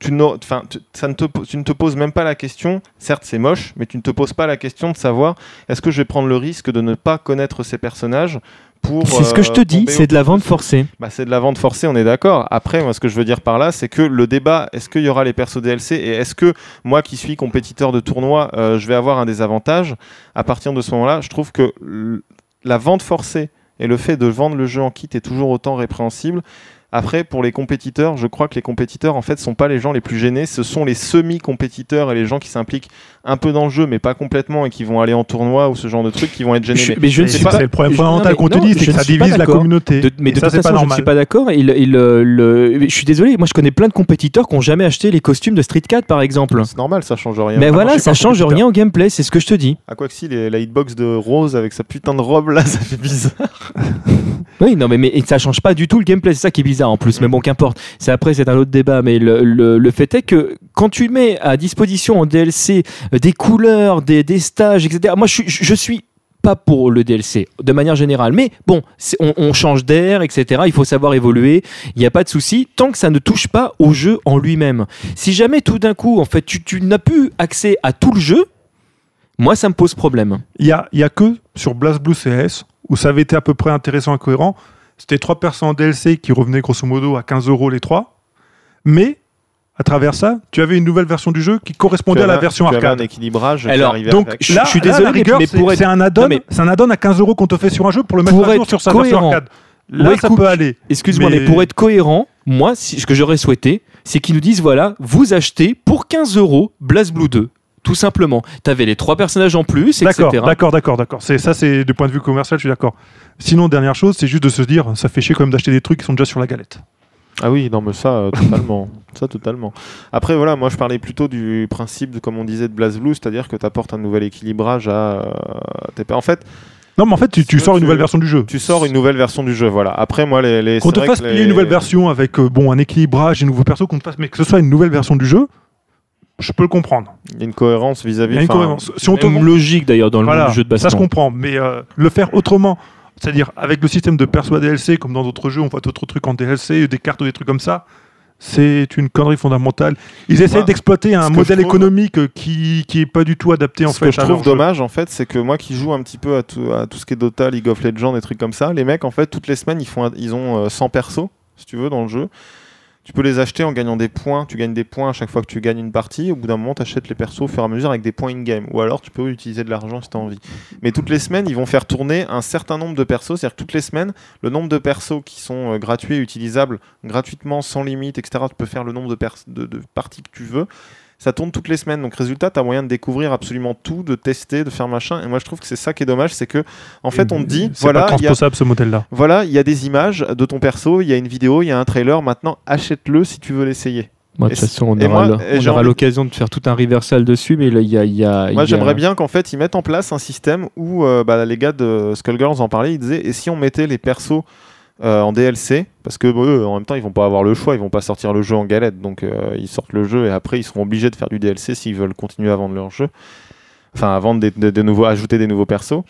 Speaker 1: tu, n'au- enfin, tu- ça ne te, po- tu ne te poses même pas la question, certes c'est moche, mais tu ne te poses pas la question de savoir est-ce que je vais prendre le risque de ne pas connaître ces personnages pour...
Speaker 3: C'est ce que je te dis, c'est de la vente forcée.
Speaker 1: Bah, c'est de la vente forcée, on est d'accord. Après, moi, ce que je veux dire par là, c'est que le débat, est-ce qu'il y aura les persos DLC et est-ce que moi, qui suis compétiteur de tournoi, euh, je vais avoir un désavantage À partir de ce moment-là, je trouve que l- la vente forcée et le fait de vendre le jeu en kit est toujours autant répréhensible. Après, pour les compétiteurs, je crois que les compétiteurs, en fait, sont pas les gens les plus gênés. Ce sont les semi-compétiteurs et les gens qui s'impliquent un peu dans le jeu, mais pas complètement, et qui vont aller en tournoi ou ce genre de trucs, qui vont être gênés.
Speaker 3: Je-
Speaker 1: Mais
Speaker 3: mais je ne
Speaker 1: c'est
Speaker 3: suis
Speaker 1: pas-
Speaker 2: C'est le problème
Speaker 3: je-
Speaker 2: fondamental
Speaker 3: non,
Speaker 2: qu'on te
Speaker 3: mais
Speaker 2: dit,
Speaker 3: non,
Speaker 2: c'est
Speaker 3: je
Speaker 2: que
Speaker 3: ne
Speaker 2: ça
Speaker 3: suis pas
Speaker 2: divise la
Speaker 3: d'accord.
Speaker 2: communauté.
Speaker 3: De- mais
Speaker 2: Et
Speaker 3: de
Speaker 2: ça,
Speaker 3: toute
Speaker 2: c'est pas
Speaker 3: façon, je ne suis
Speaker 2: normal.
Speaker 3: pas d'accord. Il, il, euh, le, je suis désolé, moi je connais plein de compétiteurs qui n'ont jamais acheté les costumes de Street Cat par exemple.
Speaker 1: C'est normal, ça change rien.
Speaker 3: Mais
Speaker 1: Ah, moi, je
Speaker 3: voilà,
Speaker 1: suis
Speaker 3: ça
Speaker 1: pas
Speaker 3: change
Speaker 1: compétiteur.
Speaker 3: rien au gameplay, c'est ce que je te dis.
Speaker 1: Ah quoi que si, les- la hitbox de Rose avec sa putain de robe là, ça fait bizarre.
Speaker 3: Oui, non, mais, mais ça change pas du tout le gameplay, c'est ça qui est bizarre en plus, mais bon, qu'importe. C'est après, c'est un autre débat, mais le, le- le fait est que quand tu mets à disposition en DLC euh, des couleurs, des, des stages, etc., moi je, suis- je suis pas pour le DLC de manière générale, mais bon, c'est- on, on change d'air, etc., il faut savoir évoluer, il n'y a pas de souci, tant que ça ne touche pas au jeu en lui-même. Si jamais tout d'un coup, en fait, tu, tu n'as plus accès à tout le jeu, moi ça me pose problème.
Speaker 2: Il y a, il y a que sur Blast Blue CS, où ça avait été à peu près intéressant et cohérent, c'était trois personnes en DLC qui revenaient grosso modo à 15 euros les trois. Mais à travers ça, tu avais une nouvelle version du jeu qui correspondait à la version
Speaker 1: tu avais un
Speaker 2: arcade.
Speaker 1: équilibrage.
Speaker 3: Alors,
Speaker 1: qui arrivait
Speaker 3: donc,
Speaker 1: avec.
Speaker 3: je, je suis
Speaker 2: là,
Speaker 3: désolé,
Speaker 2: la rigueur,
Speaker 3: mais
Speaker 2: c'est
Speaker 3: pour être
Speaker 2: c'est un add-on,
Speaker 3: Non, mais-
Speaker 2: c'est un add-on à 15 euros qu'on te fait sur un jeu pour le mettre
Speaker 3: Pour
Speaker 2: à
Speaker 3: être
Speaker 2: jour sur sa version
Speaker 3: cohérent.
Speaker 2: arcade. Là,
Speaker 3: Ouais,
Speaker 2: ça
Speaker 3: écoute,
Speaker 2: peut aller.
Speaker 3: Excuse-moi, mais...
Speaker 2: Mais-
Speaker 3: pour être cohérent, moi, si- ce que j'aurais souhaité, c'est qu'ils nous disent voilà, vous achetez pour 15 euros BlazBlue 2. Tout simplement. T'avais les trois personnages en plus, etc.
Speaker 2: D'accord, bah, d'accord, d'accord, d'accord. C'est ça, c'est du point de vue commercial, je suis d'accord. Sinon, dernière chose, c'est juste de se dire, ça fait chier quand même d'acheter des trucs qui sont déjà sur la galette.
Speaker 1: Ah oui, non mais ça euh, totalement, ça totalement. Après voilà, moi je parlais plutôt du principe, de, comme on disait, de BlazBlue, c'est-à-dire que tu apportes un nouvel équilibrage à euh, tes pa- En fait,
Speaker 2: Non, mais en fait, tu, tu
Speaker 1: Sinon,
Speaker 2: sors
Speaker 1: tu-
Speaker 2: une nouvelle version du jeu.
Speaker 1: tu sors une nouvelle version du jeu, voilà. Après moi les, les
Speaker 2: Qu'on
Speaker 1: c'est
Speaker 2: te
Speaker 1: vrai que
Speaker 2: fasse payer
Speaker 1: les-
Speaker 2: une nouvelle version avec euh, bon un équilibrage, des nouveaux persos, qu'on te fasse, mais que ce soit une nouvelle version du jeu, je peux le comprendre.
Speaker 1: Il y a une cohérence vis-à-vis.
Speaker 2: Il y a une
Speaker 1: enfin,
Speaker 2: cohérence. Si on te
Speaker 3: Même
Speaker 2: vend-
Speaker 3: logique d'ailleurs dans le
Speaker 2: voilà,
Speaker 3: jeu de
Speaker 2: ça se
Speaker 3: baston.
Speaker 2: comprend, mais euh, le faire autrement, c'est-à-dire avec le système de perso à DLC, comme dans d'autres jeux, on voit d'autres trucs en DLC, des cartes ou des trucs comme ça. C'est une connerie fondamentale. Ils essayent
Speaker 1: Moi,
Speaker 2: d'exploiter
Speaker 1: ce
Speaker 2: un
Speaker 1: que
Speaker 2: modèle
Speaker 1: je trouve-
Speaker 2: économique euh, qui qui est pas du tout adapté en
Speaker 1: ce
Speaker 2: fait.
Speaker 1: que je
Speaker 2: à
Speaker 1: trouve
Speaker 2: leur jeu.
Speaker 1: dommage en fait c'est que moi qui joue un petit peu à tout, à tout ce qui est Dota League of Legends des trucs comme ça les mecs en fait toutes les semaines ils, font un- ils ont euh, 100 persos si tu veux dans le jeu tu peux les acheter en gagnant des points tu gagnes des points à chaque fois que tu gagnes une partie au bout d'un moment tu achètes les persos au fur et à mesure avec des points in-game ou alors tu peux utiliser de l'argent si tu as envie mais toutes les semaines ils vont faire tourner un certain nombre de persos c'est-à-dire que toutes les semaines le nombre de persos qui sont euh, gratuits et utilisables gratuitement, sans limite, etc. Tu peux faire le nombre de, pers- de- de parties que tu veux. Ça tourne toutes les semaines. Donc, résultat, tu as moyen de découvrir absolument tout, de tester, de faire machin. Et moi, je trouve que c'est ça qui est dommage. C'est que, en fait, on te dit,
Speaker 2: C'est pas
Speaker 1: voilà, il y a
Speaker 2: transposable ce modèle-là.
Speaker 1: voilà, il y a des images de ton perso, il y a une vidéo, il y a un trailer. Maintenant, achète-le si tu veux l'essayer.
Speaker 3: Moi, de toute
Speaker 1: Et-
Speaker 3: façon, on
Speaker 1: et
Speaker 3: aura,
Speaker 1: moi, et
Speaker 3: le- on
Speaker 1: j'ai
Speaker 3: aura
Speaker 1: envie-
Speaker 3: l'occasion de faire tout un reversal dessus, mais là, il y a. il y a- Bah, il y
Speaker 1: Moi,
Speaker 3: a-
Speaker 1: j'aimerais bien qu'en fait, ils mettent en place un système où euh, bah, les gars de Skullgirls en parlaient. Ils disaient et si on mettait les persos euh, en DLC Parce que bon, eux, en même temps, ils vont pas avoir le choix. Ils vont pas sortir le jeu en galette. Donc, euh, ils sortent le jeu et après, ils seront obligés de faire du DLC s'ils veulent continuer à vendre leur jeu. Enfin, à vendre des, des- des nouveaux, ajouter des nouveaux persos.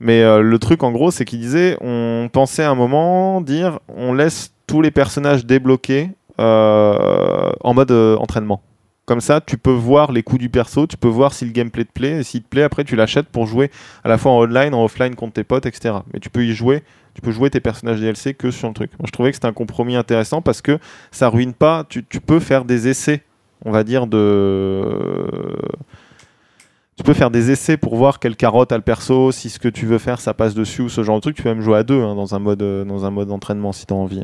Speaker 1: Mais euh, le truc, en gros, c'est qu'ils disaient on pensait à un moment dire on laisse tous les personnages débloqués euh, en mode euh, entraînement. Comme ça, tu peux voir les coups du perso, tu peux voir si le gameplay te plaît, et s'il te plaît, après tu l'achètes pour jouer à la fois en online, en offline contre tes potes, etc. Mais tu peux y jouer, tu peux jouer tes personnages DLC que sur le truc. Moi, je trouvais que c'était un compromis intéressant parce que ça ruine pas, tu, tu peux faire des essais, on va dire, de. Tu peux faire des essais pour voir quelle carotte a le perso, si ce que tu veux faire ça passe dessus ou ce genre de truc. Tu peux même jouer à deux hein, dans un mode euh, dans un mode entraînement si t'as envie.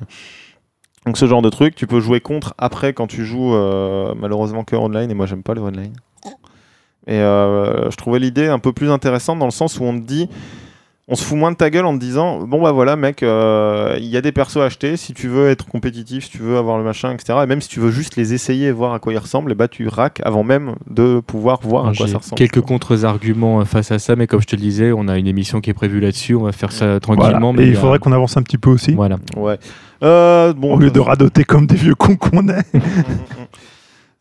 Speaker 1: Donc ce genre de truc, tu peux jouer contre après quand tu joues euh, malheureusement que online et moi j'aime pas le online. Et euh, je trouvais l'idée un peu plus intéressante dans le sens où on te dit on se fout moins de ta gueule en te disant bon bah voilà mec euh, il y a des persos à acheter si tu veux être compétitif si tu veux avoir le machin etc et même si tu veux juste les essayer et voir à quoi ils ressemblent et bah tu rack avant même de pouvoir voir à
Speaker 2: Ah,
Speaker 1: quoi
Speaker 3: J'ai
Speaker 1: ça ressemble
Speaker 3: quelques contre-arguments euh, face à ça, mais comme je te le disais, on a une émission qui est prévue là-dessus, on va faire ça
Speaker 2: Voilà.
Speaker 3: tranquillement. mais
Speaker 2: Et il
Speaker 3: y a-
Speaker 2: faudrait qu'on avance un petit peu aussi,
Speaker 3: Voilà.
Speaker 1: ouais Euh, bon
Speaker 2: au lieu de radoter comme des vieux cons qu'on est.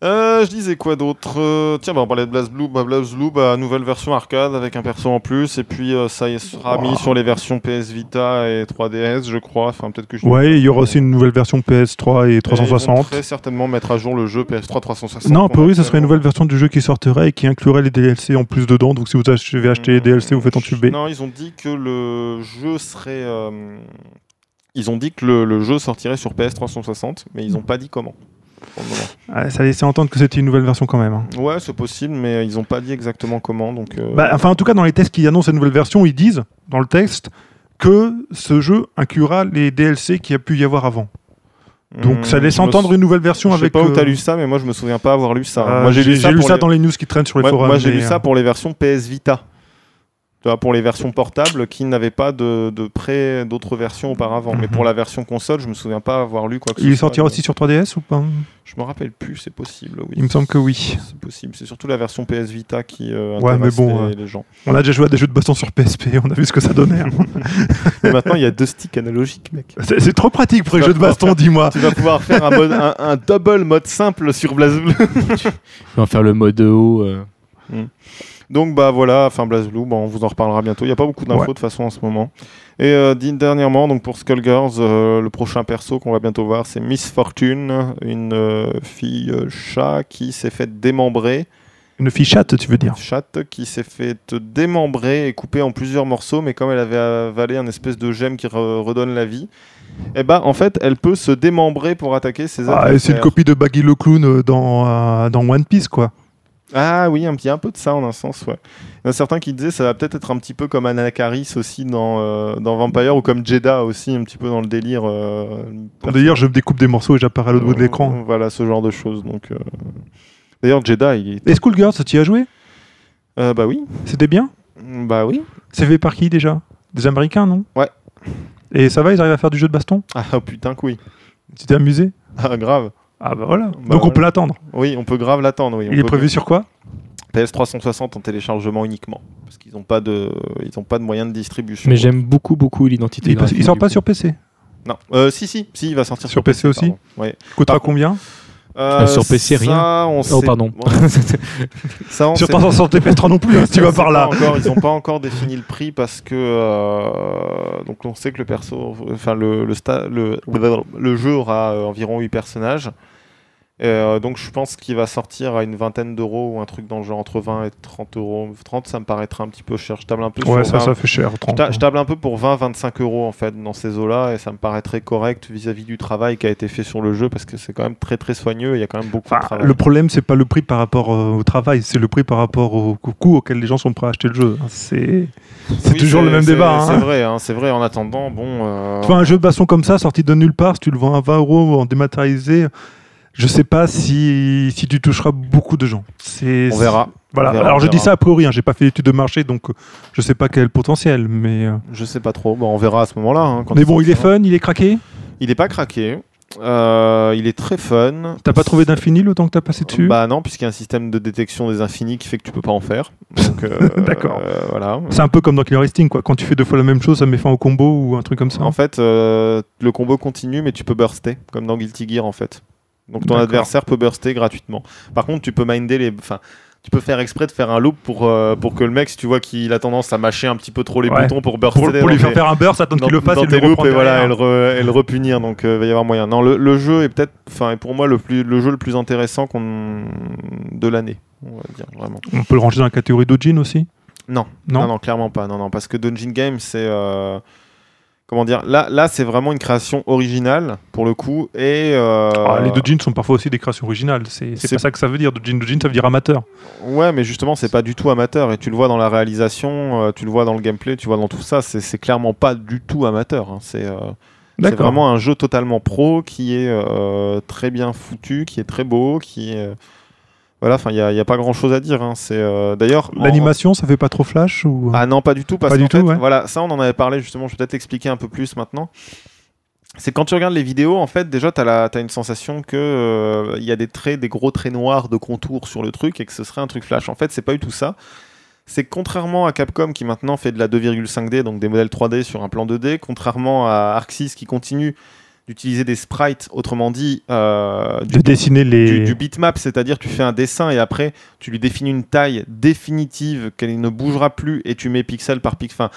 Speaker 1: Euh, je disais quoi d'autre Euh, Tiens, bah, on parlait de BlazBlue. Bah, BlazBlue, bah, nouvelle version arcade avec un perso en plus. Et puis, euh, ça y sera mis sur les versions PS Vita et 3DS, je crois. Enfin, peut-être que je.
Speaker 2: Ouais, il y aura aussi une nouvelle version PS3 et
Speaker 1: Et ils vont
Speaker 2: 360.
Speaker 1: Très certainement mettre à jour le jeu PS3 360.
Speaker 2: Non, a
Speaker 1: qu'on
Speaker 2: priori,
Speaker 1: a
Speaker 2: ça serait une nouvelle version du jeu qui sortirait et qui inclurait les DLC en plus dedans. Donc si vous avez acheté les DLC, vous faites entuber.
Speaker 1: Mmh. Non, ils ont dit que le jeu serait. euh, Ils ont dit que le, le jeu sortirait sur PS 360, mais ils n'ont pas dit comment. pour le moment.
Speaker 2: Ah, ça laissait entendre que c'était une nouvelle version quand même. hein.
Speaker 1: Ouais, c'est possible, mais ils n'ont pas dit exactement comment. Donc, euh,
Speaker 2: Bah, enfin, en tout cas, dans les tests qui annoncent cette nouvelle version, ils disent, dans le texte, que ce jeu inclura les DLC qu'il y a pu y avoir avant. Donc ça
Speaker 1: hum,
Speaker 2: laisse
Speaker 1: je me
Speaker 2: entendre une nouvelle version
Speaker 1: Je sais
Speaker 2: avec.
Speaker 1: pas où
Speaker 2: euh,
Speaker 1: t'as lu ça, mais moi je me souviens pas avoir lu ça.
Speaker 2: euh,
Speaker 1: moi j'ai lu ça, pour les-
Speaker 2: dans les news qui traînent sur les
Speaker 1: Ouais,
Speaker 2: forums.
Speaker 1: moi j'ai
Speaker 2: mais,
Speaker 1: lu
Speaker 2: euh,
Speaker 1: ça pour les versions PS Vita. Tu vois, pour les versions portables qui n'avaient pas de, de près d'autres versions auparavant. Mais
Speaker 2: Mhm.
Speaker 1: pour la version console, je me souviens pas avoir lu quoi que ce
Speaker 2: Il
Speaker 1: soit,
Speaker 2: sortira
Speaker 1: mais
Speaker 2: aussi sur 3DS ou pas
Speaker 1: Je me rappelle plus, c'est possible. Oui.
Speaker 2: Il me semble que oui.
Speaker 1: C'est possible. C'est surtout la version PS Vita qui euh,
Speaker 2: Ouais,
Speaker 1: intéresse
Speaker 2: mais bon,
Speaker 1: les,
Speaker 2: euh,
Speaker 1: les gens.
Speaker 2: On a déjà joué à des jeux de baston sur PSP, on a vu ce que ça donnait. hein.
Speaker 1: Mais maintenant, il y a deux sticks analogiques, mec.
Speaker 2: C'est c'est trop pratique pour les jeux de baston, dis-moi.
Speaker 1: Tu vas pouvoir faire un, mode- un- un double mode simple sur BlazBlue.
Speaker 3: On va faire le mode haut. euh.
Speaker 1: Donc bah voilà, enfin BlazBlue, bon, on vous en reparlera bientôt. Il n'y a pas beaucoup d'infos
Speaker 2: Ouais.
Speaker 1: de toute façon en ce moment. Et euh, dit- dernièrement, donc pour Skullgirls, euh, le prochain perso qu'on va bientôt voir, c'est Miss Fortune, une euh, fille euh, chat qui s'est faite démembrer,
Speaker 2: Une fille chatte, tu veux dire
Speaker 1: chatte qui s'est faite démembrer et couper en plusieurs morceaux, mais comme elle avait avalé un espèce de gemme qui re- redonne la vie, et bah en fait, elle peut se démembrer pour attaquer ses
Speaker 2: Ah, et C'est une
Speaker 1: adversaires.
Speaker 2: copie de Baggy le Clown euh, dans, euh, dans One Piece, quoi.
Speaker 1: Ah oui, un petit un peu de ça en un sens, ouais. Il y en a certains qui disaient ça va peut-être être un petit peu comme Anakaris aussi dans, euh, dans Vampire ou comme Jeddah aussi, un petit peu dans le délire. euh,
Speaker 2: D'ailleurs, je me découpe des morceaux et j'apparais à l'autre bout de l'écran.
Speaker 1: Voilà, ce genre de choses. Donc, euh. D'ailleurs, Jeddah, il est.
Speaker 2: Et Schoolgirls, tu y as joué
Speaker 1: Euh, bah oui.
Speaker 2: C'était bien
Speaker 1: Bah oui.
Speaker 2: C'est fait par qui déjà Des Américains, non
Speaker 1: Ouais.
Speaker 2: Et ça va, ils arrivent à faire du jeu de baston
Speaker 1: Ah putain, que oui.
Speaker 2: Tu t'es amusé
Speaker 1: Ah, grave.
Speaker 2: Ah bah voilà. Donc on
Speaker 1: voilà.
Speaker 2: peut l'attendre.
Speaker 1: Oui, on peut grave l'attendre. Oui. On
Speaker 2: Il est
Speaker 1: peut-
Speaker 2: prévu sur quoi
Speaker 1: PS360 en téléchargement uniquement. Parce qu'ils n'ont pas, de... ils ont pas de moyens de distribution.
Speaker 3: Mais j'aime beaucoup, beaucoup l'identité
Speaker 2: il, passe-
Speaker 3: graphique.
Speaker 2: il sort
Speaker 3: du
Speaker 2: pas
Speaker 3: coup.
Speaker 2: sur PC.
Speaker 1: Non. Euh, si, si, si, il va sortir
Speaker 2: Sur PC aussi
Speaker 1: pardon. Ouais.
Speaker 2: Coûtera
Speaker 1: Par contre-
Speaker 2: combien
Speaker 1: Euh,
Speaker 3: sur PC,
Speaker 1: ça,
Speaker 3: rien.
Speaker 1: on
Speaker 3: Oh,
Speaker 1: sait-
Speaker 3: pardon.
Speaker 1: Ça, on
Speaker 2: Sur
Speaker 1: sait
Speaker 2: 360 PS3 non plus, hein, si tu
Speaker 1: Bah,
Speaker 2: vas
Speaker 1: C'est
Speaker 2: par
Speaker 1: pas
Speaker 2: là.
Speaker 1: encore- ils n'ont pas encore défini le prix parce que euh, donc on sait que le perso, enfin le le, sta- le, le jeu aura euh, environ 8 personnages. Euh, donc je pense qu'il va sortir à une vingtaine d'euros ou un truc dans le genre entre 20 et 30 euros. 30 ça me paraîtrait un petit peu cher. Je table un peu
Speaker 2: Ouais,
Speaker 1: sur
Speaker 2: ça,
Speaker 1: 20.
Speaker 2: ça fait cher.
Speaker 1: Je
Speaker 2: 30.
Speaker 1: ta- je table un peu pour 20-25 euros en fait dans ces eaux-là et ça me paraîtrait correct vis-à-vis du travail qui a été fait sur le jeu parce que c'est quand même très très soigneux et il y a quand même beaucoup de
Speaker 2: Enfin,
Speaker 1: travail.
Speaker 2: le problème, c'est pas le prix par rapport euh, au travail, c'est le prix par rapport au cou- coût auquel les gens sont prêts à acheter le jeu. C'est c'est
Speaker 1: Oui,
Speaker 2: toujours le même
Speaker 1: c'est-
Speaker 2: débat.
Speaker 1: C'est
Speaker 2: hein.
Speaker 1: vrai, hein, c'est vrai. En attendant, bon. euh,
Speaker 2: Tu vois, un jeu de baston comme ça, sorti de nulle part, si tu le vends à 20 euros en dématérialisé, je sais pas si, si tu toucheras beaucoup de gens. C'est-
Speaker 1: on verra.
Speaker 2: Voilà.
Speaker 1: On verra,
Speaker 2: Alors
Speaker 1: on
Speaker 2: je dis
Speaker 1: verra.
Speaker 2: ça a priori, hein, j'ai pas fait d'études de marché, donc euh, je sais pas quel est le potentiel, mais. euh,
Speaker 1: Je sais pas trop, Bon, on verra à ce moment-là. hein, quand
Speaker 2: Mais bon, il est
Speaker 1: sortira.
Speaker 2: fun, il est craqué.
Speaker 1: Il est pas craqué, Euh, il est très fun.
Speaker 2: T'as pas trouvé d'infini le temps que t'as passé dessus
Speaker 1: Bah non, puisqu'il y a un système de détection des infinis qui fait que tu peux pas en faire. Donc, euh,
Speaker 2: D'accord.
Speaker 1: euh, voilà.
Speaker 2: C'est un peu comme dans Killer Instinct, quoi. Quand tu fais deux fois la même chose, ça met fin au combo ou un truc comme ça.
Speaker 1: En fait, euh, le combo continue, mais tu peux burster, comme dans Guilty Gear en fait. Donc ton
Speaker 2: D'accord.
Speaker 1: adversaire peut burster gratuitement. Par contre, tu peux minder les. Enfin, tu peux faire exprès de faire un loop pour, euh, pour que le mec, si tu vois qu'il a tendance à mâcher un petit peu trop les
Speaker 2: Ouais.
Speaker 1: boutons pour burster.
Speaker 2: pour, pour lui
Speaker 1: dans
Speaker 2: faire
Speaker 1: tes-
Speaker 2: faire un burst, attendre
Speaker 1: dans,
Speaker 2: qu'il le fasse
Speaker 1: dans
Speaker 2: et
Speaker 1: tes
Speaker 2: le
Speaker 1: loops
Speaker 2: reprendre
Speaker 1: et voilà,
Speaker 2: derrière.
Speaker 1: elle, re- elle repunir. Donc euh, il va y avoir moyen. Non, le, le jeu est peut-être, enfin, est pour moi le plus, le jeu le plus intéressant qu'on de l'année, on va dire vraiment.
Speaker 2: On peut le ranger dans la catégorie d'Ojin aussi
Speaker 1: Non.
Speaker 2: Non,
Speaker 1: non, clairement pas. Non, non, parce que Dungeon Game, c'est euh, comment dire Là, là, c'est vraiment une création originale pour le coup. Et euh,
Speaker 2: Ah, Les Dojin sont parfois aussi des créations originales, c'est c'est
Speaker 1: c'est-
Speaker 2: pas ça que ça veut dire. Dojin, Dojin, ça veut dire amateur.
Speaker 1: Ouais, mais justement, c'est pas du tout amateur. Et tu le vois dans la réalisation, euh, tu le vois dans le gameplay, tu vois dans tout ça. C'est c'est clairement pas du tout amateur. hein. C'est euh, c'est
Speaker 2: D'accord.
Speaker 1: vraiment un jeu totalement pro qui est euh, très bien foutu, qui est très beau, qui est. euh, Voilà, enfin, il n'y a, il y a pas grand chose à dire. hein. C'est euh, d'ailleurs en-
Speaker 2: L'animation, ça fait pas trop flash ou...
Speaker 1: Ah non, pas du tout, parce
Speaker 2: Pas du
Speaker 1: qu'en
Speaker 2: tout,
Speaker 1: fait,
Speaker 2: ouais.
Speaker 1: voilà, ça on en avait parlé justement, je vais peut-être expliquer un peu plus maintenant. C'est quand tu regardes les vidéos, en fait, déjà, tu as, une sensation que euh, il y a des traits, des gros traits noirs de contour sur le truc et que ce serait un truc flash. En fait, c'est pas du tout ça. C'est que contrairement à Capcom qui maintenant fait de la 2,5D, donc des modèles 3D sur un plan 2D, contrairement à Arxis qui continue d'utiliser des sprites, autrement dit, euh,
Speaker 2: De dessiner les...
Speaker 1: du, du bitmap, c'est-à-dire tu fais un dessin et après tu lui définis une taille définitive qu'elle ne bougera plus et tu mets pixel par pixel. Enfin,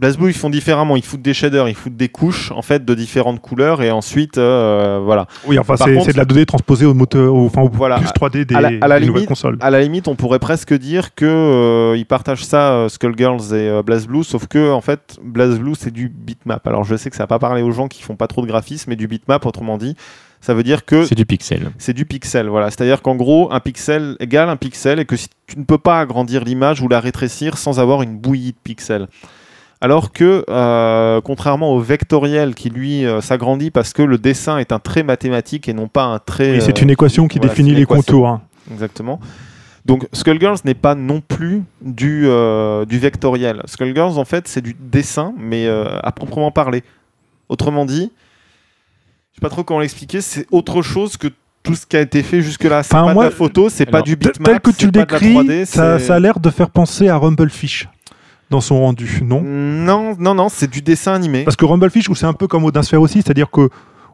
Speaker 1: BlazBlue ils font différemment, ils foutent des shaders, ils foutent des couches en fait de différentes couleurs et ensuite euh, voilà.
Speaker 2: Oui, enfin,
Speaker 1: Par
Speaker 2: c'est
Speaker 1: contre-
Speaker 2: c'est de la 2D transposée au moteur, au, enfin, au
Speaker 1: Voilà,
Speaker 2: plus 3D des,
Speaker 1: à la- à la
Speaker 2: des nouvelles
Speaker 1: limite-
Speaker 2: consoles.
Speaker 1: À la limite, on pourrait presque dire que euh, ils partagent ça euh, Skullgirls et euh, BlazBlue, sauf que en fait BlazBlue c'est du bitmap. Alors je sais que ça va pas parler aux gens qui font pas trop de graphisme, mais du bitmap autrement dit, ça veut dire que
Speaker 3: C'est du pixel.
Speaker 1: c'est du pixel. Voilà. C'est-à-dire qu'en gros, un pixel égale un pixel et que si tu ne peux pas agrandir l'image ou la rétrécir sans avoir une bouillie de pixels. Alors que, euh, contrairement au vectoriel qui lui euh, s'agrandit parce que le dessin est un trait mathématique et non pas un trait.
Speaker 2: Et c'est
Speaker 1: euh,
Speaker 2: une équation qui
Speaker 1: voilà,
Speaker 2: définit
Speaker 1: c'est
Speaker 2: les
Speaker 1: l'équation.
Speaker 2: contours. hein.
Speaker 1: Exactement. Donc Skullgirls n'est pas non plus du, euh, du vectoriel. Skullgirls, en fait, c'est du dessin, mais euh, à proprement parler. Autrement dit, je sais pas trop comment l'expliquer, c'est autre chose que tout ce qui a été fait jusque-là. C'est
Speaker 2: Enfin,
Speaker 1: pas
Speaker 2: moi,
Speaker 1: de la photo, c'est pas
Speaker 2: Alors,
Speaker 1: du
Speaker 2: tel-
Speaker 1: bitmap,
Speaker 2: Tel que tu
Speaker 1: c'est
Speaker 2: le
Speaker 1: pas de la 3D,
Speaker 2: décris, ça,
Speaker 1: c'est-
Speaker 2: ça a l'air de faire penser à Rumblefish dans son rendu, non
Speaker 1: Non, non, non, c'est du dessin animé.
Speaker 2: Parce que Rumblefish, où c'est un peu comme Odin Sphere aussi, c'est-à-dire que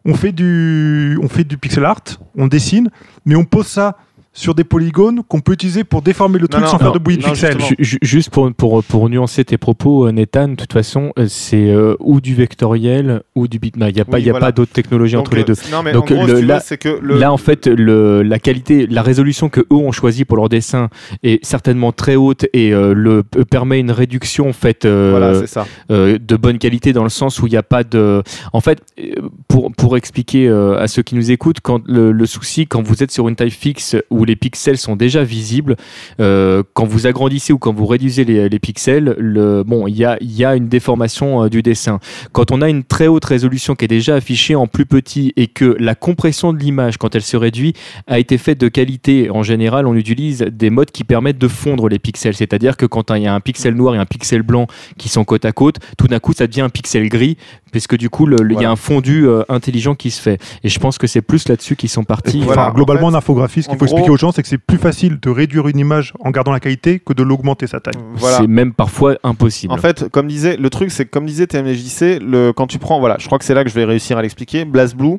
Speaker 2: on fait du, on fait du pixel art, on dessine, mais on pose ça sur des polygones qu'on peut utiliser pour déformer le truc
Speaker 1: non,
Speaker 2: sans faire
Speaker 1: non,
Speaker 2: de bouillie de
Speaker 1: non,
Speaker 2: pixels.
Speaker 1: justement.
Speaker 3: Ju- ju- Juste pour, pour, pour nuancer tes propos, euh, Nathan, de toute façon, euh, c'est euh, ou du vectoriel ou du bitmap. Il n'y a pas,
Speaker 1: Oui,
Speaker 3: il y a
Speaker 1: voilà.
Speaker 3: pas d'autre technologie
Speaker 1: Donc,
Speaker 3: entre les
Speaker 1: euh,
Speaker 3: deux.
Speaker 1: Non, mais
Speaker 3: Donc,
Speaker 1: en gros,
Speaker 3: le-
Speaker 1: si tu
Speaker 3: là-
Speaker 1: veux, c'est que le-
Speaker 3: Là, en fait, le, la qualité, la résolution que eux ont choisie pour leur dessin est certainement très haute et euh, le, euh, permet une réduction en fait, euh,
Speaker 1: voilà, c'est ça.
Speaker 3: euh, de bonne qualité dans le sens où il n'y a pas de. En fait, euh, pour, pour expliquer euh, à ceux qui nous écoutent, quand le, le souci, quand vous êtes sur une taille fixe où les pixels sont déjà visibles, euh, quand vous agrandissez ou quand vous réduisez les, les pixels, le, bon, il y a, il y a une déformation euh, du dessin. Quand on a une très haute résolution qui est déjà affichée en plus petit et que la compression de l'image, quand elle se réduit, a été faite de qualité. En général, on utilise des modes qui permettent de fondre les pixels. C'est-à-dire que quand il y a un pixel noir et un pixel blanc qui sont côte à côte, tout d'un coup, ça devient un pixel gris, puisque du coup, le- le- il y
Speaker 1: Voilà.
Speaker 3: a un fondu euh, intelligent qui se fait. Et je pense que c'est plus là-dessus qu'ils sont partis.
Speaker 1: Voilà,
Speaker 2: Enfin,
Speaker 1: en
Speaker 2: globalement, en,
Speaker 1: fait,
Speaker 2: infographie, ce qu'il
Speaker 1: en
Speaker 2: faut
Speaker 1: gros-
Speaker 2: expliquer aux gens, c'est que c'est plus facile de réduire une image en gardant la qualité que de l'augmenter sa taille.
Speaker 1: Voilà.
Speaker 3: C'est même parfois impossible.
Speaker 1: En fait, comme disait le truc, c'est que comme disait TMJC, le quand tu prends, voilà, je crois que c'est là que je vais réussir à l'expliquer. BlazBlue,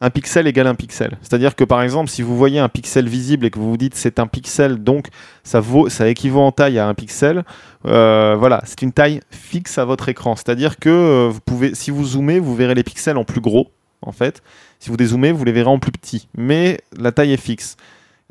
Speaker 1: un pixel égale un pixel. C'est-à-dire que par exemple, si vous voyez un pixel visible et que vous vous dites c'est un pixel, donc ça vaut, ça équivaut en taille à un pixel. euh, voilà, c'est une taille fixe à votre écran. C'est-à-dire que euh, vous pouvez, si vous zoomez, vous verrez les pixels en plus gros, en fait. Si vous dézoomez, vous les verrez en plus petits. Mais la taille est fixe.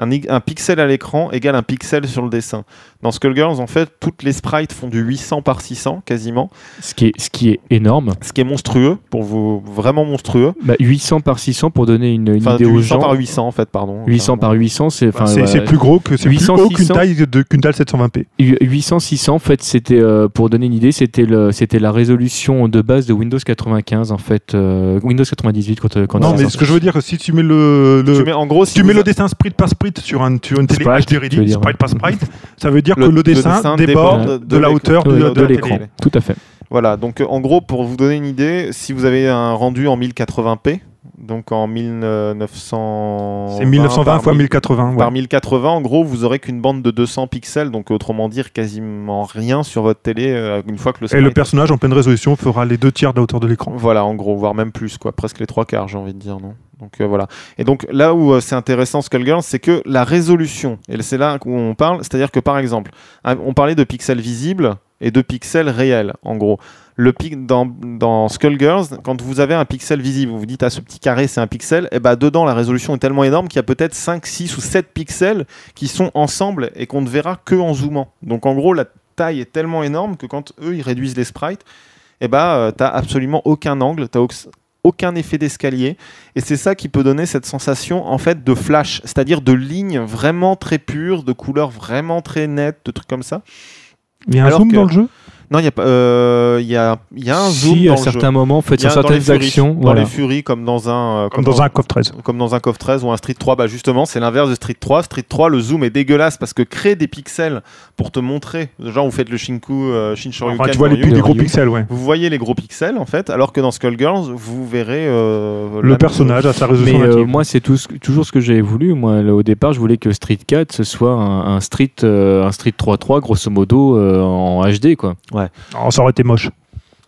Speaker 1: Un, i- un pixel à l'écran égale un pixel sur le dessin. Dans Skullgirls, en fait, toutes les sprites font du 800 par 600 quasiment,
Speaker 3: ce, qui est, ce qui est énorme.
Speaker 1: ce qui est monstrueux, pour vous, vraiment monstrueux.
Speaker 3: Bah, 800 par 600 pour donner une, une
Speaker 1: Enfin,
Speaker 3: idée
Speaker 1: du
Speaker 3: aux
Speaker 1: 800
Speaker 3: gens.
Speaker 1: par 800 en fait, pardon.
Speaker 3: 800 par 800, c'est enfin,
Speaker 2: c'est
Speaker 3: ouais,
Speaker 2: c'est plus gros que c'est plus
Speaker 3: 800,
Speaker 2: haut qu'une
Speaker 3: 600.
Speaker 2: taille de- qu'une dalle 720p.
Speaker 3: 800 600 en fait c'était euh, pour donner une idée c'était le c'était la résolution de base de Windows 95 en fait euh, Windows 98 quand euh, quand
Speaker 2: non,
Speaker 3: on
Speaker 2: mais
Speaker 3: a
Speaker 2: ce que je veux dire, si tu mets le, le-
Speaker 1: Tu mets, en gros, si
Speaker 2: tu mets
Speaker 1: vous-
Speaker 2: le dessin sprite par sprite sur, un, sur une télé
Speaker 3: Sprite,
Speaker 2: HD
Speaker 3: tu veux
Speaker 2: ready,
Speaker 3: dire.
Speaker 2: sprite par sprite, ça veut dire
Speaker 1: Le-
Speaker 2: que le
Speaker 1: le
Speaker 2: dessin,
Speaker 1: dessin
Speaker 2: déborde
Speaker 1: déborde
Speaker 2: de,
Speaker 1: de
Speaker 2: la
Speaker 1: l'écran.
Speaker 2: hauteur de,
Speaker 3: sorti-
Speaker 1: Oui,
Speaker 2: de
Speaker 3: de,
Speaker 2: la
Speaker 3: l'écran
Speaker 2: télé.
Speaker 3: tout à fait
Speaker 1: Voilà, donc euh, en gros, pour vous donner une idée, si vous avez un rendu en 1080p, donc en 1900.
Speaker 2: C'est 1920 x 1080. ouais.
Speaker 1: Par 1080, en gros, vous aurez qu'une bande de 200 pixels, donc autrement dire quasiment rien sur votre télé euh, une fois que le
Speaker 2: Et le
Speaker 1: sprite-
Speaker 2: personnage en pleine résolution fera les deux tiers de la hauteur de l'écran.
Speaker 1: Voilà, en gros, voire même plus, quoi. Presque les trois quarts, j'ai envie de dire, non Donc euh, voilà. Et donc là où euh, c'est intéressant Skullgirls, c'est que la résolution, et c'est là où on parle, c'est-à-dire que par exemple, un- on parlait de pixels visibles et de pixels réels, en gros. Le pic dans, dans Skullgirls, quand vous avez un pixel visible, vous vous dites à ce petit carré c'est un pixel, et bah dedans la résolution est tellement énorme qu'il y a peut-être 5, 6 ou 7 pixels qui sont ensemble et qu'on ne verra que en zoomant. Donc en gros la taille est tellement énorme que quand eux ils réduisent les sprites, et bah euh, t'as absolument aucun angle, t'as aux- aucun effet d'escalier et c'est ça qui peut donner cette sensation en fait de flash, c'est-à-dire de lignes vraiment très pures, de couleurs vraiment très nettes, de trucs comme ça.
Speaker 2: Il y a un
Speaker 1: Alors
Speaker 2: zoom
Speaker 1: que-
Speaker 2: dans le jeu
Speaker 1: Non, il y a pas. euh, Il y, a, il y a un zoom
Speaker 4: si,
Speaker 1: dans
Speaker 4: à
Speaker 1: le jeu.
Speaker 4: certains moments, faites
Speaker 1: Il y a
Speaker 4: sur
Speaker 1: un dans les
Speaker 4: certaines
Speaker 1: Furies-
Speaker 4: actions.
Speaker 1: Dans
Speaker 4: voilà.
Speaker 1: les Furies, comme dans un. euh,
Speaker 2: Comme dans un COF 13.
Speaker 1: comme dans un COF 13 ou un Street 3, bah justement, c'est l'inverse de Street 3. Street 3, le zoom est dégueulasse parce que créer des pixels pour te montrer, genre vous faites le Shinku, euh, Shin Shoryuken
Speaker 2: Enfin, tu vois
Speaker 1: dans
Speaker 2: les, pi-
Speaker 1: Ryu,
Speaker 2: les gros
Speaker 4: Ryu.
Speaker 2: pixels, ouais.
Speaker 1: vous voyez les gros pixels en fait, alors que dans Skullgirls, vous verrez euh, la
Speaker 2: Le
Speaker 1: même-
Speaker 2: personnage à sa
Speaker 4: Mais
Speaker 2: résolution
Speaker 4: euh,
Speaker 2: native.
Speaker 4: moi, c'est tout ce- toujours ce que j'avais voulu. Moi, là, au départ, je voulais que Street 4 ce soit un, un Street, euh, un Street 3-3, grosso modo, euh, en HD, quoi.
Speaker 2: Non, Oh, ça aurait été moche.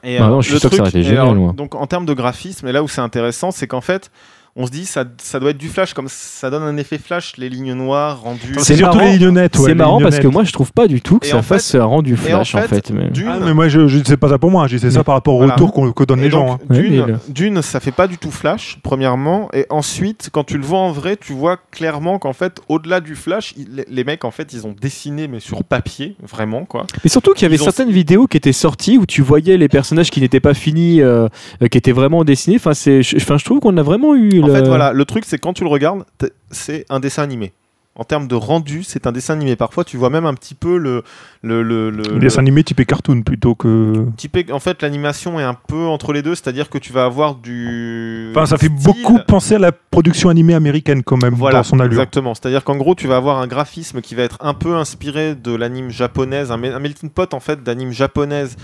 Speaker 1: Et, euh,
Speaker 4: Ah non, je suis
Speaker 1: le
Speaker 4: sûr que ça aurait été
Speaker 1: et
Speaker 4: génial, moi.
Speaker 1: Donc en termes de graphisme, et là où c'est intéressant, c'est qu'en fait, on se dit ça, ça doit être du flash, comme ça donne un effet flash, les lignes noires rendues.
Speaker 4: C'est
Speaker 2: C'est surtout
Speaker 4: marrant.
Speaker 2: les lignes nettes, ouais,
Speaker 4: c'est
Speaker 2: les
Speaker 4: marrant
Speaker 2: lignes
Speaker 4: parce que
Speaker 2: nettes.
Speaker 4: moi, je trouve pas du tout que
Speaker 1: Et en
Speaker 4: ça
Speaker 1: fait-
Speaker 4: fasse un rendu
Speaker 1: et en
Speaker 4: flash, en
Speaker 1: fait,
Speaker 4: fait. mais-
Speaker 1: d'une-
Speaker 2: Ah, mais moi, je, je c'est pas ça pour moi. hein. Je dis c'est ça par rapport au
Speaker 1: Voilà.
Speaker 2: retour qu'on- que donnent
Speaker 1: Et
Speaker 2: les gens. hein.
Speaker 1: donc,
Speaker 4: Ouais,
Speaker 1: Dune,
Speaker 4: mais le-
Speaker 1: Dune, ça fait pas du tout flash, premièrement, et ensuite, quand tu le vois en vrai, tu vois clairement qu'en fait, au-delà du flash, il- les- les mecs, en fait, ils ont dessiné, mais sur papier, vraiment, quoi.
Speaker 4: Mais surtout qu'il y avait
Speaker 1: Ils ont-
Speaker 4: certaines vidéos qui étaient sorties où tu voyais les personnages qui n'étaient pas finis, euh, euh, qui étaient vraiment dessinés. Enfin, c'est, je, enfin, je trouve qu'on a vraiment eu.
Speaker 1: En
Speaker 4: le-
Speaker 1: fait, voilà, le truc, c'est quand tu le regardes, t'es- c'est un dessin animé. En termes de rendu, c'est un dessin animé. Parfois, tu vois même un petit peu le. le, le, le-
Speaker 2: hein. Les dessins animés typés cartoon plutôt que.
Speaker 1: typé- En fait, l'animation est un peu entre les deux, c'est-à-dire que tu vas avoir du.
Speaker 2: Enfin, ça fait
Speaker 1: style.
Speaker 2: beaucoup penser à la production animée américaine quand même
Speaker 1: Voilà,
Speaker 2: dans son allure.
Speaker 1: exactement. C'est-à-dire qu'en gros, tu vas avoir un graphisme qui va être un peu inspiré de l'anime japonaise, un, me- un melting pot en fait d'anime japonaise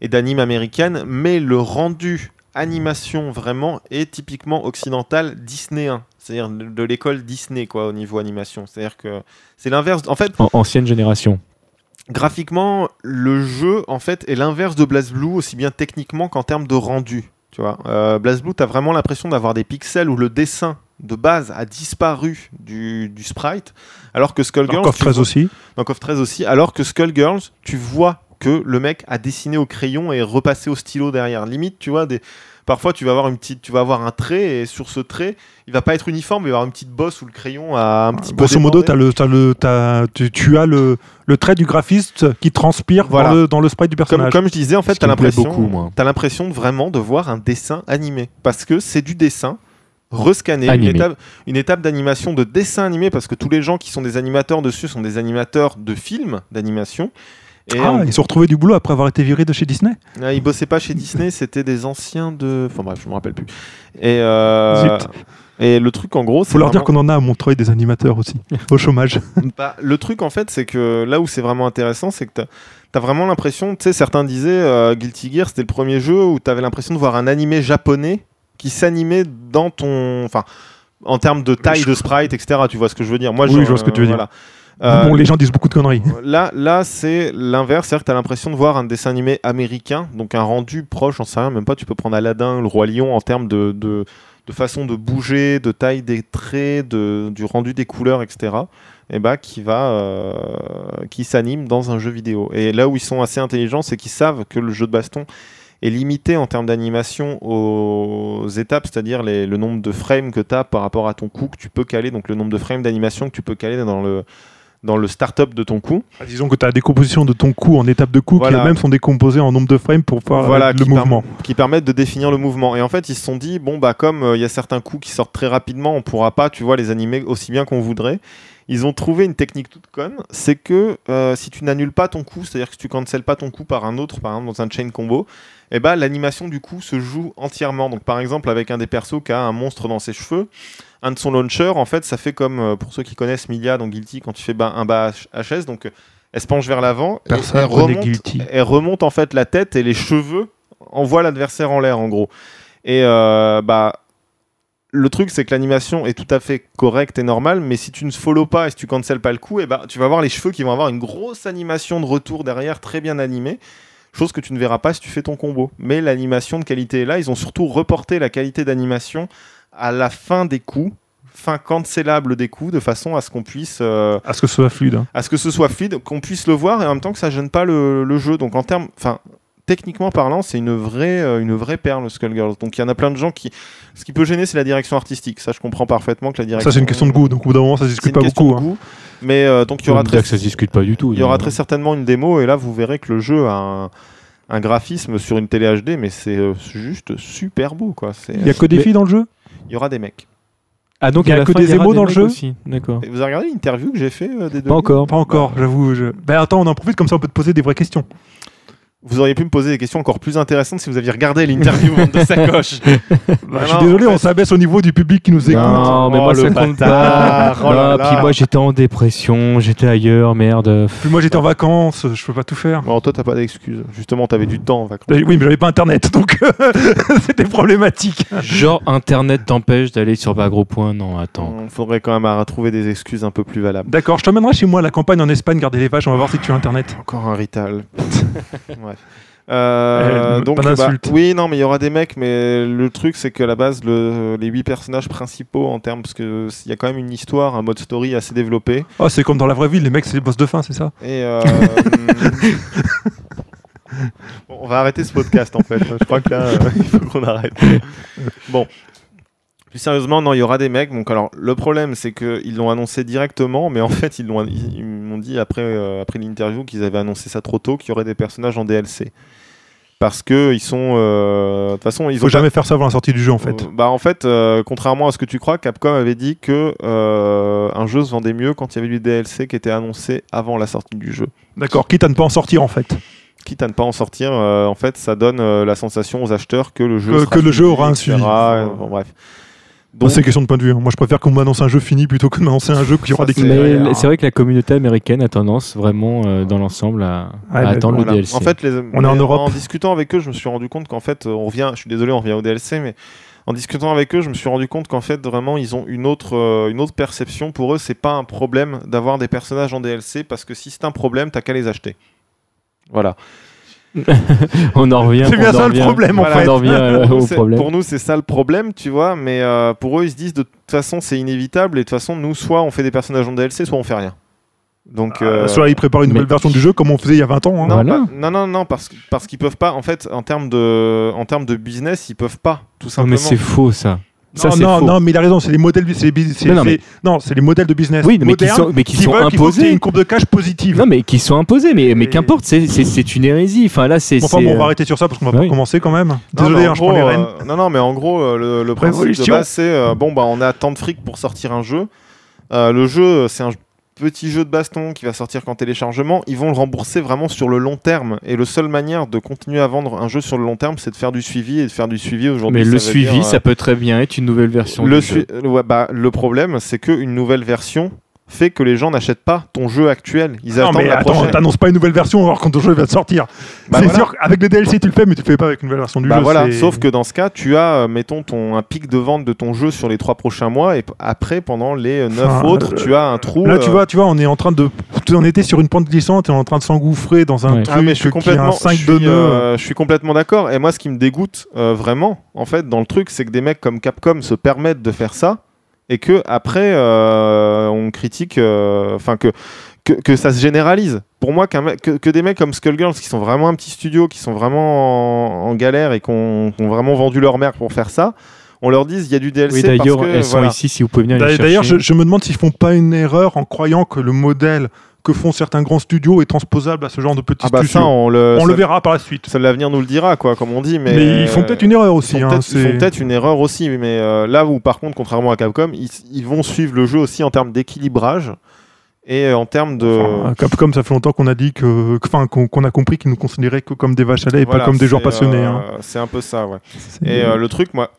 Speaker 1: et d'anime américaine, mais le rendu animation vraiment est typiquement occidental disneyen, c'est-à-dire de de l'école Disney quoi au niveau animation. C'est-à-dire que c'est l'inverse. En fait,
Speaker 4: En- ancienne génération.
Speaker 1: graphiquement, le jeu en fait est l'inverse de BlazBlue aussi bien techniquement qu'en termes de rendu. Tu vois, euh, BlazBlue, t'as vraiment l'impression d'avoir des pixels où le dessin de base a disparu du, du sprite, alors que Skullgirls,
Speaker 2: Encore
Speaker 1: tu
Speaker 2: 13
Speaker 1: vois-
Speaker 2: aussi.
Speaker 1: dans Coff 13 aussi, alors que Skullgirls, tu vois que le mec a dessiné au crayon et repassé au stylo derrière. Limite, tu vois, des... parfois tu vas avoir une petite, tu vas avoir un trait et sur ce trait, il va pas être uniforme, mais il va avoir une petite bosse où le crayon a un petit peu.
Speaker 2: Euh, Grosso modo,
Speaker 1: débordé.
Speaker 2: t'as le, t'as le, t'as- tu, tu as le, le trait du graphiste qui transpire
Speaker 1: Voilà.
Speaker 2: dans, le, dans le sprite du
Speaker 1: comme,
Speaker 2: personnage.
Speaker 1: comme je disais, en fait,
Speaker 4: Ce
Speaker 1: t'as
Speaker 4: qui me plaît
Speaker 1: l'impression,
Speaker 4: beaucoup, moi.
Speaker 1: t'as l'impression de vraiment de voir un dessin animé parce que c'est du dessin rescanné, une
Speaker 4: Animé.
Speaker 1: étape, une étape d'animation de dessin animé parce que tous les gens qui sont des animateurs dessus sont des animateurs de films d'animation. Et
Speaker 2: Ah,
Speaker 1: on-
Speaker 2: ils se sont retrouvés du boulot après avoir été virés de chez Disney.
Speaker 1: Ah, ils bossaient pas chez Disney, c'était des anciens de. Enfin bref, je me rappelle plus. Et, euh,
Speaker 2: Zut.
Speaker 1: et le truc en gros, c'est
Speaker 2: Faut leur dire
Speaker 1: vraiment-
Speaker 2: qu'on en a à Montreuil des animateurs aussi, au chômage.
Speaker 1: Bah, le truc en fait, c'est que là où c'est vraiment intéressant, c'est que t'as as vraiment l'impression, tu sais, certains disaient euh, Guilty Gear, c'était le premier jeu où t'avais l'impression de voir un animé japonais qui s'animait dans ton, enfin, en termes de taille de sprite, etc. Tu vois ce que je veux dire Moi,
Speaker 2: Oui, je vois ce que tu veux dire.
Speaker 1: Euh,
Speaker 2: Bon, les gens disent beaucoup de conneries.
Speaker 1: Là, là c'est l'inverse, c'est-à-dire que tu as l'impression de voir un dessin animé américain, donc un rendu proche, j'en sais rien, même pas, tu peux prendre Aladdin, le roi lion en termes de, de, de façon de bouger, de taille des traits, de, du rendu des couleurs, etc. Et bah, qui va, euh, qui s'anime dans un jeu vidéo. Et là où ils sont assez intelligents, c'est qu'ils savent que le jeu de baston est limité en termes d'animation aux étapes, c'est-à-dire les- le nombre de frames que tu as par rapport à ton coup que tu peux caler, donc le nombre de frames d'animation que tu peux caler dans le, dans le start-up de ton coup.
Speaker 2: Ah, Disons que tu as la décomposition de ton coup en étape de coup
Speaker 1: Voilà.
Speaker 2: qui même sont décomposées en nombre de frames pour faire
Speaker 1: Voilà,
Speaker 2: euh,
Speaker 1: qui
Speaker 2: le
Speaker 1: permet-
Speaker 2: mouvement.
Speaker 1: qui permettent de définir le mouvement. Et en fait, ils se sont dit, bon, bah, comme euh, il y a certains coups qui sortent très rapidement, on pourra pas, tu vois, les animer aussi bien qu'on voudrait. Ils ont trouvé une technique toute conne, c'est que euh, si tu n'annules pas ton coup, c'est-à-dire que si tu cancelles pas ton coup par un autre, par exemple dans un chain combo, eh ben l'animation du coup se joue entièrement. Donc par exemple avec un des persos qui a un monstre dans ses cheveux, un de son launcher, en fait, ça fait comme euh, pour ceux qui connaissent Milia dans Guilty quand tu fais bah, un bas HS, donc euh, elle se penche vers l'avant, et
Speaker 2: Personne
Speaker 1: elle
Speaker 2: connaît
Speaker 1: remonte,
Speaker 2: Guilty.
Speaker 1: elle remonte en fait la tête et les cheveux envoient l'adversaire en l'air en gros. Et euh, bah le truc c'est que l'animation est tout à fait correcte et normale, mais si tu ne follow pas et si tu cancel pas le coup, et bah tu vas voir les cheveux qui vont avoir une grosse animation de retour derrière très bien animée. Chose que tu ne verras pas si tu fais ton combo. Mais l'animation de qualité est là. Ils ont surtout reporté la qualité d'animation à la fin des coups, fin cancellable des coups, de façon à ce qu'on puisse euh,
Speaker 2: À ce que ce soit fluide. hein.
Speaker 1: à ce que ce soit fluide, qu'on puisse le voir et en même temps que ça gêne pas le, le jeu. Donc en termes, enfin techniquement parlant, c'est une vraie euh, une vraie perle Skullgirls. Donc il y en a plein de gens qui ce qui peut gêner c'est la direction artistique. Ça je comprends parfaitement que la direction
Speaker 2: Ça, c'est une question de goût, donc au bout d'un moment, ça se
Speaker 1: C'est
Speaker 2: discute
Speaker 1: une
Speaker 2: pas
Speaker 1: question
Speaker 2: beaucoup.
Speaker 1: de
Speaker 2: hein.
Speaker 1: goût. Mais euh, donc il y aura très
Speaker 4: que ça se discute pas du tout.
Speaker 1: il y aura très certainement une démo et là vous verrez que le jeu a un, un graphisme sur une télé HD mais c'est euh, juste super beau quoi. C'est
Speaker 2: Il y a que des
Speaker 4: Mais-
Speaker 2: filles dans le jeu
Speaker 1: il y aura des mecs.
Speaker 4: Ah donc
Speaker 2: Il y
Speaker 4: à
Speaker 2: a
Speaker 4: la
Speaker 2: que
Speaker 4: fin,
Speaker 2: des
Speaker 4: il y aura
Speaker 2: émos dans le
Speaker 4: mecs
Speaker 2: jeu
Speaker 4: aussi. D'accord.
Speaker 1: Et vous avez regardé l'interview que j'ai fait euh, des deux
Speaker 4: Pas encore.
Speaker 2: Pas encore, j'avoue. je- Ben attends, on en profite, comme ça on peut te poser des vraies questions.
Speaker 1: Vous auriez pu me poser des questions encore plus intéressantes si vous aviez regardé l'interview Vente de sacoche.
Speaker 2: Bah, Je suis désolé, on s'abaisse au niveau du public qui nous écoute.
Speaker 4: Non, mais
Speaker 1: Oh,
Speaker 4: moi
Speaker 1: le
Speaker 4: ça compte pas.
Speaker 1: bâtard. Oh là
Speaker 4: Non,
Speaker 1: là.
Speaker 4: Ah, Puis moi j'étais en dépression, j'étais ailleurs, merde.
Speaker 2: Puis moi, j'étais en vacances, je peux pas tout faire.
Speaker 1: Bon, toi, t'as pas d'excuses. Justement, t'avais du temps en vacances.
Speaker 2: Bah, Oui, mais j'avais pas internet, donc euh, c'était problématique.
Speaker 4: Genre internet t'empêche d'aller sur Bagro Point. Non, attends.
Speaker 1: Il faudrait quand même à retrouver des excuses un peu plus valables.
Speaker 2: D'accord, je t'emmènerai chez moi à la campagne en Espagne, garder les vaches, on va voir si tu as internet.
Speaker 1: Encore un rital. Bref. Euh,
Speaker 2: Eh,
Speaker 1: donc,
Speaker 2: pas d'insulte.
Speaker 1: oui, non, mais il y aura des mecs, mais le truc, c'est que à la base, le- les huit personnages principaux, en termes, parce que s- il y a quand même une histoire, un mode story assez développé.
Speaker 2: Oh, c'est comme dans la vraie vie, les mecs, c'est les boss de fin, c'est ça
Speaker 1: Et euh, bon, on va arrêter ce podcast en fait. Je crois que là, euh, il faut qu'on arrête. Bon. Plus sérieusement, non, il y aura des mecs. Donc, alors, le problème, c'est qu'ils l'ont annoncé directement, mais en fait, ils l'ont- ils- ils m'ont dit après, euh, après l'interview qu'ils avaient annoncé ça trop tôt, qu'il y aurait des personnages en DLC. Parce que ils sont. euh, De toute façon, ils
Speaker 2: Il faut
Speaker 1: ont pas-
Speaker 2: jamais faire ça avant la sortie du jeu, en fait.
Speaker 1: euh, bah en fait, euh, contrairement à ce que tu crois, Capcom avait dit que euh, un jeu se vendait mieux quand il y avait du DLC qui était annoncé avant la sortie du jeu.
Speaker 2: D'accord, quitte à ne pas en sortir, en fait.
Speaker 1: Quitte à ne pas en sortir, euh, en fait, ça donne euh, la sensation aux acheteurs que le jeu,
Speaker 2: Que-
Speaker 1: sera
Speaker 2: que le
Speaker 1: fini,
Speaker 2: jeu aura un
Speaker 1: etc.,
Speaker 2: suivi.
Speaker 1: euh, bon, bref.
Speaker 2: Bon,
Speaker 1: Donc,
Speaker 2: c'est question de point de vue. hein. Moi, je préfère qu'on m'annonce un jeu fini plutôt que de m'annoncer un jeu qui aura
Speaker 1: Ça,
Speaker 2: des
Speaker 1: C'est vrai, hein.
Speaker 4: Mais c'est vrai que la communauté américaine a tendance vraiment euh, dans l'ensemble à, à
Speaker 2: Ouais, mais
Speaker 4: attendre
Speaker 1: Voilà.
Speaker 4: le DLC.
Speaker 1: En fait, les-
Speaker 2: est en Europe.
Speaker 1: discutant avec eux, je me suis rendu compte qu'en fait, euh, on revient. Je suis désolé, on revient au DLC, mais en discutant avec eux, je me suis rendu compte qu'en fait, vraiment, ils ont une autre, euh, une autre perception. Pour eux, c'est pas un problème d'avoir des personnages en DLC parce que si c'est un problème, t'as qu'à les acheter. Voilà.
Speaker 4: on en revient.
Speaker 2: C'est bien
Speaker 4: on en
Speaker 2: ça le
Speaker 4: revient-
Speaker 2: problème, en
Speaker 1: Voilà.
Speaker 2: fait.
Speaker 4: On en revient euh,
Speaker 1: Pour nous,
Speaker 4: au
Speaker 1: c'est-
Speaker 4: problème.
Speaker 1: Pour nous, c'est ça le problème, tu vois. Mais euh, pour eux, ils se disent de toute façon, c'est inévitable. Et de toute façon, nous, soit on fait des personnages en DLC, soit on fait rien.
Speaker 4: Ah,
Speaker 1: Donc,
Speaker 2: Euh,
Speaker 1: euh,
Speaker 2: Soit ils préparent une
Speaker 4: mais-
Speaker 2: nouvelle version du jeu, comme on faisait il y a 20 ans. hein.
Speaker 1: Non,
Speaker 4: Voilà.
Speaker 1: pas- non, non, non, parce, que- parce qu'ils peuvent pas, en fait, en termes de, en termes de business, ils peuvent pas, tout
Speaker 4: Non,
Speaker 1: simplement.
Speaker 4: mais c'est faux ça. Ça,
Speaker 2: non,
Speaker 4: c'est
Speaker 2: non,
Speaker 4: faux.
Speaker 2: non, mais il a raison, c'est les modèles, c'est les bis- c'est-
Speaker 4: Non, non,
Speaker 2: c'est- non, c'est les modèles de business
Speaker 4: Oui, mais qui
Speaker 2: modernes
Speaker 4: sont, mais qui sont
Speaker 2: veulent qu'il faut qu'il y ait
Speaker 4: imposés.
Speaker 2: une courbe de cash positive.
Speaker 4: Non, mais qui sont imposés. Mais, mais
Speaker 2: Et-
Speaker 4: qu'importe, c'est- c'est c'est une hérésie. Enfin là, c'est.
Speaker 2: Bon, enfin,
Speaker 4: c'est,
Speaker 2: bon, on
Speaker 4: euh,
Speaker 2: va arrêter sur ça parce qu'on va
Speaker 4: oui.
Speaker 2: pas commencer quand même.
Speaker 1: Non,
Speaker 2: Désolé,
Speaker 1: mais en
Speaker 2: hein, je prends les
Speaker 1: gros,
Speaker 2: rênes.
Speaker 1: euh, non, non, mais en gros, euh, le, le principe de
Speaker 2: Révolution.
Speaker 1: base, c'est euh, bon, bah, on a tant de fric pour sortir un jeu. Euh, le jeu, c'est un petit jeu de baston qui va sortir qu'en téléchargement. Ils vont le rembourser vraiment sur le long terme. Et la seule manière de continuer à vendre un jeu sur le long terme, c'est de faire du suivi et de faire du suivi aujourd'hui.
Speaker 4: Mais
Speaker 1: ça
Speaker 4: le
Speaker 1: veut
Speaker 4: suivi,
Speaker 1: dire, euh,
Speaker 4: ça peut très bien être une nouvelle version.
Speaker 1: le,
Speaker 4: du jeu.
Speaker 1: sui- euh, ouais, bah, le problème, c'est qu'une nouvelle version fait que les gens n'achètent pas ton jeu actuel. Ils
Speaker 2: Non,
Speaker 1: attendent
Speaker 2: mais
Speaker 1: la
Speaker 2: attends,
Speaker 1: prochaine.
Speaker 2: t'annonces pas une nouvelle version alors quand ton jeu va te sortir.
Speaker 1: Bah
Speaker 2: c'est
Speaker 1: voilà.
Speaker 2: sûr, avec les DLC, tu le fais, mais tu le fais pas avec une nouvelle version du
Speaker 1: Bah
Speaker 2: jeu.
Speaker 1: voilà,
Speaker 2: c'est-
Speaker 1: sauf que dans ce cas, tu as, euh, mettons, ton, un pic de vente de ton jeu sur les trois prochains mois, et p- après, pendant les euh, neuf
Speaker 2: Enfin,
Speaker 1: autres,
Speaker 2: euh,
Speaker 1: tu as un trou.
Speaker 2: Là, tu
Speaker 1: euh,
Speaker 2: vois, tu vois, on est en train de. On était sur une pente glissante et on est en train de s'engouffrer dans un
Speaker 4: Ouais.
Speaker 2: truc
Speaker 1: ah, mais je suis
Speaker 2: qui a
Speaker 1: complètement,
Speaker 2: un 5
Speaker 1: je
Speaker 2: de
Speaker 1: suis,
Speaker 2: nœud.
Speaker 1: euh, je suis complètement d'accord. Et moi, ce qui me dégoûte euh, vraiment, en fait, dans le truc, c'est que des mecs comme Capcom se permettent de faire ça, et que après, euh, on critique, euh, enfin que, que que ça se généralise. Pour moi, qu'un mec- que, que des mecs comme Skullgirls, qui sont vraiment un petit studio, qui sont vraiment en, en galère et qui ont, qui ont vraiment vendu leur mère pour faire ça. On leur dise, il y a du DLC.
Speaker 4: Oui,
Speaker 1: parce
Speaker 4: d'ailleurs,
Speaker 1: que,
Speaker 4: elles sont
Speaker 1: voilà.
Speaker 4: ici si vous pouvez venir les
Speaker 2: D'a-
Speaker 4: chercher.
Speaker 2: D'ailleurs, je, je me demande s'ils font pas une erreur en croyant que le modèle que font certains grands studios est transposable à ce genre de petits
Speaker 1: Ah bah
Speaker 2: studios.
Speaker 1: ça, on le,
Speaker 2: on
Speaker 1: ça-
Speaker 2: le verra par la suite.
Speaker 1: ça, l'avenir nous le dira, quoi, comme on dit. Mais, euh,
Speaker 2: Mais, ils font peut-être une erreur aussi.
Speaker 1: Ils font
Speaker 2: hein,
Speaker 1: peut-être- ils
Speaker 2: c'est-
Speaker 1: font peut-être une erreur aussi, mais euh, là où par contre, contrairement à Capcom, ils, ils vont suivre le jeu aussi en termes d'équilibrage et euh, en termes de.
Speaker 2: Enfin, Capcom, ça fait longtemps qu'on a dit que, que- enfin, qu'on qu'on a compris qu'ils nous considéraient que comme des vaches à lait et
Speaker 1: Voilà,
Speaker 2: pas comme des joueurs
Speaker 1: c'est, euh,
Speaker 2: passionnés. hein.
Speaker 1: C'est un peu ça, ouais.
Speaker 2: C'est-
Speaker 1: Et euh, le truc, moi,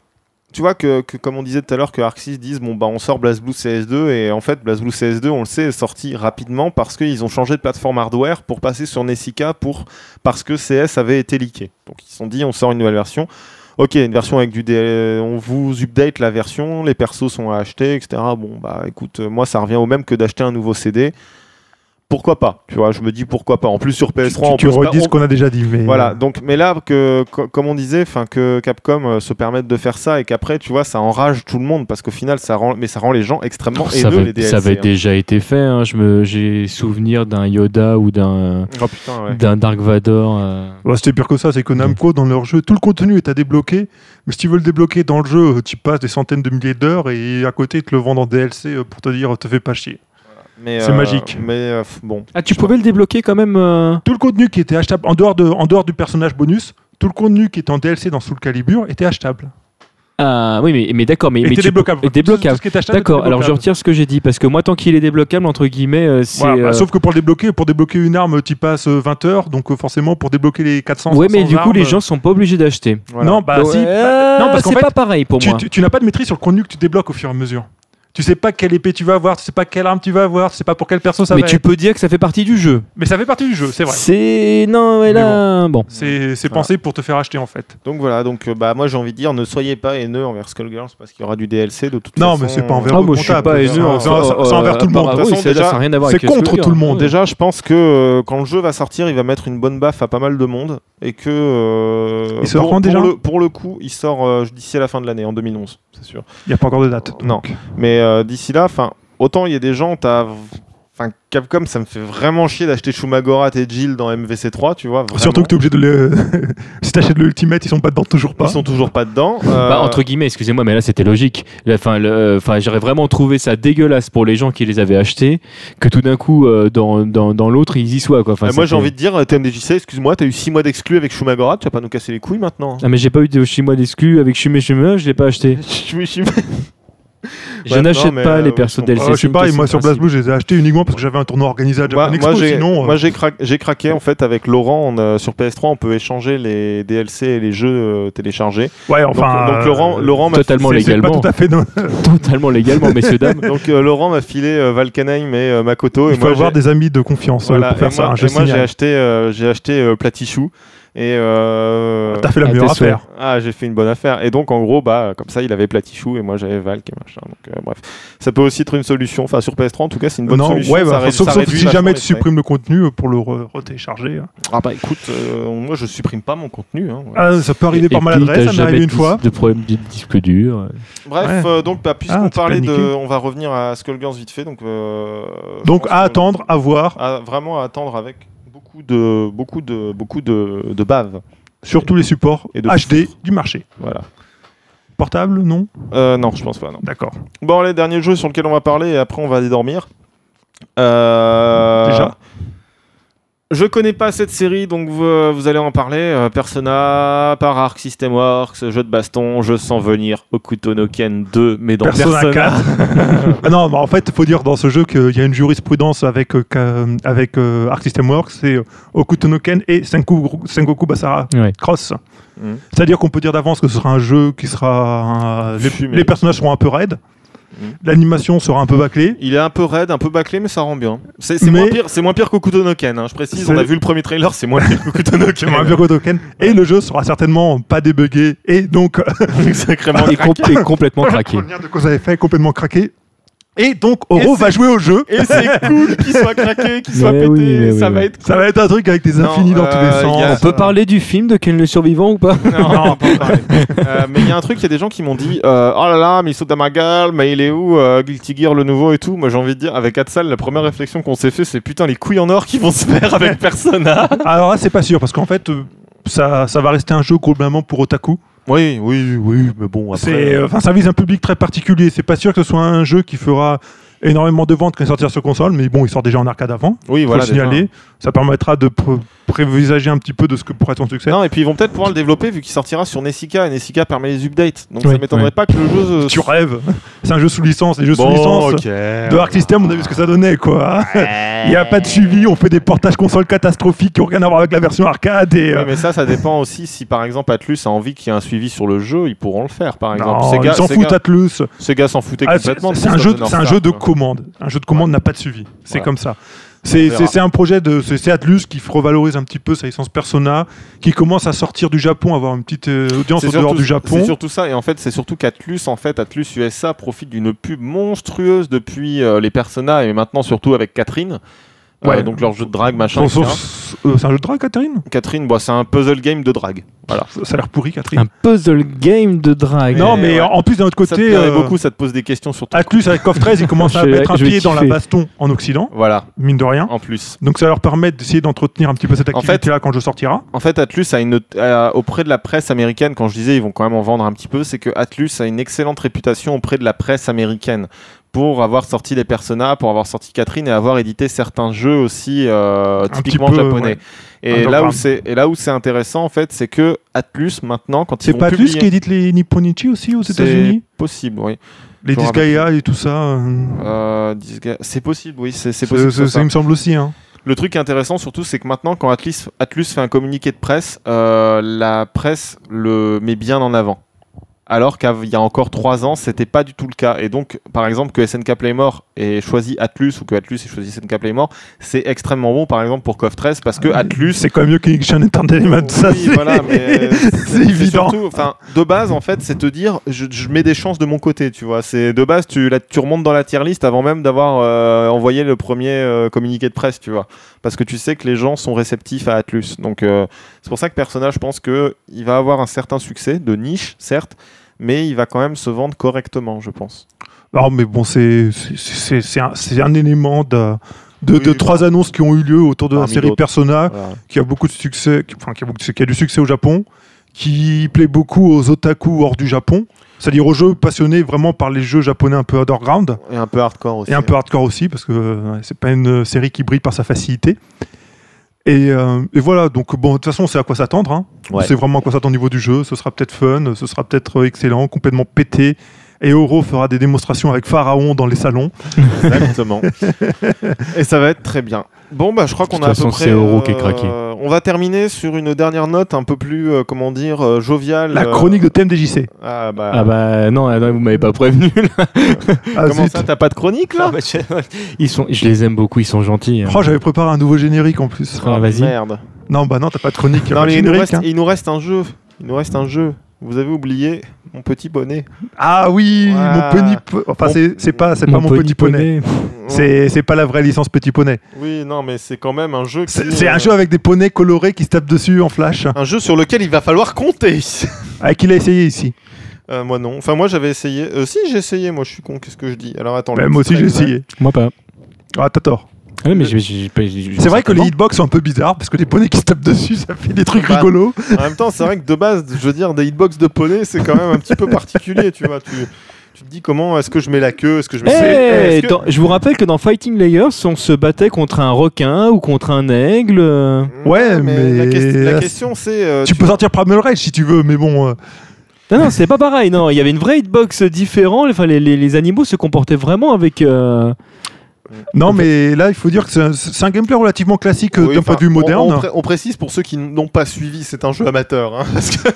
Speaker 1: tu vois que, que comme on disait tout à l'heure, que Arxis disent bon bah on sort BlazBlue CS2 et en fait BlazBlue CS2, on le sait, est sorti rapidement parce qu'ils ont changé de plateforme hardware pour passer sur Nessica pour parce que CS avait été leaké. Donc ils se sont dit on sort une nouvelle version. Ok, une version avec du DL, on vous update la version, les persos sont à acheter, etc. Bon bah écoute, euh, moi ça revient au même que d'acheter un nouveau CD. Pourquoi pas Tu vois, je me dis pourquoi pas. En plus sur PS3, on
Speaker 2: tu, tu
Speaker 1: peut se pas-
Speaker 2: redis ce
Speaker 1: on-
Speaker 2: qu'on a déjà dit. Mais...
Speaker 1: voilà, donc, mais là, que, co- comme on disait, enfin que Capcom euh, se permette de faire ça et qu'après, tu vois, ça enrage tout le monde parce qu'au final, ça rend, mais ça rend les gens extrêmement
Speaker 4: ça,
Speaker 1: haineux, les
Speaker 4: avait,
Speaker 1: DLC.
Speaker 4: ça avait
Speaker 1: hein.
Speaker 4: déjà été fait. hein. Je me, j'ai souvenir d'un Yoda ou d'un
Speaker 1: Oh putain,
Speaker 2: Mm.
Speaker 1: ouais.
Speaker 4: d'un Dark Vador. euh.
Speaker 2: Ouais, C'était pire que ça, c'est que Namco, dans leur jeu, tout le contenu est à débloquer. Mais si tu veux le débloquer dans le jeu, euh, tu passes des centaines de milliers d'heures et à côté, ils te le vendent en DLC euh, pour te dire te fais pas chier.
Speaker 1: Mais,
Speaker 2: c'est magique.
Speaker 1: Mais euh, f- bon,
Speaker 4: Ah, tu pouvais le débloquer quand même. euh,
Speaker 2: Tout le contenu qui était achetable, en dehors, de, en dehors du personnage bonus, tout le contenu qui était en DLC dans Soul Calibur était achetable.
Speaker 4: Ah, oui, mais, mais d'accord, mais,
Speaker 2: Et
Speaker 4: mais
Speaker 2: t'es
Speaker 4: tu-
Speaker 2: débloquable. hein.
Speaker 4: et débloquable.
Speaker 2: Tout ce qui est achetable est
Speaker 4: D'accord, alors je
Speaker 2: débloquable.
Speaker 4: retire ce que j'ai dit parce que moi, tant qu'il est débloquable, entre guillemets, euh, c'est.
Speaker 2: Voilà, bah,
Speaker 4: euh,
Speaker 2: Sauf que pour le débloquer, pour débloquer une arme, tu passes euh, 20 heures, donc euh, forcément pour débloquer les 400.
Speaker 4: ouais, mais
Speaker 2: 500
Speaker 4: du coup, les
Speaker 2: armes, euh,
Speaker 4: gens sont pas obligés d'acheter.
Speaker 1: Voilà.
Speaker 2: Non, bah
Speaker 4: Donc,
Speaker 2: si.
Speaker 4: euh,
Speaker 2: non, parce qu'en
Speaker 4: c'est
Speaker 2: fait,
Speaker 4: pas pareil pour
Speaker 2: tu,
Speaker 4: moi.
Speaker 2: tu- tu n'as pas de maîtrise sur le contenu que tu débloques au fur et à mesure. Tu sais pas quelle épée tu vas avoir, tu sais pas quelle arme tu vas avoir, tu sais pas pour quelle perso ça
Speaker 4: mais
Speaker 2: va
Speaker 4: tu
Speaker 2: être.
Speaker 4: peux dire que ça fait partie du jeu.
Speaker 2: Mais ça fait partie du jeu, c'est vrai.
Speaker 4: C'est. Non, mais
Speaker 2: Mais
Speaker 4: là. Bon.
Speaker 2: C'est c'est pensé pour te faire acheter en fait.
Speaker 1: Donc voilà, donc euh, bah moi j'ai envie de dire ne soyez pas haineux envers Skullgirls parce qu'il y aura du DLC de toute
Speaker 2: Non,
Speaker 1: façon.
Speaker 2: mais c'est pas envers
Speaker 1: euh,
Speaker 2: Ah, moi, je suis pas haineux,
Speaker 1: envers-
Speaker 2: c'est envers tout le monde.
Speaker 1: De toute
Speaker 4: Euh, bah, oui,
Speaker 1: façon,
Speaker 4: c'est- là,
Speaker 1: déjà,
Speaker 4: ça n'a rien à voir
Speaker 2: c'est
Speaker 4: avec ce que
Speaker 2: contre
Speaker 4: je veux
Speaker 2: tout le
Speaker 4: dire.
Speaker 2: monde,
Speaker 1: Déjà, je pense que euh, quand le jeu va sortir, il va mettre une bonne baffe à pas mal de monde et que euh,
Speaker 2: Il sort
Speaker 1: pour,
Speaker 2: quand, déjà
Speaker 1: pour le, pour le coup, il sort euh, d'ici à la fin de l'année en 2011, c'est sûr.
Speaker 2: Il n'y a pas encore de date.
Speaker 1: Non.
Speaker 2: donc.
Speaker 1: Mais euh, d'ici là, enfin, autant il y a des gens, t'as. Enfin, Capcom, ça me fait vraiment chier d'acheter Shumagorat et Jill dans MVC3, tu vois. vraiment.
Speaker 2: Surtout que tu es obligé de le. si t'achètes le Ultimate, ils sont pas dedans, toujours pas.
Speaker 1: Ils sont toujours pas dedans. euh,
Speaker 4: Bah, entre guillemets, excusez-moi, mais là c'était logique. La fin, le- euh, enfin, j'aurais vraiment trouvé ça dégueulasse pour les gens qui les avaient achetés, que tout d'un coup, euh, dans, dans, dans l'autre, ils y soient. Quoi. Enfin,
Speaker 2: Bah,
Speaker 1: Euh, moi j'ai
Speaker 4: c'était-
Speaker 1: envie de dire, euh, TMDJC, excuse-moi, t'as eu 6 mois d'exclus avec Shumagorat, tu vas pas nous casser les couilles maintenant.
Speaker 4: Ah, mais j'ai pas eu de chez moi d'exclus avec Chumé Chumé, je l'ai pas acheté.
Speaker 1: Je suis-
Speaker 4: Je
Speaker 1: Ouais,
Speaker 4: n'achète
Speaker 1: non, mais,
Speaker 4: pas
Speaker 1: euh,
Speaker 4: les
Speaker 1: oui,
Speaker 4: persos
Speaker 1: je comprends.
Speaker 4: DLC.
Speaker 2: Ah ouais, je sais
Speaker 4: c'est
Speaker 2: pas,
Speaker 4: une
Speaker 2: moi sur
Speaker 4: question de
Speaker 2: BlazBlue, je les ai achetés uniquement parce que j'avais un tournoi organisé à Japan
Speaker 1: Moi, moi,
Speaker 2: Expo,
Speaker 1: j'ai-
Speaker 2: sinon. euh,
Speaker 1: moi, j'ai cra- j'ai craqué en fait avec Laurent on, euh, sur PS3 on peut échanger les DLC et les jeux euh, téléchargés
Speaker 2: ouais,
Speaker 1: donc,
Speaker 2: enfin.
Speaker 1: donc Laurent
Speaker 2: euh,
Speaker 1: Laurent m'a
Speaker 4: Totalement
Speaker 2: c'est-
Speaker 1: filé-
Speaker 2: c'est
Speaker 4: légalement.
Speaker 2: pas tout à fait. non.
Speaker 4: Totalement légalement, messieurs, dames.
Speaker 1: donc euh, Laurent m'a filé euh, Valkenheim et euh, Makoto et
Speaker 2: Il faut
Speaker 1: moi
Speaker 2: avoir
Speaker 1: j'ai-
Speaker 2: des amis de confiance euh,
Speaker 1: voilà,
Speaker 2: pour
Speaker 1: et
Speaker 2: faire ça.
Speaker 1: moi,
Speaker 2: hein, je
Speaker 1: et moi, j'ai
Speaker 2: signale.
Speaker 1: acheté euh, j'ai acheté euh, Platichou et euh,
Speaker 2: T'as fait la
Speaker 4: à
Speaker 2: meilleure
Speaker 4: tes souhaits.
Speaker 2: affaire.
Speaker 1: ah j'ai fait une bonne affaire et donc en gros bah comme ça il avait Platichou et moi j'avais Valk et machin donc euh, bref ça peut aussi être une solution enfin sur PS3 en tout cas c'est une bonne
Speaker 2: non,
Speaker 1: solution
Speaker 2: ouais,
Speaker 1: ça
Speaker 2: bah,
Speaker 1: ré-
Speaker 2: sauf,
Speaker 1: ça
Speaker 2: sauf
Speaker 1: réduit
Speaker 2: si jamais
Speaker 1: vachement
Speaker 2: tu
Speaker 1: les frais.
Speaker 2: supprimes le contenu euh, pour le re- retélécharger. hein.
Speaker 1: ah bah écoute euh, moi je supprime pas mon contenu hein, voilà.
Speaker 2: Ah, ça peut arriver par
Speaker 4: Et puis, t'as
Speaker 2: maladresse, ça m'est
Speaker 4: jamais
Speaker 2: arrivé une
Speaker 4: de-
Speaker 2: fois.
Speaker 4: De problème de disque dur.
Speaker 1: Bref,
Speaker 2: Ouais.
Speaker 1: euh, donc bah, puisqu'on
Speaker 2: Ah, tu
Speaker 1: parlait de,
Speaker 2: paniquais.
Speaker 1: on va revenir à Skullgirls vite fait, donc. euh, je
Speaker 2: Donc
Speaker 1: pense
Speaker 2: à
Speaker 1: qu'on-
Speaker 2: attendre, à voir,
Speaker 1: à- vraiment à attendre avec beaucoup de, beaucoup de, beaucoup de, de bave,
Speaker 2: sur tous les supports
Speaker 1: Et de
Speaker 2: HD du marché.
Speaker 1: voilà.
Speaker 2: Portable, non
Speaker 1: Euh, non, je pense pas. Non.
Speaker 2: D'accord.
Speaker 1: Bon, les derniers jeux sur lesquels on va parler et après on va aller dormir. Euh,
Speaker 2: Déjà
Speaker 1: Je connais pas cette série, donc vous, vous allez en parler. Euh, Persona, par Arc System Works, jeu de baston, je sens venir Okuto no Ken 2, mais dans
Speaker 2: Persona
Speaker 1: Persona.
Speaker 2: 4. Ah non, bah, en fait, il faut dire dans ce jeu qu'il y a une jurisprudence avec, euh, Ka- avec euh, Arc System Works, c'est euh, Hokuto no Ken et Senku- Sengoku Basara
Speaker 4: Ouais.
Speaker 2: Cross.
Speaker 1: Mhm.
Speaker 2: C'est-à-dire qu'on peut dire d'avance que ce sera un jeu qui sera. un- les,
Speaker 1: Fumé.
Speaker 2: les personnages seront un peu raides,
Speaker 1: Mhm.
Speaker 2: l'animation sera un peu bâclée.
Speaker 1: Il est un peu raide, un peu bâclé, mais ça rend bien. C'est c'est
Speaker 2: Mais-
Speaker 1: moins pire, c'est moins pire qu'Okuto no Ken, hein, je précise.
Speaker 2: C'est-
Speaker 1: On a vu le premier trailer, c'est moins pire qu'Okuto no
Speaker 2: qui aura un
Speaker 1: Ken.
Speaker 2: bureau token, et le jeu sera certainement pas débugué et donc
Speaker 1: Sacrément
Speaker 4: Et, com- et complètement craqué.
Speaker 2: le lien de cause à effet est complètement craqué et donc Oro
Speaker 1: Et
Speaker 2: va jouer au jeu
Speaker 1: Et c'est cool qu'il soit craqué, qu'il soit
Speaker 4: Mais
Speaker 1: pété,
Speaker 4: oui, mais
Speaker 1: ça
Speaker 4: oui,
Speaker 1: va
Speaker 4: oui.
Speaker 1: être
Speaker 2: ça va être un truc avec des
Speaker 1: Non,
Speaker 2: infinis dans
Speaker 1: euh,
Speaker 2: tous les
Speaker 1: il y a-
Speaker 2: sens
Speaker 4: On peut parler du film de Ken le survivant ou pas
Speaker 1: Non, on peut pas parler. Euh, mais il y a un truc, il y a des gens qui m'ont dit euh, Oh là là, mais il saute à ma gueule, mais il est où euh, Guilty Gear le nouveau et tout. Moi j'ai envie de dire, avec Hatsal, la première réflexion qu'on s'est fait, c'est putain, les couilles en or qui vont se faire avec Persona.
Speaker 2: alors là c'est pas sûr parce qu'en fait euh, ça, ça va rester un jeu globalement pour otaku.
Speaker 1: Oui, oui, oui, mais bon,
Speaker 2: C'est, euh, enfin, ça vise un public très particulier. C'est pas sûr que ce soit un jeu qui fera énormément de ventes quand il sortira sur console, mais bon, il sort déjà en arcade avant.
Speaker 1: oui,
Speaker 2: Faut
Speaker 1: voilà.
Speaker 2: le signaler. Ça permettra de pré- prévisager un petit peu de ce que pourrait être son succès.
Speaker 1: Non, et puis ils vont peut-être pouvoir le développer vu qu'il sortira sur Nessica et Nessica permet les updates. Donc
Speaker 2: Oui,
Speaker 1: ça m'étonnerait pas que le jeu. euh,
Speaker 2: Tu rêves. C'est un jeu sous licence. Les jeux sous licence de Arc System, on a vu ce que ça donnait, quoi. Il n'y a pas de suivi. On fait des portages consoles catastrophiques qui n'ont rien à voir avec la version arcade. Et,
Speaker 1: Oui,
Speaker 2: euh,
Speaker 1: mais ça, ça dépend aussi si par exemple Atlus a envie qu'il y ait un suivi sur le jeu, ils pourront le faire par exemple.
Speaker 2: non,
Speaker 1: Sega,
Speaker 2: ils s'en
Speaker 1: Sega-
Speaker 2: foutent Atlus.
Speaker 1: Sega s'en foutait
Speaker 2: Ah, c'est
Speaker 1: complètement.
Speaker 2: c'est un,
Speaker 1: Ghost
Speaker 2: jeu,
Speaker 1: of the
Speaker 2: c'est un
Speaker 1: North
Speaker 2: jeu de
Speaker 1: Star, quoi.
Speaker 2: commande. Un jeu de commande n'a pas de suivi. C'est
Speaker 1: Voilà.
Speaker 2: comme ça. C'est
Speaker 1: verra.
Speaker 2: c'est- c'est un projet de. C'est c'est Atlus qui revalorise un petit peu sa licence Persona, qui commence à sortir du Japon, avoir une petite euh, audience
Speaker 1: C'est
Speaker 2: en dehors
Speaker 1: surtout,
Speaker 2: du Japon.
Speaker 1: c'est surtout ça, et en fait, c'est surtout qu'Atlus, en fait, Atlus USA profite d'une pub monstrueuse depuis euh, les Persona et maintenant surtout avec Catherine. Euh,
Speaker 2: Ouais.
Speaker 1: donc leur jeu de drague, machin.
Speaker 2: Sans- sans-
Speaker 1: etc.
Speaker 2: euh, C'est un jeu de drague, Catherine
Speaker 1: Catherine, bon, c'est un puzzle game de drague. Voilà.
Speaker 2: Ça ça a l'air pourri, Catherine.
Speaker 4: Un puzzle game de drague.
Speaker 2: non,
Speaker 1: mais
Speaker 2: mais
Speaker 1: ouais.
Speaker 2: en en plus, d'un autre
Speaker 1: ça
Speaker 2: côté.
Speaker 1: te plairait
Speaker 2: euh,
Speaker 1: beaucoup, ça te pose des questions sur ton.
Speaker 2: Atlus avec CoF 13, ils commencent à
Speaker 4: Je vais-
Speaker 2: mettre un
Speaker 4: je vais
Speaker 2: pied dans la
Speaker 4: kiffer.
Speaker 2: baston en Occident,
Speaker 1: Voilà,
Speaker 2: mine de rien.
Speaker 1: en plus.
Speaker 2: Donc ça leur permet d'essayer d'entretenir un petit peu cette
Speaker 1: En fait-
Speaker 2: activité-là quand je sortira.
Speaker 1: En fait, Atlus a une a- auprès de la presse américaine, quand je disais ils vont quand même en vendre un petit peu, c'est que Atlus a une excellente réputation auprès de la presse américaine pour avoir sorti les Persona, pour avoir sorti Catherine et avoir édité certains jeux aussi euh,
Speaker 2: petit
Speaker 1: typiquement
Speaker 2: peu,
Speaker 1: japonais. Et là, où c'est, et là où c'est intéressant, en fait, c'est que Atlus, maintenant, quand ils
Speaker 2: C'est
Speaker 1: vont
Speaker 2: pas Atlus
Speaker 1: publier-
Speaker 2: qui édite les Nipponichi aussi aux
Speaker 1: C'est
Speaker 2: États-Unis
Speaker 1: possible, oui.
Speaker 2: Les
Speaker 1: je me
Speaker 2: Disgaea et tout ça. euh,
Speaker 1: Euh, Disga- c'est possible, oui, c'est c'est
Speaker 2: c'est-
Speaker 1: possible.
Speaker 2: c'est-
Speaker 1: ça.
Speaker 2: Ça me semble aussi. hein.
Speaker 1: Le truc intéressant surtout, c'est que maintenant, quand Atlus, Atlus fait un communiqué de presse, euh, la presse le met bien en avant. Alors qu'il y a encore trois ans, c'était pas du tout le cas. Et donc, par exemple, que SNK Playmore ait choisi Atlus ou que Atlus ait choisi SNK Playmore, c'est extrêmement bon, par exemple, pour KOF 13, parce
Speaker 2: Ah,
Speaker 1: que Atlus.
Speaker 2: C'est quand même mieux qu'Action Entertainment. Ça,
Speaker 1: Oui,
Speaker 2: c'est-
Speaker 1: voilà, mais euh,
Speaker 2: c'est évident.
Speaker 1: surtout, enfin, de base, en fait, c'est te dire, je, je mets des chances de mon côté, tu vois. C'est de base, tu, la- tu remontes dans la tier list avant même d'avoir euh, envoyé le premier euh, communiqué de presse, tu vois, parce que tu sais que les gens sont réceptifs à Atlus. Donc, euh, c'est pour ça que personnage, je pense que il va avoir un certain succès de niche, certes, mais il va quand même se vendre correctement, je pense.
Speaker 2: Non, mais bon, c'est c'est- c'est- c'est un, c'est un élément de, de, de
Speaker 1: Oui,
Speaker 2: trois annonces qui ont eu lieu autour de la
Speaker 1: Parmi
Speaker 2: série
Speaker 1: d'autres.
Speaker 2: Persona,
Speaker 1: Voilà.
Speaker 2: qui a beaucoup de succès, qui, enfin, qui a beaucoup de succès- qui a du succès au Japon, qui plaît beaucoup aux otaku hors du Japon, c'est-à-dire aux jeux passionnés vraiment par les jeux japonais un peu underground
Speaker 1: Et un peu hardcore aussi. hein.
Speaker 2: et un peu hardcore aussi, parce que euh, ouais, c'est pas une série qui brille par sa facilité. Et, euh, et voilà, donc bon, de toute façon, c'est à quoi s'attendre. hein.
Speaker 5: Ouais.
Speaker 2: C'est vraiment à quoi s'attendre au niveau du jeu. Ce sera peut-être fun, ce sera peut-être euh, excellent, complètement pété. Et Oro fera des démonstrations avec Pharaon dans les salons.
Speaker 1: Exactement. Et ça va être très bien. Bon, bah, je crois
Speaker 3: De toute
Speaker 1: qu'on a à peu
Speaker 3: façon,
Speaker 1: près.
Speaker 3: c'est Euro qui est craqué.
Speaker 1: On va terminer sur une dernière note un peu plus, euh, comment dire, euh, joviale.
Speaker 2: La
Speaker 1: euh,
Speaker 2: chronique de TMDJC.
Speaker 1: Ah bah.
Speaker 4: Ah bah non, ah non, vous m'avez pas prévenu. là.
Speaker 2: Ah,
Speaker 1: Comment
Speaker 2: zut.
Speaker 1: ça, t'as pas de chronique là
Speaker 4: Ils sont, je les aime beaucoup, ils sont gentils. hein.
Speaker 2: Oh, j'avais préparé un nouveau générique en plus.
Speaker 4: Ah, vas-y.
Speaker 1: Merde.
Speaker 2: Non, bah non, t'as pas de chronique.
Speaker 1: Non,
Speaker 2: pas de
Speaker 1: mais il nous,
Speaker 2: générique,
Speaker 1: reste,
Speaker 2: hein.
Speaker 1: il nous reste un jeu. Il nous reste un jeu. Vous avez oublié mon petit bonnet.
Speaker 2: Ah oui,
Speaker 1: Ouais.
Speaker 2: mon petit. po- Enfin,
Speaker 1: Mon-
Speaker 2: c'est c'est pas, c'est pas mon petit poney. C'est c'est pas la vraie licence petit poney.
Speaker 1: Oui, non, mais c'est quand même un jeu. qui,
Speaker 2: C'est c'est
Speaker 1: euh,
Speaker 2: un jeu avec des poneys colorés qui se tapent dessus en flash.
Speaker 1: Un jeu sur lequel il va falloir compter.
Speaker 2: Ah, qu'il a essayé ici.
Speaker 1: Euh, moi non. Enfin, moi j'avais essayé. Euh, si j'ai essayé, moi je suis con. Qu'est-ce que je dis Alors attends.
Speaker 2: Bah,
Speaker 1: le
Speaker 2: moi aussi, j'ai
Speaker 1: extrait exact.
Speaker 2: essayé.
Speaker 4: Moi pas.
Speaker 2: Ah, t'as tort.
Speaker 4: Ah non, mais j'ai- j'ai- j'ai pas- j'ai-
Speaker 2: C'est vrai que les
Speaker 4: simplement.
Speaker 2: hitbox sont un peu bizarres parce que les poneys qui se tapent dessus, ça fait des trucs
Speaker 1: Bah,
Speaker 2: rigolos.
Speaker 1: En même temps, c'est vrai que de base, je veux dire, des hitbox de poney, c'est quand même un petit peu particulier, tu vois. Tu, tu te dis comment est-ce que je mets la queue, est-ce que je mets.
Speaker 4: Eh,
Speaker 1: est-ce que-
Speaker 4: dans- je vous rappelle que dans Fighting Layers, on se battait contre un requin ou contre un aigle. euh.
Speaker 2: Ouais,
Speaker 1: La,
Speaker 2: mais-
Speaker 1: ques- la question, c'est. euh,
Speaker 2: Tu peux sortir Primal Rage si tu veux, mais bon. euh,
Speaker 4: Non, non, c'est pas pareil. Non, il y avait une vraie hitbox différente. Enfin, les, les- les animaux se comportaient vraiment avec. euh,
Speaker 2: Non, mais là, il faut dire que c'est un, c'est un gameplay relativement classique euh,
Speaker 1: oui,
Speaker 2: d'un
Speaker 1: enfin,
Speaker 2: point de vue
Speaker 1: on- On,
Speaker 2: moderne.
Speaker 1: pré- on précise pour ceux qui n'ont pas suivi, c'est un jeu amateur. hein, parce que-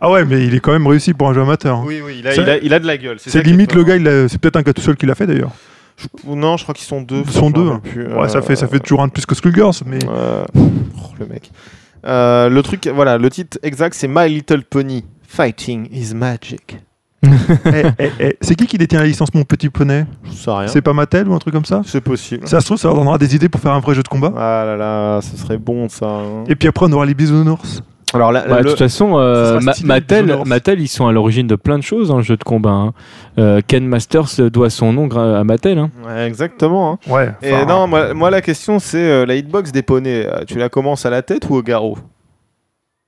Speaker 2: Ah ouais, mais il est quand même réussi pour un jeu amateur. hein.
Speaker 1: Oui, oui, il a,
Speaker 2: C'est-
Speaker 1: il a- il a de la gueule. ça
Speaker 2: C'est
Speaker 1: qui est
Speaker 2: limite le
Speaker 1: étonnant.
Speaker 2: gars, il a- c'est peut-être un gars tout seul qui l'a fait d'ailleurs.
Speaker 1: Je- Non, je crois qu'ils sont deux.
Speaker 2: Ils
Speaker 1: je
Speaker 2: sont
Speaker 1: me
Speaker 2: deux, hein.
Speaker 1: rappelle plus,
Speaker 2: Ouais, ça
Speaker 1: euh,
Speaker 2: fait, ça fait toujours un de plus que Skullgirls, mais
Speaker 1: Euh, oh, le mec. Euh, le truc, voilà, le titre exact, c'est My Little Pony. Fighting is magic.
Speaker 2: Eh, eh, eh, c'est qui qui détient la licence Mon Petit Poney
Speaker 1: Je sais rien.
Speaker 2: C'est pas Mattel ou un truc comme ça
Speaker 1: C'est possible.
Speaker 2: Ça se trouve, ça leur donnera des idées pour faire un vrai jeu de combat.
Speaker 1: Ah là là, ce serait bon ça. hein.
Speaker 2: Et puis après, on aura les bisounours.
Speaker 1: Alors là,
Speaker 4: bah,
Speaker 1: le-
Speaker 4: De toute façon, euh,
Speaker 2: ça sera
Speaker 4: Ma-
Speaker 2: stylé,
Speaker 4: Mattel,
Speaker 2: Dishonored.
Speaker 4: Mattel, ils sont à l'origine de plein de choses dans le jeu de combat. hein. Euh, Ken Masters doit son nom gra- à Mattel. hein.
Speaker 1: Ouais, exactement. hein.
Speaker 2: Ouais.
Speaker 1: Et
Speaker 2: enfin,
Speaker 1: non, moi, moi, la question c'est euh, la hitbox des poneys, euh, tu la commences à la tête ou au garrot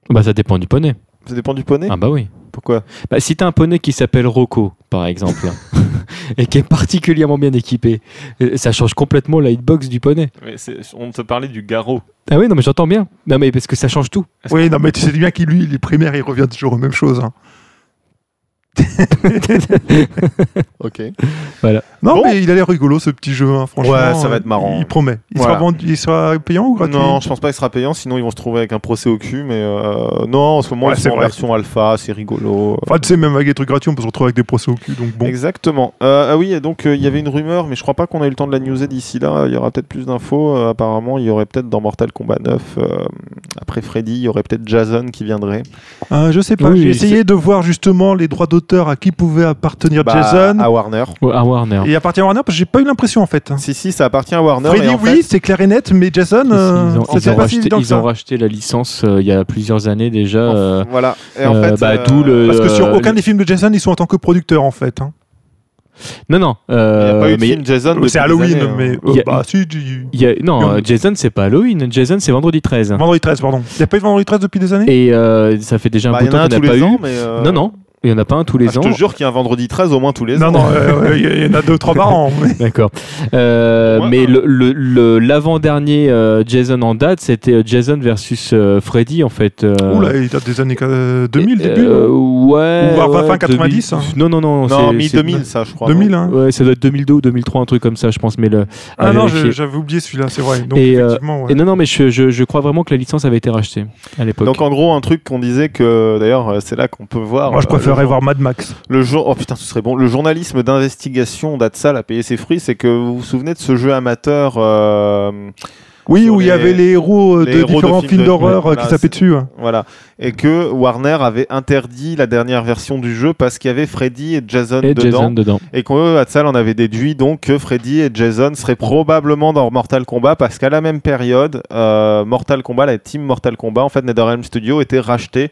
Speaker 4: Bah, ça dépend du poney.
Speaker 1: Ça dépend du poney
Speaker 4: Ah bah oui.
Speaker 1: Pourquoi
Speaker 4: Bah, si t'as un poney qui s'appelle Rocco, par exemple, hein, et qui est particulièrement bien équipé, euh, ça change complètement la hitbox du poney.
Speaker 5: on te parlait du garrot.
Speaker 4: Ah oui, non, mais j'entends bien. Non, mais parce que ça change tout.
Speaker 2: Oui, non, mais tu sais bien qu'il, lui, il est primaire, il revient toujours aux mêmes choses. hein.
Speaker 1: Ok.
Speaker 2: Non,
Speaker 1: Bon.
Speaker 2: mais il a l'air rigolo ce petit jeu, hein, franchement.
Speaker 1: Ouais, ça va
Speaker 2: euh,
Speaker 1: être marrant.
Speaker 2: Il promet. Il,
Speaker 1: Voilà.
Speaker 2: sera vendu- il sera payant ou gratuit
Speaker 1: Non, je pense pas qu'il sera payant, sinon ils vont se trouver avec un procès au cul, mais euh, non, en ce moment
Speaker 2: Ouais,
Speaker 1: ils
Speaker 2: c'est
Speaker 1: sont en
Speaker 2: vrai.
Speaker 1: version alpha, c'est rigolo. euh,
Speaker 2: Enfin, tu sais, même avec des trucs gratuits, on peut se retrouver avec des procès au cul, donc bon.
Speaker 1: Exactement. Euh, ah oui, et donc euh, il y avait une rumeur, mais je crois pas qu'on a eu le temps de la newser d'ici là. Il y aura peut-être plus d'infos. Euh, apparemment, il y aurait peut-être dans Mortal Kombat 9, euh, après Freddy, il y aurait peut-être Jason qui viendrait.
Speaker 2: Euh, je sais pas,
Speaker 4: Oui,
Speaker 2: j'ai
Speaker 4: c'est-
Speaker 2: essayé de voir justement les droits d'auteur à qui pouvait appartenir
Speaker 1: Bah,
Speaker 2: Jason.
Speaker 1: À Warner.
Speaker 4: Ouais, À Warner.
Speaker 2: Et appartient à Warner, parce que j'ai pas eu l'impression en fait. hein.
Speaker 1: Si, si, ça appartient à Warner.
Speaker 2: Freddy,
Speaker 1: et en
Speaker 2: oui,
Speaker 1: fait-
Speaker 2: c'est clair et net, mais Jason, euh,
Speaker 4: ils ont, ils
Speaker 2: c'était
Speaker 4: ont
Speaker 2: pas si
Speaker 4: racheté,
Speaker 2: évident que
Speaker 4: ils ont
Speaker 2: ça.
Speaker 4: racheté la licence euh, il y a plusieurs années déjà.
Speaker 1: Enf-
Speaker 4: euh,
Speaker 1: voilà. Et en
Speaker 4: euh,
Speaker 1: fait,
Speaker 4: bah,
Speaker 1: euh,
Speaker 4: d'où le-
Speaker 2: Parce que sur
Speaker 4: euh,
Speaker 2: aucun
Speaker 4: le-
Speaker 2: des films de Jason, ils sont en tant que producteurs en fait. hein.
Speaker 4: Non, non.
Speaker 1: il n'y a
Speaker 4: euh,
Speaker 1: pas eu de
Speaker 4: mais
Speaker 1: film Jason. depuis des
Speaker 2: C'est Halloween,
Speaker 1: années, hein.
Speaker 2: mais.
Speaker 4: Il y
Speaker 2: euh,
Speaker 4: a-
Speaker 2: bah, si, du-
Speaker 4: il y a- non, euh, Jason, c'est pas Halloween. Jason, c'est vendredi 13.
Speaker 2: Vendredi 13, pardon. Il n'y a pas eu de Vendredi 13 depuis des années
Speaker 4: Et euh, ça fait déjà un
Speaker 1: Bah,
Speaker 4: bout
Speaker 1: il
Speaker 4: de
Speaker 1: y en a
Speaker 4: temps
Speaker 1: un
Speaker 4: qu'on n'a
Speaker 1: tous
Speaker 4: pas
Speaker 1: les
Speaker 4: eu.
Speaker 1: ans, mais. euh,
Speaker 4: Non, non.
Speaker 3: Il n'y en a pas un tous les
Speaker 1: Ah, je
Speaker 3: ans.
Speaker 1: te jure qu'il y a un vendredi 13 au moins tous les
Speaker 2: Non,
Speaker 1: ans.
Speaker 2: non, euh, il y, il y en a deux, trois par an. mais-
Speaker 3: D'accord. Euh,
Speaker 1: Ouais,
Speaker 3: mais
Speaker 1: ouais.
Speaker 3: le- le- le- l'avant-dernier euh, Jason en date, c'était euh, Jason versus euh, Freddy en fait. euh,
Speaker 2: Oula, il date des années euh, 2000,
Speaker 3: euh,
Speaker 2: début. non
Speaker 3: Ouais.
Speaker 2: Ou à-
Speaker 3: ouais,
Speaker 2: fin 90,
Speaker 3: 2000.
Speaker 2: hein.
Speaker 3: Non, non, non.
Speaker 1: Non,
Speaker 3: c'est- c'est-
Speaker 1: mi-2000, ça, je crois.
Speaker 2: 2000, hein.
Speaker 3: Ouais, ça doit être 2002 ou 2003, un truc comme ça, je pense. Mais le... à
Speaker 2: Ah non,
Speaker 3: vérifier.
Speaker 2: je- j'avais oublié celui-là, c'est vrai. Donc,
Speaker 3: Et, euh,
Speaker 2: effectivement, ouais.
Speaker 3: Et non, non, mais je, je- je crois vraiment que la licence avait été rachetée à l'époque.
Speaker 1: Donc en gros, un truc qu'on disait que d'ailleurs, euh, c'est là qu'on peut voir.
Speaker 2: Moi, je
Speaker 1: euh, le
Speaker 2: préférerais
Speaker 1: jour-
Speaker 2: voir Mad Max.
Speaker 1: Le jour, oh putain, ce serait bon. Le journalisme d'investigation d'Atsal a payé ses fruits. C'est que vous vous souvenez de ce jeu amateur euh,
Speaker 2: Oui,
Speaker 1: Sur
Speaker 2: où il y
Speaker 1: les-
Speaker 2: avait les héros euh,
Speaker 1: les
Speaker 2: de
Speaker 1: héros de
Speaker 2: différents
Speaker 1: films
Speaker 2: films
Speaker 1: de-
Speaker 2: d'horreur euh,
Speaker 1: Voilà,
Speaker 2: qui tapaient
Speaker 1: c'est-
Speaker 2: dessus. hein.
Speaker 1: Voilà. Et que Warner avait interdit la dernière version du jeu parce qu'il y avait Freddy et Jason
Speaker 3: Et
Speaker 1: dedans.
Speaker 3: Jason dedans.
Speaker 1: Et qu'eux, Hatzal en avait déduit donc que Freddy et Jason seraient probablement dans Mortal Kombat parce qu'à la même période, euh, Mortal Kombat, la team Mortal Kombat, en fait, NetherRealm Studio était rachetée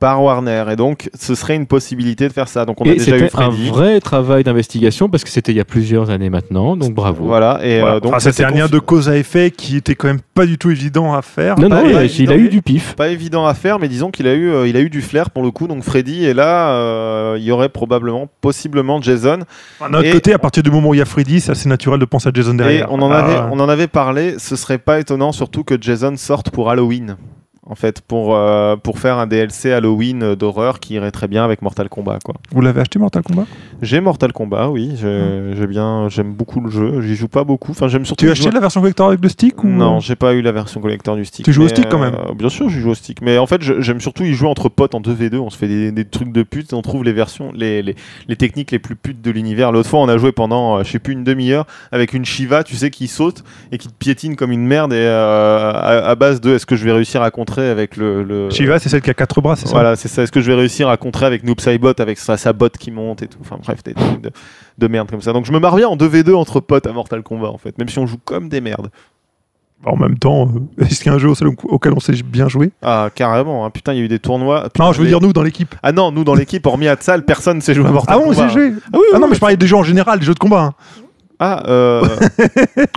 Speaker 1: par Warner. Et donc, ce serait une possibilité de faire ça. Donc, on a
Speaker 3: Et
Speaker 1: déjà eu
Speaker 3: c'était un
Speaker 1: Freddy.
Speaker 3: vrai travail d'investigation parce que c'était il y a plusieurs années maintenant, donc bravo.
Speaker 1: Voilà. Et
Speaker 2: Voilà.
Speaker 1: euh, donc,
Speaker 2: Enfin,
Speaker 1: ça
Speaker 2: c'était un
Speaker 1: s'est
Speaker 2: lien
Speaker 1: confi-
Speaker 2: de cause à effet qui était quand même pas du tout évident à faire.
Speaker 3: Non,
Speaker 1: pas
Speaker 3: non, il a,
Speaker 1: évident,
Speaker 3: il a eu
Speaker 1: Bah, mais-
Speaker 3: du pif.
Speaker 1: Pas évident à faire, mais disons qu'il a eu, euh, il a eu du flair pour le coup. Donc Freddy est là, euh, il y aurait probablement, possiblement Jason.
Speaker 2: Enfin, D'un autre
Speaker 1: Et-
Speaker 2: côté, à partir du moment où il y a Freddy, c'est assez naturel de penser à Jason
Speaker 1: Et
Speaker 2: derrière.
Speaker 1: on en,
Speaker 2: Ah,
Speaker 1: avait, on en avait parlé, ce serait pas étonnant surtout que Jason sorte pour Halloween. En fait, pour, euh, pour faire un DLC Halloween euh, d'horreur qui irait très bien avec Mortal Kombat. quoi.
Speaker 2: Vous l'avez acheté Mortal Kombat
Speaker 1: J'ai Mortal Kombat, oui, j'ai- j'ai bien, j'aime beaucoup le jeu. J'y joue pas beaucoup. Enfin, j'aime surtout.
Speaker 2: Tu as acheté
Speaker 1: jouer-
Speaker 2: la version collector avec le stick ou... euh,
Speaker 1: Non, j'ai pas eu la version collector du stick.
Speaker 2: Tu joues au
Speaker 1: mais,
Speaker 2: stick, quand
Speaker 1: euh,
Speaker 2: même
Speaker 1: Bien sûr, je joue au stick. Mais en fait, je- j'aime surtout y jouer entre potes en 2v2. On se fait des, des trucs de pute. On trouve les versions, les, les, les techniques les plus putes de l'univers. L'autre fois, on a joué pendant, euh, je sais plus, une demi-heure avec une Shiva, tu sais, qui saute et qui te piétine comme une merde. Et euh, à, à base de est-ce que je vais réussir à contrer avec le. le...
Speaker 2: Shiva, c'est celle qui a quatre bras, c'est ça
Speaker 1: Voilà, c'est ça. Est-ce que je vais réussir à contrer avec Noob Saibot, avec sa, sa botte qui monte et tout Enfin bref, des trucs de, de merde comme ça. Donc je me marre bien en 2v2 entre potes à Mortal Kombat en fait, même si on joue comme des merdes.
Speaker 2: En même temps, euh, est-ce qu'il y a un jeu au- auquel on sait bien jouer
Speaker 1: Ah, carrément, hein. putain, il y a eu des tournois. Putain,
Speaker 2: Non, je veux
Speaker 1: des-
Speaker 2: dire nous, dans l'équipe.
Speaker 1: Ah non, nous dans l'équipe, hormis Hatsal, personne ne s'est joué à Mortal
Speaker 2: Ah bon, on
Speaker 1: Kombat.
Speaker 2: sait jouer
Speaker 1: Ah oui,
Speaker 2: Ah non,
Speaker 1: oui,
Speaker 2: mais je parlais des jeux en général, des jeux de combat. hein.
Speaker 1: Ah, euh,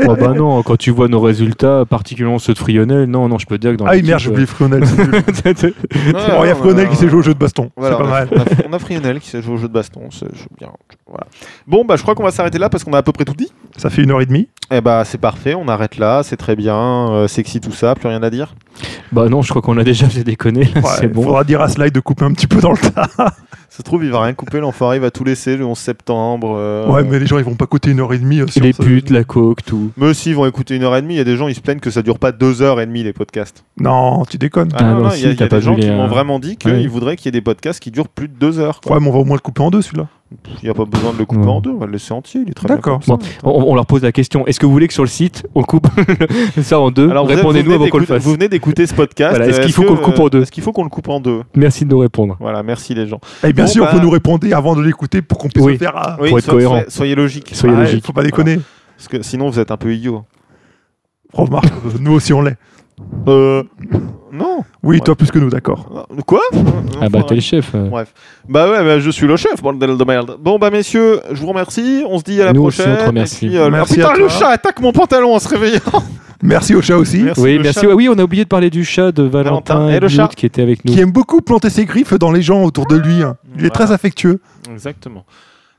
Speaker 3: Oh bah non, quand tu vois nos résultats, particulièrement ceux de Frionel, non, non, je peux te dire que dans
Speaker 2: Ah oui,
Speaker 3: l'équipe,
Speaker 2: merde, j'ai
Speaker 3: euh,
Speaker 2: oublié Frionel.
Speaker 1: ouais,
Speaker 2: Bon, il y a
Speaker 1: non,
Speaker 2: Frionel
Speaker 1: non,
Speaker 2: qui s'est
Speaker 1: non.
Speaker 2: joué au jeu de baston.
Speaker 1: Voilà,
Speaker 2: c'est
Speaker 1: on
Speaker 2: pas
Speaker 1: a,
Speaker 2: mal.
Speaker 1: on a- on a Frionel qui s'est joué au jeu de baston. c'est- je- bien, je- voilà. Bon, bah je crois qu'on va s'arrêter là parce qu'on a à peu près tout dit.
Speaker 2: Ça fait une heure et demie.
Speaker 1: Eh bah c'est parfait, on arrête là, c'est très bien, euh, sexy tout ça, plus rien à dire.
Speaker 3: Bah non, je crois qu'on a déjà fait déconner, là, c'est
Speaker 2: Ouais,
Speaker 3: bon.
Speaker 2: Faudra dire à Slide de couper un petit peu dans le tas.
Speaker 1: Ça se trouve, il va rien couper, l'enfoiré, il va tout laisser le 11 septembre. euh,
Speaker 2: Ouais, mais les gens, ils vont pas coûter une heure et demie. euh, sur
Speaker 3: Les
Speaker 2: ce-
Speaker 3: putes, la coke, tout.
Speaker 1: Mais aussi, ils vont écouter une heure et demie. Il y a des gens, ils se plaignent que ça dure pas deux heures et demie les podcasts.
Speaker 2: Non, tu déconnes.
Speaker 1: Ah,
Speaker 3: Ah
Speaker 1: non,
Speaker 3: non,
Speaker 1: non, il
Speaker 3: si,
Speaker 1: y a, il y a
Speaker 3: t'as pas
Speaker 1: des
Speaker 3: vu
Speaker 1: gens
Speaker 3: les,
Speaker 1: qui m'ont
Speaker 3: euh,
Speaker 1: vraiment dit qu'ils
Speaker 3: ouais.
Speaker 1: voudraient qu'il y ait des podcasts qui durent plus de deux heures. quoi.
Speaker 2: Ouais, mais on va au moins le couper en deux, celui-là.
Speaker 1: Il n'y a pas besoin de le couper
Speaker 3: Ouais.
Speaker 1: en deux, on va le laisser entier, il est très bien.
Speaker 2: D'accord.
Speaker 1: comme ça.
Speaker 3: On, on leur pose la question, est-ce que vous voulez que sur le site, on coupe ça en deux
Speaker 1: Alors, vous-
Speaker 3: Répondez-nous
Speaker 1: vous venez
Speaker 3: avant qu'on le
Speaker 1: d'écouter-
Speaker 3: fasse.
Speaker 1: Vous venez d'écouter ce podcast. euh,
Speaker 3: Voilà, est-ce qu'il faut qu'on le coupe en deux
Speaker 1: Est-ce qu'il faut qu'on le coupe en deux
Speaker 3: Merci de nous répondre.
Speaker 1: Voilà, merci les gens.
Speaker 2: Et bien
Speaker 1: Bon,
Speaker 2: sûr,
Speaker 1: bah-
Speaker 2: faut nous répondre avant de l'écouter pour qu'on puisse
Speaker 3: Oui.
Speaker 2: le faire. ah,
Speaker 1: Oui,
Speaker 3: être cohérent.
Speaker 1: soyez logique.
Speaker 3: Soyez
Speaker 2: ouais,
Speaker 3: logique.
Speaker 2: Faut pas déconner.
Speaker 1: Parce que sinon, vous êtes un peu idiot.
Speaker 2: Remarque, euh, nous aussi on l'est.
Speaker 1: Euh. Non.
Speaker 2: Oui,
Speaker 1: Ouais.
Speaker 2: toi plus que nous, d'accord.
Speaker 1: Quoi
Speaker 3: Ah
Speaker 1: hein.
Speaker 3: bah t'es le chef. euh.
Speaker 1: Bah ouais, bah je suis le chef, bordel de merde. Bon bah messieurs, je vous remercie, on se dit à la
Speaker 3: Nous aussi,
Speaker 1: prochaine.
Speaker 3: on te
Speaker 1: et
Speaker 3: remercie.
Speaker 1: puis, euh, le-
Speaker 2: Merci
Speaker 1: Ah, putain,
Speaker 2: à
Speaker 1: le
Speaker 2: toi.
Speaker 1: chat attaque mon pantalon en se réveillant.
Speaker 2: Merci au chat aussi,
Speaker 3: Oui,
Speaker 1: le
Speaker 3: merci.
Speaker 1: chat.
Speaker 3: Ouais, oui, on a oublié de parler du chat de Valentin,
Speaker 1: Valentin et le
Speaker 3: Edmund
Speaker 1: chat.
Speaker 3: qui était avec nous.
Speaker 2: qui aime beaucoup planter ses griffes dans les gens autour de lui. hein. Il est
Speaker 1: Voilà.
Speaker 2: très affectueux.
Speaker 1: Exactement.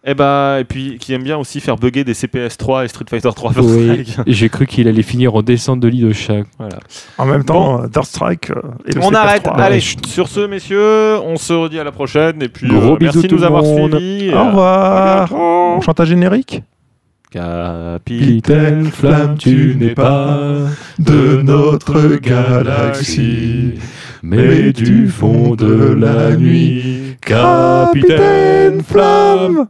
Speaker 1: Et bah et puis qui aime bien aussi faire bugger des CPS 3 et Street Fighter 3
Speaker 3: Oui, j'ai cru qu'il allait finir en descente de lit de chat. Voilà.
Speaker 2: En même temps, euh, Dark Strike. euh, et le
Speaker 1: On
Speaker 2: CPS3,
Speaker 1: arrête.
Speaker 2: euh,
Speaker 1: Allez, chut. sur ce messieurs, on se redit à la prochaine et puis
Speaker 3: Gros
Speaker 1: euh, merci
Speaker 3: bisous
Speaker 1: de
Speaker 3: tout
Speaker 1: nous
Speaker 3: le
Speaker 1: avoir
Speaker 3: monde.
Speaker 1: suivis. euh,
Speaker 2: Au revoir.
Speaker 1: revoir.
Speaker 2: On chante un générique
Speaker 1: Capi.
Speaker 3: Capitaine Flamme, tu n'es pas
Speaker 2: de notre galaxie,
Speaker 3: mais du fond de la nuit. Capitaine Flamme,